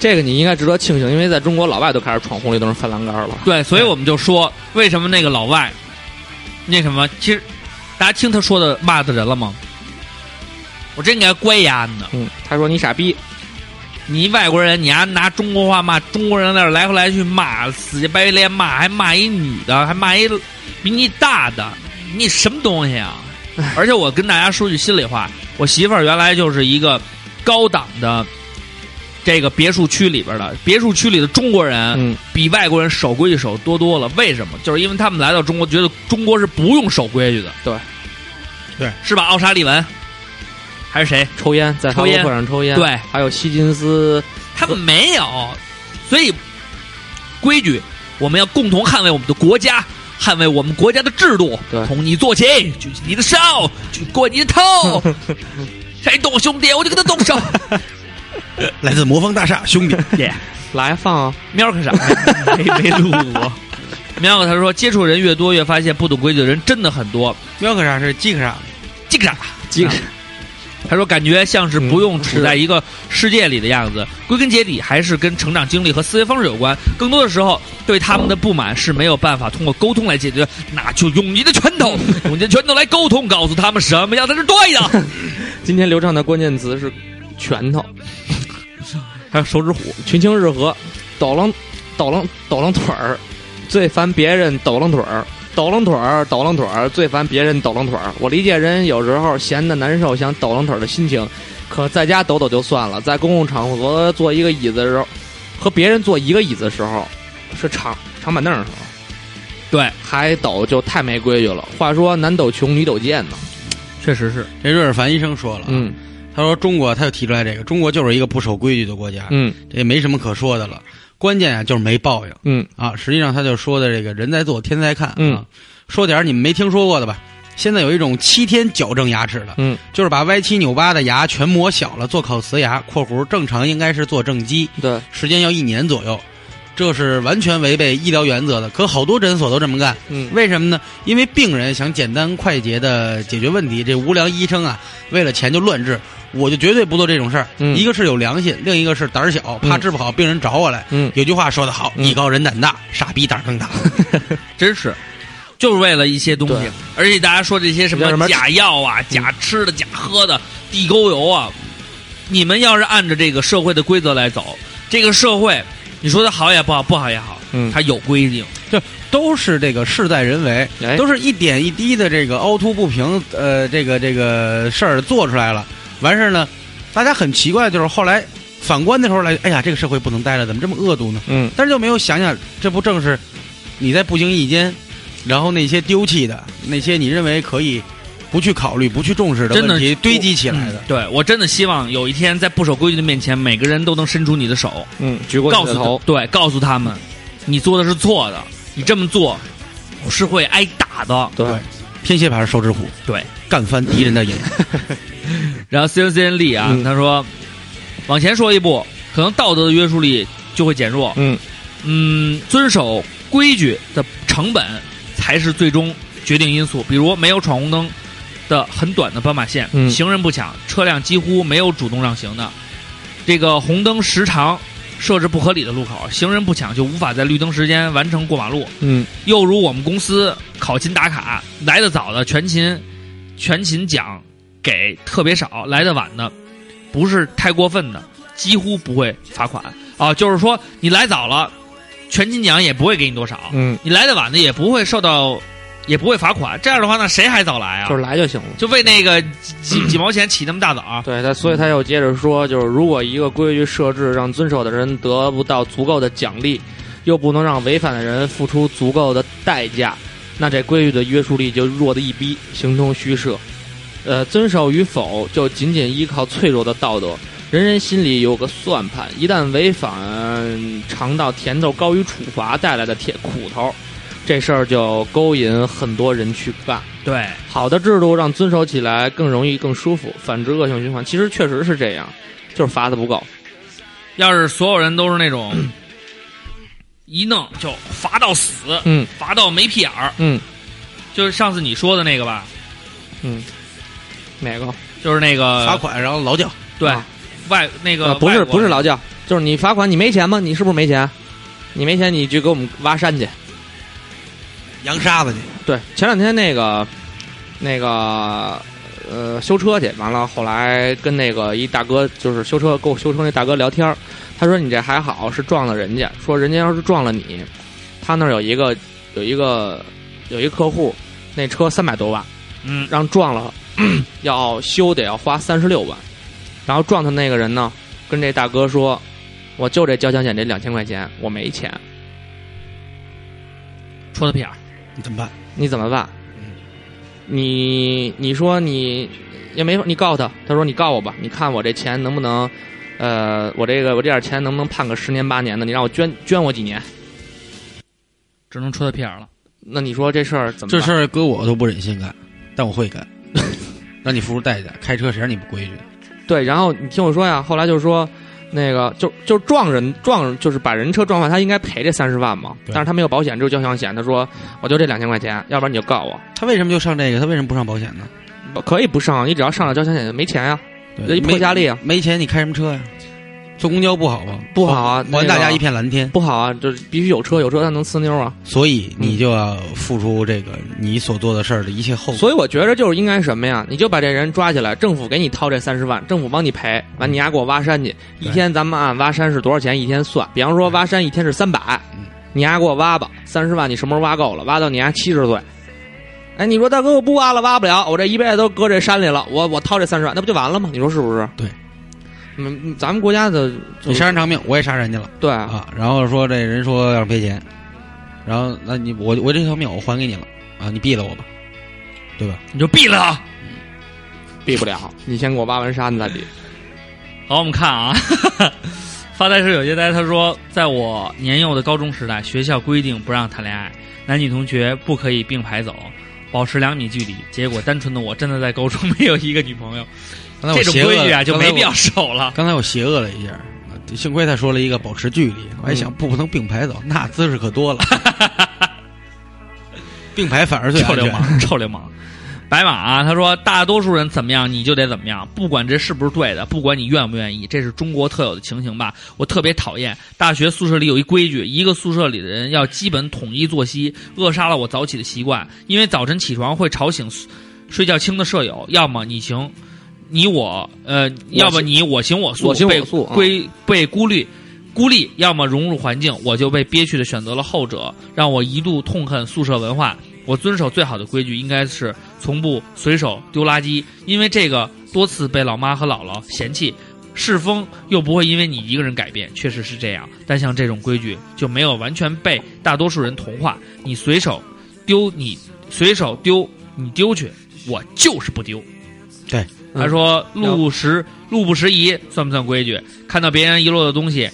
这个你应该值得庆幸，因为在中国老外都开始闯红绿灯、翻栏杆了。对，所以我们就说，为什么那个老外，那什么，其实大家听他说的骂的人了吗？我真给他乖丫呢！嗯，他说你傻逼，你一外国人，你还拿中国话骂中国人，在那儿来回来去骂，死乞白赖骂，还骂一女的，还骂一比你大的，你什么东西啊？而且我跟大家说句心里话，我媳妇儿原来就是一个高档的这个别墅区里边的别墅区里的中国人，嗯，比外国人守规矩守多多了。为什么？就是因为他们来到中国，觉得中国是不用守规矩的。对，对，是吧？奥沙利文还是谁？抽烟在抽哈烟罗会上抽烟，，对还有希金斯，他们没有，所以规矩我们要共同捍卫我们的国家。捍卫我们国家的制度对，同你做起，举起你的哨，举过你的 头，谁动我兄弟，我就跟他动手。 来自魔方大厦兄弟， 耶、来放啊，喵可啥？ 没没录过。喵可他说，接触人越多，越发现不懂规矩的人真的很多。喵可啥是鸡可啥？这个啥？几个他说感觉像是不用嗯处在一个世界里的样子。归根结底，还是跟成长经历和思维方式有关。更多的时候，对他们的不满是没有办法通过沟通来解决，那就用你的拳头， 用你的拳头来沟通，告诉他们什么样才是对的。 今天流畅的关键词是拳头， 还有手指虎，群情日和，抖楞抖楞抖楞腿儿，最烦别人抖楞腿儿，抖楞腿儿抖楞腿儿，最烦别人抖楞腿儿。我理解人有时候闲的难受想抖楞腿儿的心情，可在家抖抖就算了，在公共场合坐一个椅子的时候，和别人坐一个椅子的时候，是长长板凳的时候，对，还抖就太没规矩了。话说男抖穷，女抖贱呢。确实是。这瑞尔凡医生说了，啊嗯他说中国，他就提出来这个，中国就是一个不守规矩的国家，嗯这也没什么可说的了。关键啊，就是没报应嗯，啊。实际上，他就说的这个“人在做，天在看”嗯啊，说点儿你们没听说过的吧。现在有一种七天矫正牙齿的，嗯，就是把歪七扭八的牙全磨小了，做烤瓷牙（括弧正常应该是做正畸对，），时间要一年左右。这是完全违背医疗原则的，可好多诊所都这么干。嗯为什么呢？因为病人想简单快捷的解决问题，这无良医生啊，为了钱就乱治。我就绝对不做这种事儿。嗯一个是有良心，另一个是胆儿小，怕嗯治不好病人找我来。嗯有句话说得好，嗯艺高人胆大，傻逼胆儿更大。真是，就是为了一些东西对。而且大家说这些什叫什么嗯假药啊、假吃的、假喝的、地沟油啊，你们要是按照这个社会的规则来走，这个社会，你说它好也不好，不好也好，嗯它有规定。就都是这个事在人为，嗯哎都是一点一滴的这个凹凸不平，呃，这个这个事儿做出来了。完事儿呢，大家很奇怪，就是后来反观那时候来，哎呀，这个社会不能待了，怎么这么恶毒呢？嗯但是就没有想想，这不正是你在不经意间，然后那些丢弃的，那些你认为可以不去考虑、不去重视的真的问题堆积起来的。对我真的希望有一天在不守规矩的面前，每个人都能伸出你的手，嗯，举过告你诉的他头，对，告诉他们，你做的是错的，你这么做是会挨打的。对，天蝎牌是手指虎，对，干翻敌人的眼。然后 C N C N 力啊，嗯他说，往前说一步，可能道德的约束力就会减弱。嗯嗯，遵守规矩的成本才是最终决定因素。比如没有闯红灯的很短的斑马线，嗯行人不抢，车辆几乎没有主动让行的，这个红灯时长设置不合理的路口，行人不抢就无法在绿灯时间完成过马路。嗯又如我们公司考勤打卡，来的早的全勤全勤奖给特别少，来的晚的不是太过分的，几乎不会罚款啊。就是说你来早了，全勤奖也不会给你多少，嗯你来的晚的也不会受到也不会罚款。这样的话，那谁还早来啊？就是来就行了。就为那个几几几毛钱起那么大早，啊对他，所以他又接着说，就是如果一个规矩设置让遵守的人得不到足够的奖励，又不能让违反的人付出足够的代价，那这规矩的约束力就弱得一逼，形同虚设。呃，遵守与否就仅仅依靠脆弱的道德，人人心里有个算盘，一旦违反，尝到甜头高于处罚带来的甜苦头，这事儿就勾引很多人去干。对，好的制度让遵守起来更容易、更舒服，反之恶性循环。其实确实是这样，就是罚的不够。要是所有人都是那种一弄就罚到死，嗯罚到没屁眼儿，嗯就是上次你说的那个吧，嗯，哪个？就是那个罚款然后劳教，对啊外那个呃，不是外国不是人劳教，就是你罚款，你没钱吗？你是不是没钱？你没钱，你去给我们挖山去。扬沙子去，对，前两天那个那个呃修车去，完了后来跟那个一大哥就是修车跟我修车那大哥聊天儿，他说你这还好是撞了人家，说人家要是撞了你，他那儿有一个有一个有一个客户，那车三百多万，嗯让撞了， 要修得要花三十六万，然后撞他那个人呢，跟这大哥说，我就这交强险这两千块钱，我没钱，戳他屁眼儿，你怎么办？你怎么办嗯？你你说你也没你告他，他说你告我吧，你看我这钱能不能，呃，我这个我这点钱能不能判个十年八年的？你让我捐捐我几年？只能戳他屁眼儿了。那你说这事儿怎么这办？事儿搁我都不忍心干，但我会干， 让你付出代价。开车谁让你不规矩？对，然后你听我说呀，后来就是说，那个就就撞人撞就是把人车撞坏，他应该赔这三十万嘛，对但是他没有保险，只有交强险。他说我就这两千块钱，要不然你就告我，他为什么就上这个？他为什么不上保险呢？我可以不上，你只要上了交强险就没钱呀、这一没破家利啊，没钱你开什么车呀、坐公交不好吗？不好啊那还个大家一片蓝天。不好啊，就是必须有车，有车才能呲妞啊。所以你就要付出这个你所做的事儿的一切后果。所以我觉着就是应该什么呀？你就把这人抓起来，政府给你掏这三十万，政府帮你赔，完你丫给我挖山去，一对天咱们按挖山是多少钱一天算，比方说挖山一天是三百嗯，你丫给我挖吧，三十万你什么时候挖够了？挖到你丫七十岁，哎，你说大哥我不挖了，挖不了，我这一辈子都搁这山里了，我我掏这三十万，那不就完了吗？你说是不是？对嗯，嗯，咱们国家的你杀人偿命，我也杀人去了对啊，啊。然后说这人说要赔钱，然后那你我我这条命我还给你了啊，你毙了我吧，对吧？你就毙了他。避不了，你先给我挖完山再比。好，我们看啊， 发呆是有些呆。他说，在我年幼的高中时代，学校规定不让谈恋爱，男女同学不可以并排走，保持两米距离。结果，单纯的我真的在高中没有一个女朋友，刚才我这种邪恶规矩啊了就没必要。守了。刚才我刚才我邪恶了一下，啊幸亏他说了一个保持距离，我还嗯想不能并排走，那姿势可多 了，并排反而最臭安流全。 氓，臭流氓。白马啊，他说大多数人怎么样你就得怎么样，不管这是不是对的，不管你愿不愿意，这是中国特有的情形吧。我特别讨厌大学宿舍里有一规矩，一个宿舍里的人要基本统一作息，扼杀了我早起的习惯，因为早晨起床会吵醒睡觉轻的舍友，要么你行。你我呃，要么你我行我素，我行我被素啊归被孤立孤立，要么融入环境，我就被憋屈的选择了后者，让我一度痛恨宿舍文化。我遵守最好的规矩应该是从不随手丢垃圾，因为这个多次被老妈和姥姥嫌弃。世风又不会因为你一个人改变，确实是这样。但像这种规矩就没有完全被大多数人同化。你随手丢，你随手丢，你丢去，我就是不丢。对，嗯他说路时路不拾遗算不算规矩？看到别人遗落的东西，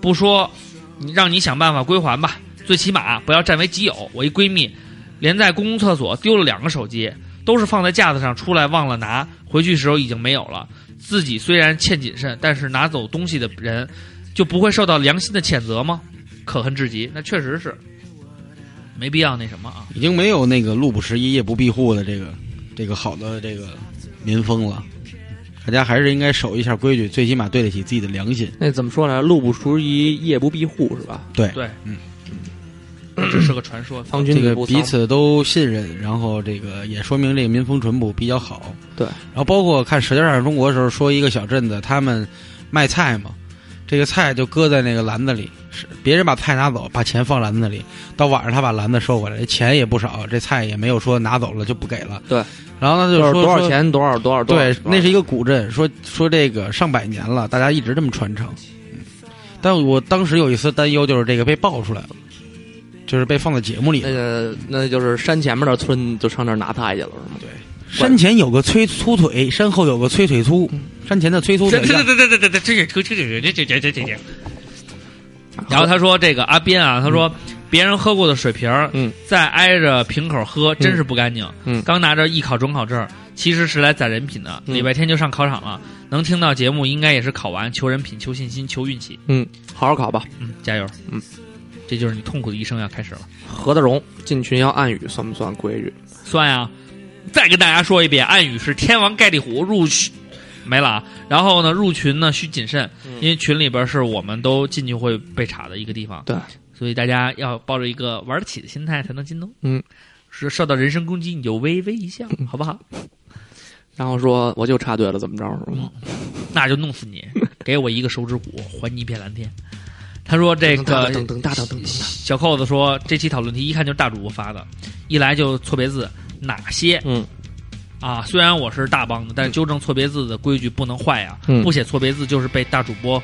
不说，你让你想办法归还吧。最起码不要占为己有。我一闺蜜，连在公共厕所丢了两个手机，都是放在架子上，出来忘了拿，回去时候已经没有了。自己虽然欠谨慎，但是拿走东西的人就不会受到良心的谴责吗？可恨至极，那确实是没必要那什么啊。已经没有那个路不拾遗、夜不闭户的这个这个好的这个民风了。大家还是应该守一下规矩，最起码对得起自己的良心。那怎么说来？路不拾遗，夜不闭户是吧？对，对，嗯，这是个传说。方君这子个不彼丧此都信任，然后这个也说明这个民风淳朴比较好。对然后包括看《舌尖上的中国》的时候，说一个小镇子，他们卖菜嘛，这个菜就搁在那个篮子里，是别人把菜拿走，把钱放篮子里。到晚上他把篮子收回来，这钱也不少，这菜也没有说拿走了就不给了。对，然后呢就就是说多少说钱多少多少多少。对，多少那是一个古镇，说说这个上百年了，大家一直这么传承。嗯但我当时有一丝担忧，就是这个被爆出来了，就是被放在节目里了那。个那就是山前面的村就上那儿拿菜去了是吗？山前有个催粗腿，山后有个催腿粗。嗯山前的催粗这腿这让，这这这这这这这这这这这这这。然后他说：“这个阿斌啊，他说别人喝过的水瓶儿，嗯，再挨着瓶口喝，真是不干净。嗯刚拿着艺考准考证，其实是来攒人品的。嗯礼拜天就上考场了，能听到节目，应该也是考完，求人品，求信心，求运气。嗯，好好考吧。嗯，加油。嗯，这就是你痛苦的一生要开始了。何大荣进群要暗语，算不算规矩？算呀。再跟大家说一遍，暗语是天王盖地虎入群没了啊。然后呢，入群呢需谨慎，因为群里边是我们都进去会被查的一个地方，对，所以大家要抱着一个玩得起的心态才能进哦。嗯，是受到人身攻击你就微微一笑，好不好？然后说我就插队了，怎么着是吗？那就弄死你，给我一个手指骨，还你一片蓝天。他说这个噔噔哒噔噔噔哒，小扣子说这期讨论题一看就是大主播发的，一来就错别字，哪些？嗯啊，虽然我是大帮的，但是纠正错别字的规矩不能坏呀、嗯不写错别字就是被大主播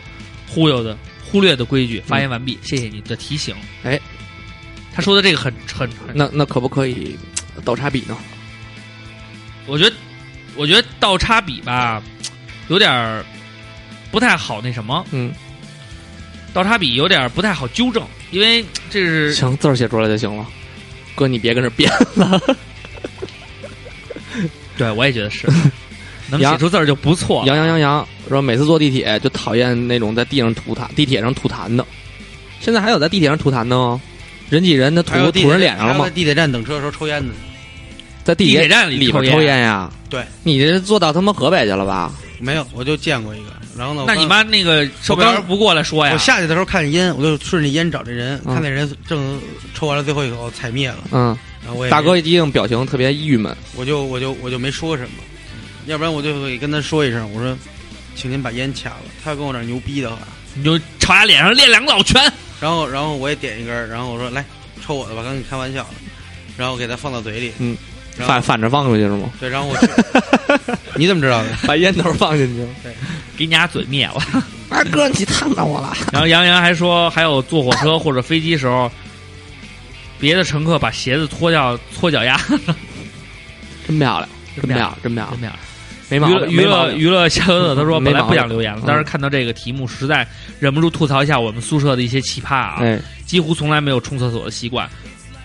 忽悠的忽略的规矩。发言完毕，谢谢你的提醒。嗯哎，他说的这个很很很，那那可不可以呃倒插笔呢？我觉得我觉得倒插笔吧，有点儿不太好那什么，嗯，倒插笔有点儿不太好纠正，因为这是嗯行，字儿写出来就行了。哥，你别跟这编了。对我也觉得 是，能杨写出字儿就不错。杨洋洋洋说，每次坐地铁就讨厌那种在地上吐痰、地铁上吐痰的。现在还有在地铁上吐痰的哦，人挤人的吐还有地吐铁人脸上了还有在吗？地铁站等车的时候抽烟的，在地地铁铁站里里边抽烟呀？对，你这坐到他妈河北去了吧？没有，我就见过一个。然后呢，我那刚你妈那个售票我员刚不过来说呀？我下去的时候看见烟，我就顺着烟找这人，嗯看那人正抽完了最后一口，踩灭了。嗯，然后我也大哥一定表情特别郁闷。我就我就我就没说什么，要不然我就会跟他说一声，我说，请您把烟掐了。他要跟我这儿牛逼的话，你就朝他脸上练两个老拳。然后然后我也点一根儿，然后我说来抽我的吧，刚跟你开玩笑的，然后给他放到嘴里，嗯，啊然反后反着放出去是 吗？对，然后我去， 你怎么知道的？把烟头放进去。给你俩嘴灭了。啊，哥，你烫到我了。然后杨洋还说，还有坐火车或者飞机时候，别的乘客把鞋子脱掉搓脚丫，真漂亮，真真漂漂亮亮，真漂亮真，妙。没 毛娱乐病，娱没毛乐病。娱乐消消乐，他说没本毛来病不想留言了嗯，但是看到这个题目，实在忍不住吐槽一下我们宿舍的一些奇葩啊，哎几乎从来没有冲厕所的习惯，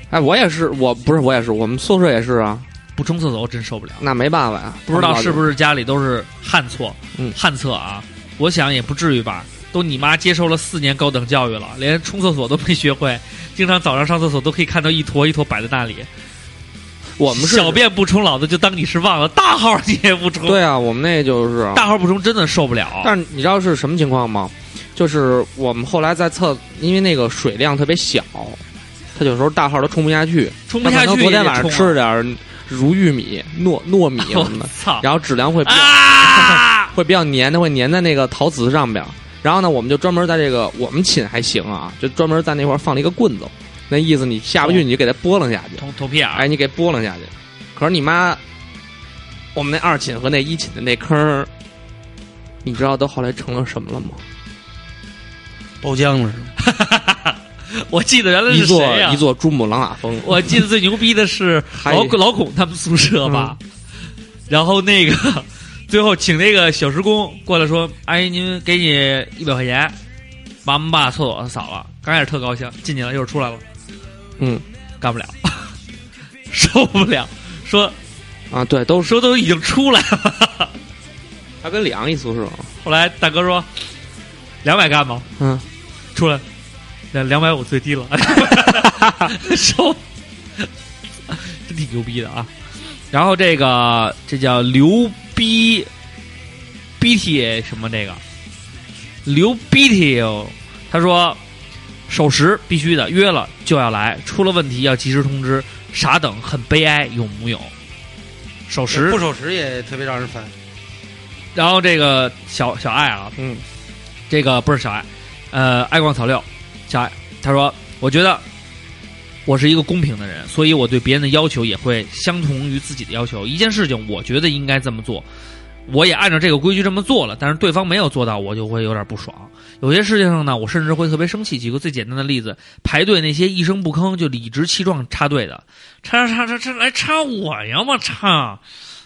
哎，我也是，我不是我也是，我们宿舍也是啊，不冲厕所我真受不了。那没办法呀，不知道是是不是家里都是旱厕，嗯旱厕啊，我想也不至于吧。都你妈接受了四年高等教育了，连冲厕所都没学会，经常早上上厕所都可以看到一坨一坨摆在那里。我们是小便不冲，老子就当你是忘了；大号你也不冲，对啊，我们那就是啊，大号不冲真的受不了。但是你知道是什么情况吗？就是我们后来在厕，因为那个水量特别小，他有时候大号都冲不下去。冲不他下可去能也得冲啊。昨天晚上吃了点儿如玉米、糯糯米什 么的我，操然后质量会比较哦 啊！会比较粘，它会粘在那个陶瓷上边儿。然后呢，我们就专门在这个我们寝还行啊，就专门在那块儿放了一个棍子，那意思你下不去你就给它拨楞下去，捅捅屁眼儿，哎，你给拨楞下去。可是你妈，我们那二寝和那一寝的那坑儿，你知道都后来成了什么了吗？包浆了是吗？我记得原来一是座谁呀、一座珠穆朗玛峰，我记得最牛逼的是 还嗯老老孔他们宿舍吧，然后那个最后请那个小时工过来说：“阿姨，您给你一百块钱，把我们把厕所扫了。”刚开始特高兴，进去了，一会儿出来了，嗯干不了， 受不了，说啊，对，都是说都已经出来了。他跟李昂一宿舍，后来大哥说：“两百干吗？”嗯，出来，两两百五最低了，收，真挺牛逼的啊。然后这个这叫刘逼逼 T 什么这个刘逼 T，他哦说守时必须的，约了就要来，出了问题要及时通知，傻等很悲哀，有木有？守时不，守时也特别让人烦。然后这个小小爱啊，嗯，这个不是小爱，呃，爱逛草料，小爱他说，我觉得我是一个公平的人，所以我对别人的要求也会相同于自己的要求。一件事情，我觉得应该这么做，我也按照这个规矩这么做了，但是对方没有做到，我就会有点不爽。有些事情上呢，我甚至会特别生气。举个最简单的例子，排队那些一声不吭就理直气壮插队的， 插插插插来插我呀嘛插！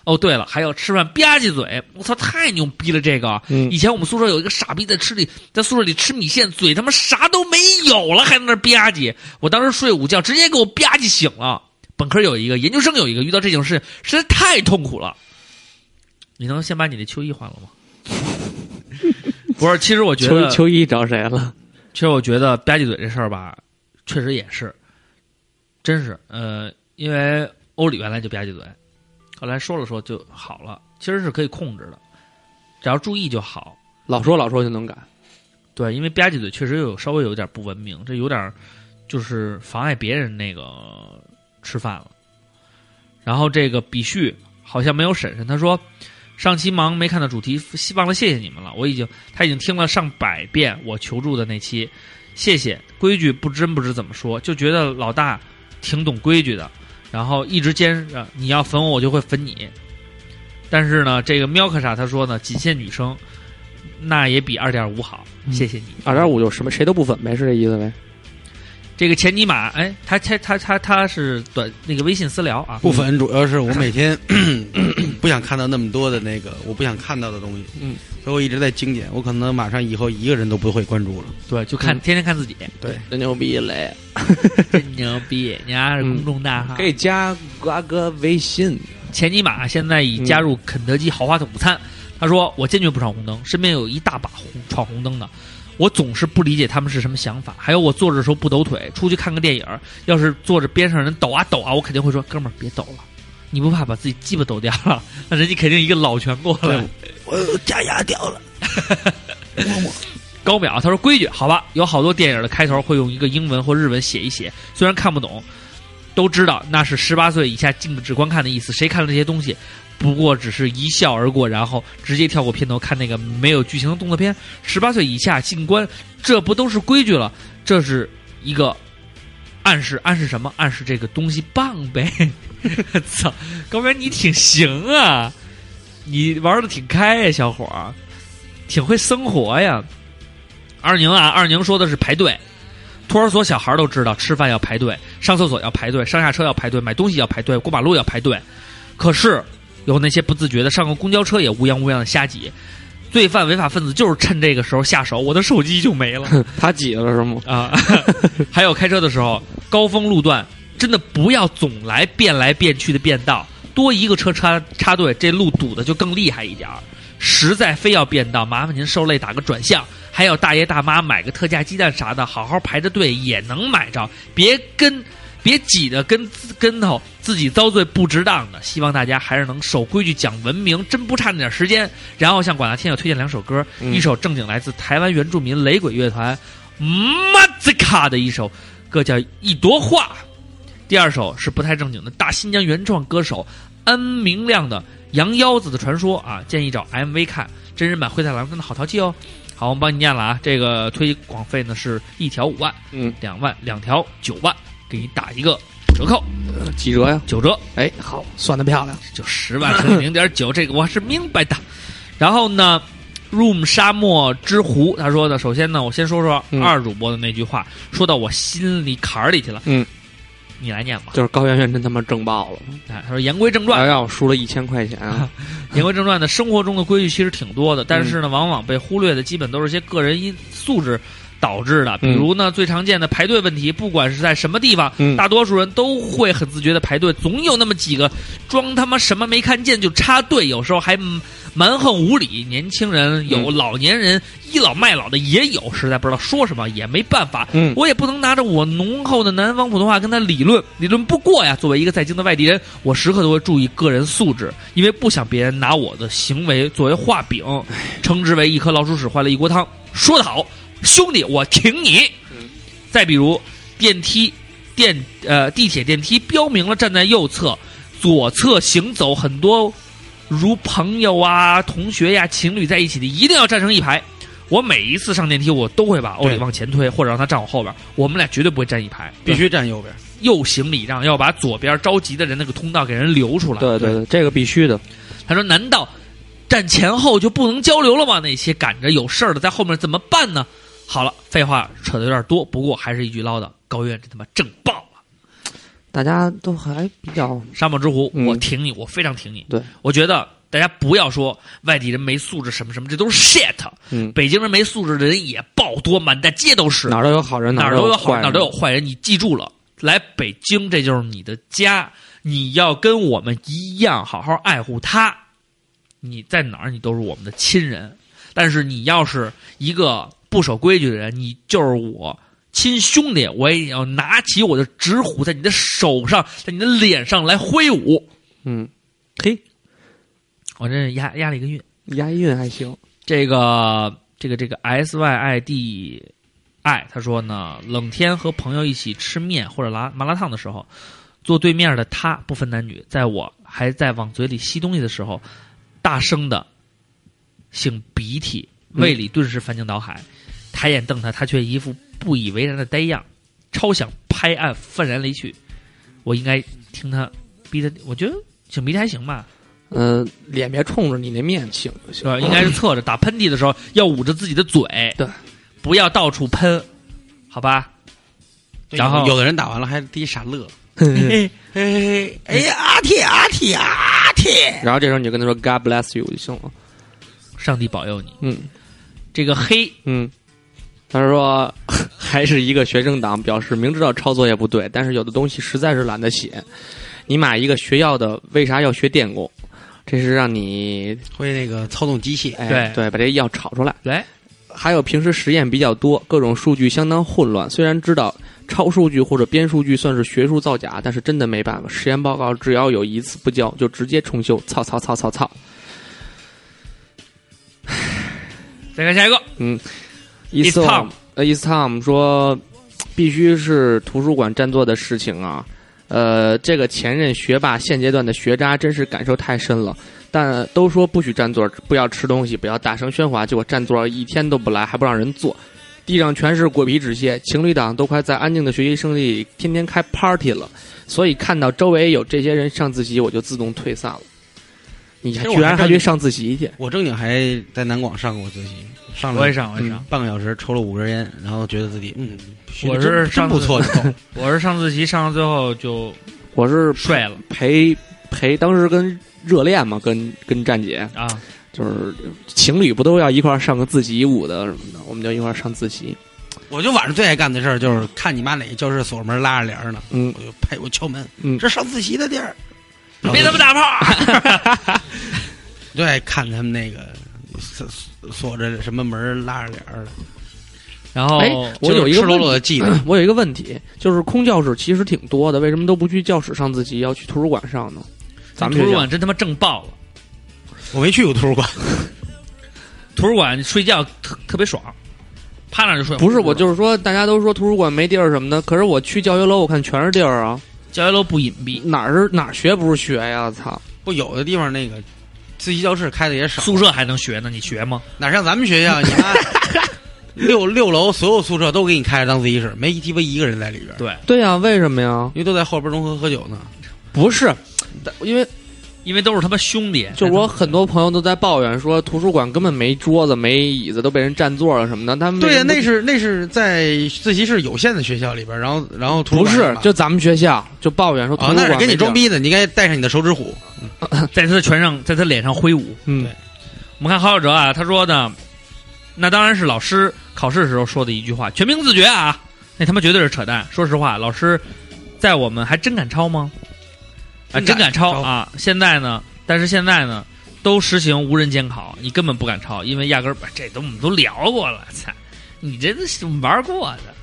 哦，对了，还有吃饭吧唧嘴，我操，太牛逼了！这个，嗯以前我们宿舍有一个傻逼在吃里，在宿舍里吃米线，嘴他妈啥都没有了，还在那儿吧唧。我当时睡午觉，直接给我吧唧醒了。本科有一个，研究生有一个，遇到这种事实在太痛苦了。你能先把你的秋衣换了吗？ 不是，其实我觉秋得秋衣找谁了？其实我觉得吧唧嘴这事儿吧，确实也是，真是呃，因为欧里原来就吧唧嘴，后来说了说就好了，其实是可以控制的，只要注意就好。老说老说就能改，对，因为吧唧嘴确实有稍微有点不文明，这有点儿就是妨碍别人那个吃饭了。然后这个比旭好像没有婶婶，他说上期忙没看到主题，希望了谢谢你们了。我已经他已经听了上百遍我求助的那期，谢谢。规矩不真不知怎么说，就觉得老大挺懂规矩的，然后一直坚持着你要粉我，我就会粉你。但是呢，这个喵克傻他说呢，仅限女生，那也比二点五好。谢谢你，二点五就什么谁都不粉呗，是这意思呗？这个前尼玛，哎，他他他他他是短那个微信私聊啊，不粉主要是我每天 不想看到那么多的那个我不想看到的东西，嗯，所以我一直在精简，我可能马上以后一个人都不会关注了。嗯对，就看、天天看自己，真牛逼嘞！真牛逼，人家是公众大号。可以啊加瓜哥微信，前尼玛现在已加入肯德基豪华午餐。他说：“我坚决不闯红灯，身边有一大把红闯红灯的，我总是不理解他们是什么想法。还有我坐着的时候不抖腿，出去看个电影，要是坐着边上人抖啊抖啊，我肯定会说：‘哥们儿，别抖了，你不怕把自己鸡巴抖掉了？’ 那人家肯定一个老拳过来。”我假牙掉了， 高淼他说规矩好吧，有好多电影的开头会用一个英文或日文写一写，虽然看不懂，都知道那是十八岁以下禁止观看的意思。谁看了这些东西？不过只是一笑而过，然后直接跳过片头看那个没有剧情的动作片。十八岁以下禁观，这不都是规矩了？这是一个暗示，暗示什么？暗示这个东西棒呗。 操，高淼你挺行啊，你玩的挺开呀、小伙儿，挺会生活呀、二宁啊，二宁说的是排队。托儿所小孩都知道，吃饭要排队，上厕所要排队，上下车要排队，买东西要排队，过马路要排队。可是有那些不自觉的上个公交车也乌泱乌泱的瞎挤，罪犯违法分子就是趁这个时候下手，我的手机就没了。他挤了是吗？啊，还有开车的时候，高峰路段真的不要总来变来变去的变道，多一个车插插队，这路堵的就更厉害一点儿。实在非要变道，麻烦您受累打个转向。还有大爷大妈买个特价鸡蛋啥的，好好排着队也能买着，别跟别挤得跟跟头，自己遭罪不值当的。希望大家还是能守规矩、讲文明，真不差那点时间。然后向广大听友推荐两首歌，嗯一首正经来自台湾原住民雷鬼乐团 m a z k a 的一首歌叫《一朵花》，第二首是不太正经的大新疆原创歌手安明亮的《羊腰子的传说》啊，建议找 MV 看真人版《灰太狼》，真的好淘气哦。好，我们帮你念了啊，这个推广费呢是一条五万，嗯，两万两条九万，给你打一个折扣，几折呀？九折。哎，好，算的漂亮。就十万乘以零点九，这个我是明白的。然后呢，Room 沙漠之湖他说的，首先呢，我先说说嗯二主播的那句话，说到我心里坎儿里去了。嗯，你来念吧。就是高圆圆真他妈挣爆了，哎，他说言归正传瑶，瑶输了一千块钱啊！言归正传呢，生活中的规矩其实挺多的，但是呢，往往被忽略的基本都是些个人因素质导致的。比如呢，最常见的排队问题，不管是在什么地方，嗯大多数人都会很自觉的排队，总有那么几个装他妈什么没看见就插队，有时候还蛮蛮横无理。年轻人有，老年人倚老卖老的也有，实在不知道说什么，也没办法。嗯我也不能拿着我浓厚的南方普通话跟他理论，理论不过呀。作为一个在京的外地人，我时刻都会注意个人素质，因为不想别人拿我的行为作为画饼，称之为一颗老鼠屎坏了一锅汤。说得好，兄弟，我挺你。再比如，电梯、电呃地铁电梯标明了站在右侧，左侧行走很多如朋友啊、同学呀、情侣在一起的，一定要站成一排。我每一次上电梯，我都会把欧里往前推，或者让他站我后边。我们俩绝对不会站一排，必须站右边。右行礼让，要把左边着急的人那个通道给人留出来。对对对，这个必须的。他说：“难道站前后就不能交流了吗？那些赶着有事儿的在后面怎么办呢？”好了，废话扯的有点多，不过还是一句唠叨：高院真他妈正爆了！大家都还比较沙漠之狐，嗯我挺你，我非常挺你。对，我觉得大家不要说外地人没素质什么什么，这都是 shit。嗯，北京人没素质的人也爆多，满大街都是，哪儿都有好人，哪儿儿都都有好坏人，人，哪儿都有坏人。你记住了，来北京这就是你的家，你要跟我们一样好好爱护他。你在哪儿，你都是我们的亲人。但是你要是一个不守规矩的人，你就是我亲兄弟，我也要拿起我的纸虎，在你的手上，在你的脸上来挥舞。嗯，嘿，我这压压了一个韵。押韵还行。这个这个这个 S Y I D I，他说呢，冷天和朋友一起吃面或者拉麻辣烫的时候，坐对面的他不分男女，在我还在往嘴里吸东西的时候，大声的擤鼻涕，嗯胃里顿时翻江倒海，抬眼瞪他，他却一副不以为然的呆样，超想拍案愤然离去。我应该听他逼他，我觉得擤鼻涕还行吧，嗯，脸别冲着你那面请就行对，。呃应该是侧着打喷嚏的时候要捂着自己的嘴，对，不要到处喷，好吧？对然后有的人打完了还自己傻乐，嗯嘿，哎呀，阿铁阿铁阿铁， 然后这时候你就跟他说 “God bless you” 就行了。上帝保佑你。嗯这个黑嗯，他说还是一个学生党，表示明知道抄作业不对，但是有的东西实在是懒得写。你买一个学药的，为啥要学电工？这是让你会那个操纵机械，哎对对，把这药炒出来。来，还有平时实验比较多，各种数据相当混乱。虽然知道抄数据或者编数据算是学术造假，但是真的没办法。实验报告只要有一次不交，就直接重修。操操操操操！再看下一个，伊 It's 斯 Tom 呃，伊斯 Tom 说，必须是图书馆占座的事情啊。呃，这个前任学霸现阶段的学渣真是感受太深了。但都说不许占座，不要吃东西，不要大声喧哗，结果占座一天都不来，还不让人坐，地上全是果皮纸屑。情侣档都快在安静的学习生里天天开 party 了，所以看到周围有这些人上自习，我就自动退散了。你其还实我居然还还正去上自习去？我正经还在南广上过自习，上了我也上，我也上嗯，半个小时，抽了五根烟，然后觉得自己嗯，学得啊我是真上真不错， 我是上自习上到最后就我是睡了陪陪当时跟热恋嘛，跟跟站姐啊。就是情侣不都要一块儿上个自习舞的什么的，我们就一块儿上自习。我就晚上最爱干的事儿就是看你妈哪个教室锁门拉着帘儿呢，嗯我就拍我敲门，嗯这上自习的地儿， 别他妈打 炮！我就爱看他们那个锁锁着什么门儿拉着帘儿的，然后哎我有一个赤裸裸的记得， 我有一个问题，就是空教室其实挺多的，为什么都不去教室上自习，要去图书馆上呢？咱们图书学校馆真他妈正爆了，我没去过图书馆，图书馆睡觉特特别爽，趴那儿就睡。不是我，就是说大家都说图书馆没地儿什么的，可是我去教学楼，我看全是地儿啊，教学楼不隐蔽，哪儿是哪儿学不是学呀？操！不有的地方那个自习教室开的也少，宿舍还能学呢，你学吗？哪像咱们学校，你 妈六六楼所有宿舍都给你开着当自习室，没鸡巴一个人在里边儿，对，对呀、为什么呀？因为都在后边融合喝酒呢。不是，因为因为都是他妈兄弟。就我很多朋友都在抱怨说，图书馆根本没桌子、没椅子，都被人占座了什么的。他们为对呀，什么那是那是在自习室有限的学校里边儿，然后然后图书不馆是嘛就咱们学校就抱怨说图啊、书那馆是给没你装地儿，逼的，你应该带上你的手指虎。在他的拳上，在他脸上挥舞。嗯对，我们看郝小哲啊，他说呢，那当然是老师考试时候说的一句话：“全民自觉啊！”那他妈绝对是扯淡。说实话，老师在我们还真敢抄吗？啊，真真敢敢抄抄啊！现在呢，但是现在呢，都实行无人监考，你根本不敢抄，因为压根儿这都我们都聊过了，操，你这都是玩过的。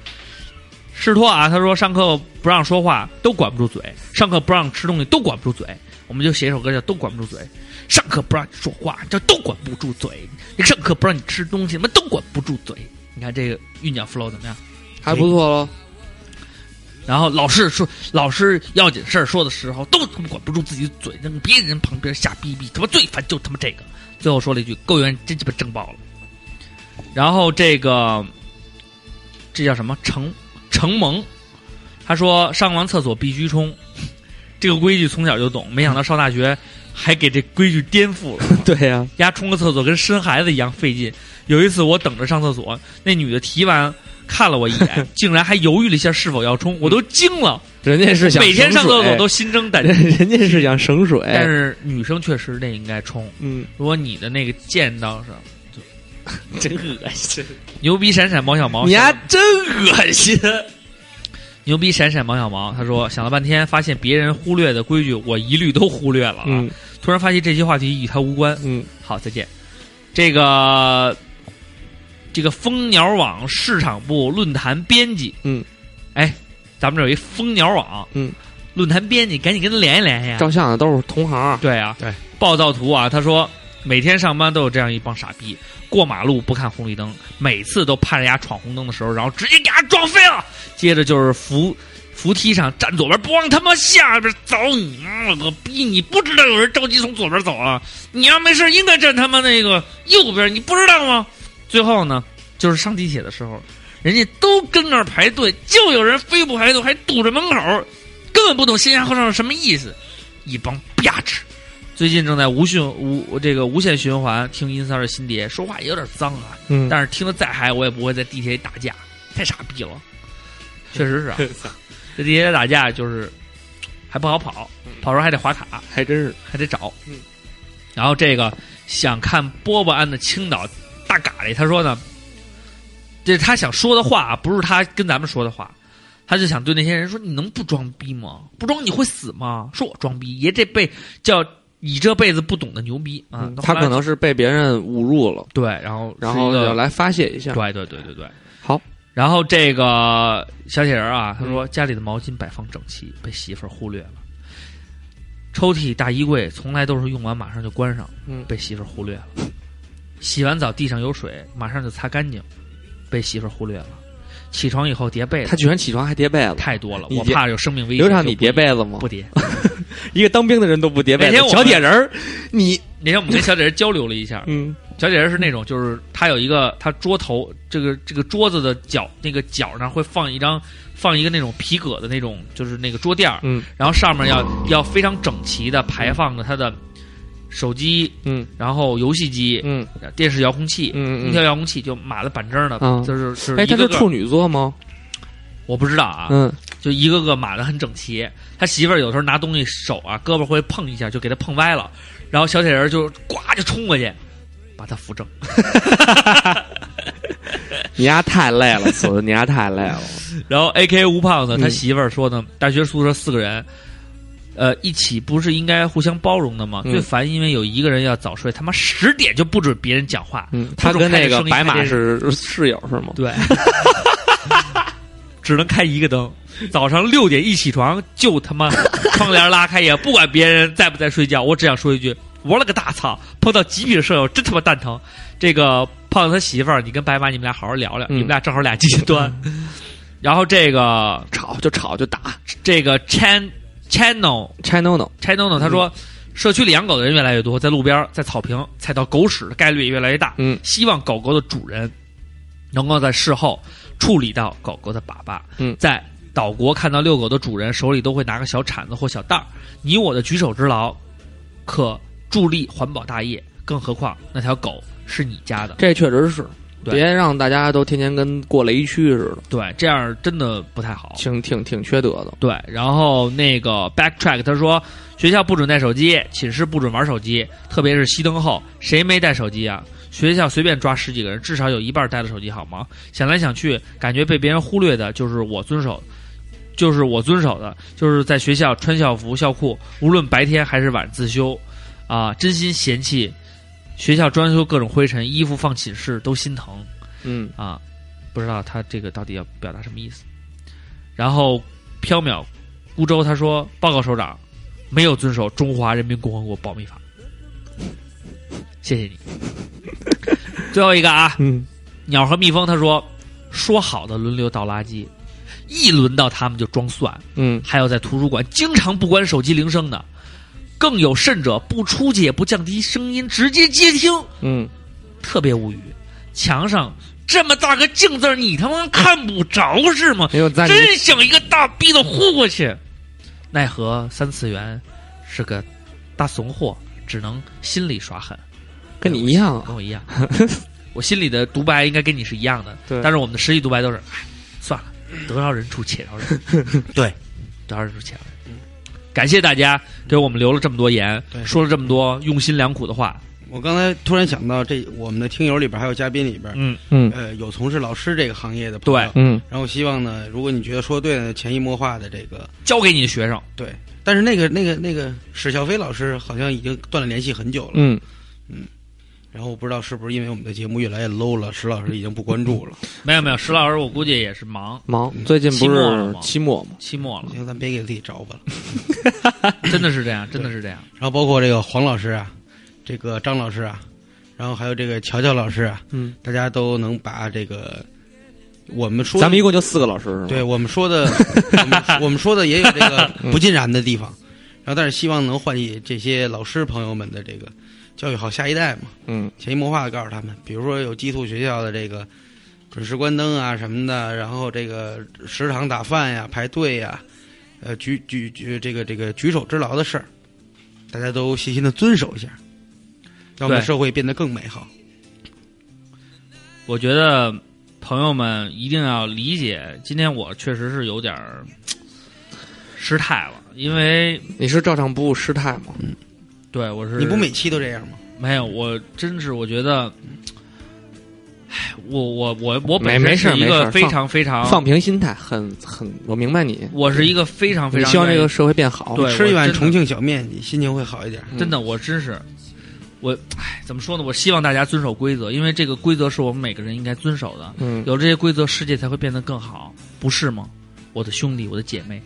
试托啊，他说上课不让说话都管不住嘴，上课不让吃东西都管不住嘴，我们就写一首歌叫《都管不住嘴》，上课不让你说话叫都管不住嘴，上课不让你吃东西什么都管不住嘴。你看这个韵脚 flow 怎么样？还不错喽。然后老师说，老师要紧事儿说的时候，都他妈管不住自己的嘴，让别人旁边瞎逼逼，他妈最烦就他妈这个。最后说了一句：“够员真鸡巴正爆了。”然后这个这叫什么承承蒙，他说上完厕所必须冲，这个规矩从小就懂，没想到上大学还给这规矩颠覆了。对呀、丫冲个厕所跟生孩子一样费劲。有一次我等着上厕所，那女的提完看了我一 眼，竟然还犹豫了一下是否要冲，我都惊了。人家嗯是想哎每天上厕所省水都心惊胆战，人人家是想省水，但是女生确实那应该冲。嗯，如果你的那个溅到上， 真恶心，牛逼闪闪毛小毛，你丫真恶心。啊牛逼闪闪毛小毛，他说想了半天，发现别人忽略的规矩我一律都忽略了啊。嗯突然发现这些话题与他无关。嗯，好，再见。这个这个蜂鸟网市场部论坛编辑，嗯，哎，咱们这有一蜂鸟网，嗯，论坛编辑，赶紧跟他联系联系啊。照相的都是同行，对啊，对，暴躁图啊，他说每天上班都有这样一帮傻逼，过马路不看红绿灯，每次都盼着丫闯红灯的时候，然后直接给丫撞飞了。接着就是扶扶梯上站左边，不往他妈下边走，你妈了个逼！你不知道有人着急从左边走啊？你要没事应该站他妈那个右边，你不知道吗？最后呢，就是上地铁的时候，人家都跟那儿排队，就有人非不排队，还堵着门口，根本不懂线下合唱是什么意思，一帮吧唧。最近正在无循无这个无限循环听音三儿的新碟，说话也有点脏啊，嗯，但是听得再嗨，我也不会在地铁里打架，太傻逼了，确 实是、啊，在地铁里打架就是还不好跑，跑时候还得划卡，嗯还真是，还得找。嗯，然后这个想看波波安的青岛大嘎喱，他说呢，这是他想说的话，啊不是他跟咱们说的话，他就想对那些人说：“你能不装逼吗？不装你会死吗？说我装逼，爷这辈叫你这辈子不懂的牛逼啊！”嗯那他后来可能是被别人侮辱了，对，然后然是一后个就来发泄一下。对对对对对，好。嗯然后这个小铁人啊，他说家里的毛巾摆放整齐，被媳妇儿忽略了。抽屉、大衣柜从来都是用完马上就关上，嗯被媳妇儿忽略了。洗完澡地上有水，马上就擦干净，被媳妇儿忽略了。起床以后叠被他子居然起床还叠被子，太多了，你我叠怕有生命危险。刘畅，你就叠被子吗不？叠？一个当兵的人都不叠被每天子，我小铁人 儿，你那天我们跟小铁人交流了一下，嗯小铁人是那种，就是他有一个他桌头这个这个桌子的角那个角上会放一张放一个那种皮革的那种，就是那个桌垫儿，嗯然后上面要要非常整齐的排放着他的手机，嗯然后游戏机、嗯电视遥控器、嗯空嗯调遥控器，就码的板正儿的，嗯就是就哎，一他个是个处女座吗？我不知道啊，嗯，就一个个码的很整齐。他媳妇儿有时候拿东西手啊胳膊会碰一下，就给他碰歪了，然后小铁人就呱就冲过去，把他扶正。 你丫太累了，子，你丫太累了。然后 A K 吴胖子他嗯媳妇儿说呢，大学宿舍四个人，呃，一起不是应该互相包容的吗？嗯最烦因为有一个人要早睡，他妈十点就不准别人讲话，嗯，他不跟准开那着个声音白马开电视，是室友是吗？对， 只能开一个灯。早上六点一起床就他妈窗帘拉开也不管别人在不在睡觉，我只想说一句，我了个大操！碰到极品舍友真他妈蛋疼。这个胖子他媳妇儿，你跟白马你们俩好好聊聊，嗯你们俩正好俩极端。然后这个吵就吵就打这个 Chan Channel ，China no， Channel 呢，他说，社区里养狗的人越来越多，在路边儿、在草坪踩到狗屎的概率也越来越大。嗯希望狗狗的主人能够在事后处理到狗狗的粑粑。嗯在岛国看到遛狗的主人手里都会拿个小铲子或小袋儿，你我的举手之劳，可助力环保大业。更何况那条狗是你家的，这确实是，对别让大家都天天跟过雷区似的，对，这样真的不太好。挺挺挺缺德的。对，然后那个 backtrack 他说学校不准带手机，寝室不准玩手机，特别是熄灯后，谁没带手机啊？学校随便抓十几个人，至少有一半带着手机，好吗？想来想去，感觉被别人忽略的就是我遵守，就是我遵守的，就是在学校穿校服、校裤，无论白天还是晚自修，啊，真心嫌弃学校装修各种灰尘，衣服放寝室都心疼。嗯，啊，不知道他这个到底要表达什么意思。然后缥缈孤舟他说，报告首长，没有遵守《中华人民共和国保密法》。谢谢你。最后一个啊，嗯，鸟和蜜蜂他说，说好的轮流倒垃圾，一轮到他们就装蒜，嗯，还有在图书馆经常不关手机铃声的，更有甚者不出去也不降低声音，直接接听。嗯，特别无语。墙上这么大个镜子儿，你他妈看不着是吗？没有在你真想一个大逼的呼过去，奈何三次元是个大怂货，只能心里耍狠。跟你一样，啊跟我一样， 我心里的独白应该跟你是一样的，对但是我们的实际独白都是，哎，算了，得饶人处且饶 人，对，得饶人处且饶人。感谢大家给我们留了这么多言，对说了这么多用心良苦的话，我刚才突然想到这，我们的听友里边还有嘉宾里边，嗯，嗯呃，有从事老师这个行业的朋友，嗯，然后希望呢，如果你觉得说对了，潜移默化的这个交给你的学生，对，但是那个那个那个史小飞老师好像已经断了联系很久了，嗯，然后我不知道是不是因为我们的节目越来越 low 了，史老师已经不关注了。没有没有，石老师我估计也是忙，忙，最近期不末了是吗期末吗？期末嗯了，行，咱别给自己找吧了。真的是这样，真的是这样，然后包括这个黄老师啊，这个张老师啊，然后还有这个乔乔老师啊，嗯，大家都能把这个我们说的咱们一共就四个老师是吗？对，我们 说的，我们我们说的也有这个嗯不尽然的地方，然后但是希望能唤起这些老师朋友们的这个教育好下一代嘛，嗯，潜移默化的告诉他们，比如说有寄宿学校的这个准时关灯啊什么的，然后这个食堂打饭呀、排队呀，呃举举举这个这个举手之劳的事儿，大家都细心的遵守一下，让我们对社会变得更美好。我觉得朋友们一定要理解，今天我确实是有点儿失态了，因为你是照常不误失态吗？对我是你不每期都这样吗？没有，我真是我觉得，唉，我我我我本没身没事是儿一没事个儿非放常非常，放平心态，很很，我明白你，我是一个非常非你常希望这愿个意社会变好。对吃一碗我真的重庆小面，你心情会好一点。真的，我真是我唉，怎么说呢？我希望大家遵守规则，因为这个规则是我们每个人应该遵守的。嗯，有这些规则，世界才会变得更好，不是吗？我的兄弟，我的姐妹，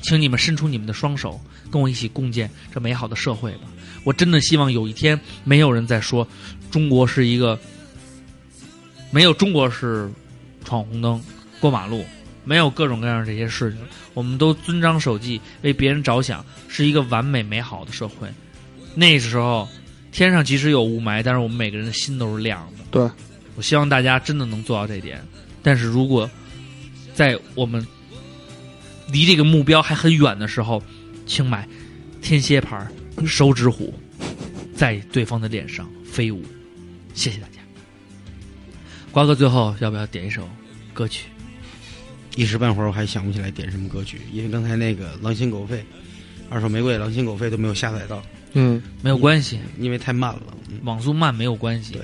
请你们伸出你们的双手，跟我一起共建这美好的社会吧。我真的希望有一天，没有人再说中国是一个没有中国是闯红灯、过马路，没有各种各样的这些事情。我们都遵章守纪，为别人着想，是一个完美美好的社会。那时候，天上即使有雾霾，但是我们每个人的心都是亮的。对，我希望大家真的能做到这一点。但是如果在我们离这个目标还很远的时候，请买天蝎 牌儿手指虎，在对方的脸上飞舞。谢谢大家。瓜哥，最后要不要点一首歌曲？一时半会儿我还想不起来点什么歌曲，因为刚才那个《狼心狗肺》、二手玫瑰、《狼心狗肺》都没有下载到，嗯，没有关系，因为太慢了。嗯网速慢没有关系对，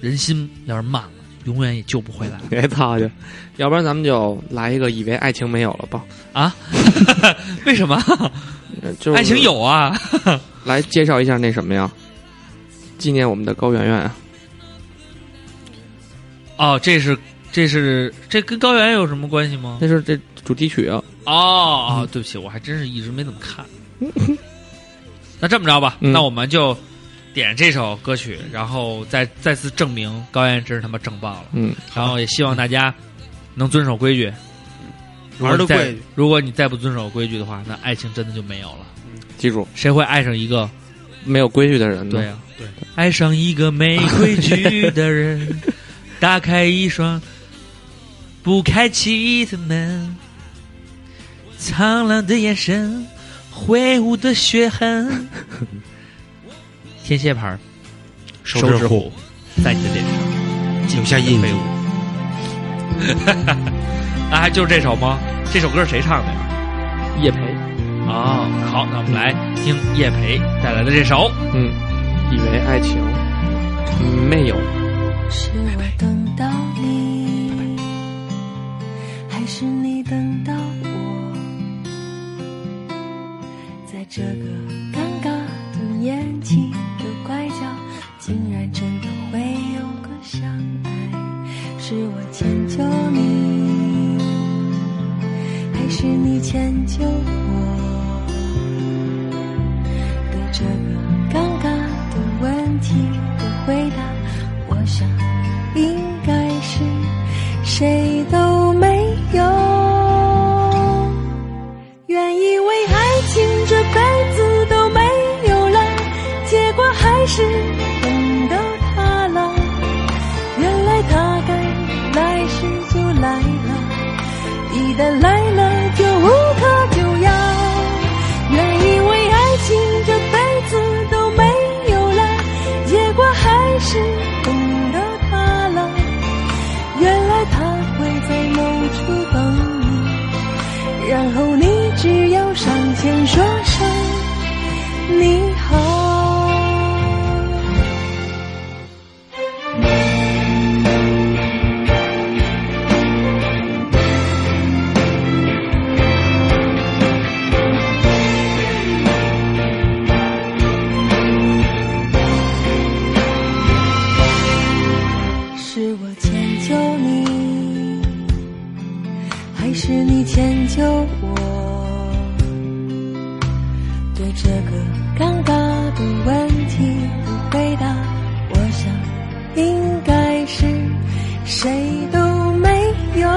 人心要是慢了，永远也救不 回来了。别操去，要不然咱们就来一个以为爱情没有了吧？为什么？呃就是爱情，有啊？来介绍一下那什么呀？纪念我们的高圆圆啊，哦，这是这是这跟高原有什么关系吗？那是这主题曲啊。哦嗯哦，对不起，我还真是一直没怎么看。 那这么着吧，嗯那我们就点这首歌曲，然后再再次证明高原真是他妈正爆了。嗯，然后也希望大家能遵守规矩。如玩儿果的你再贵，如果你再不遵守规矩的话，那爱情真的就没有了。记住，谁会爱上一个没有规矩的人呢对呀、啊对，爱上一个没规矩的人，打开一双不开启的门，苍凉的眼神，挥舞的血痕，天蝎牌儿，手指虎，在你的脸上留下印记。 啊，就是这首吗？这首歌是谁唱的呀？叶培，哦，好，那我们来听叶培带来的这首。嗯，以为爱情没有，是我等到你，还是你等到我？在这个尴尬的眼睛的拐角，竟然真的会有个相爱，是我迁就你，还是你迁就我？对这个尴尬的问题的回答，我想应该是谁都没有。原以为爱情这辈子都没有了，结果还是等到他了。原来的来了就无可救药，原以为爱情这辈子都没有了，结果还是懂得他了。原来他会在某处等你，然后你只要上前说声你好。是我迁就你，还是你迁就我？对这个尴尬的问题的回答，我想应该是谁都没有。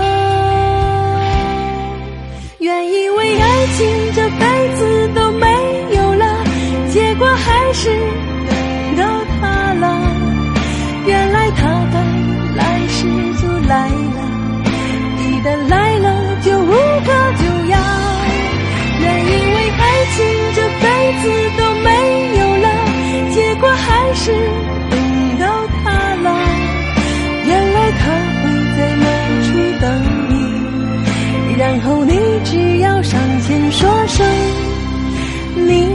原以为爱情这辈子都没有了，结果还是等到他了。原来他的来时就来了，你的来了就无可救药。原以为爱情这辈子都没有了，结果还是等到他了。原来他会在某处等你，然后你只要上前说声你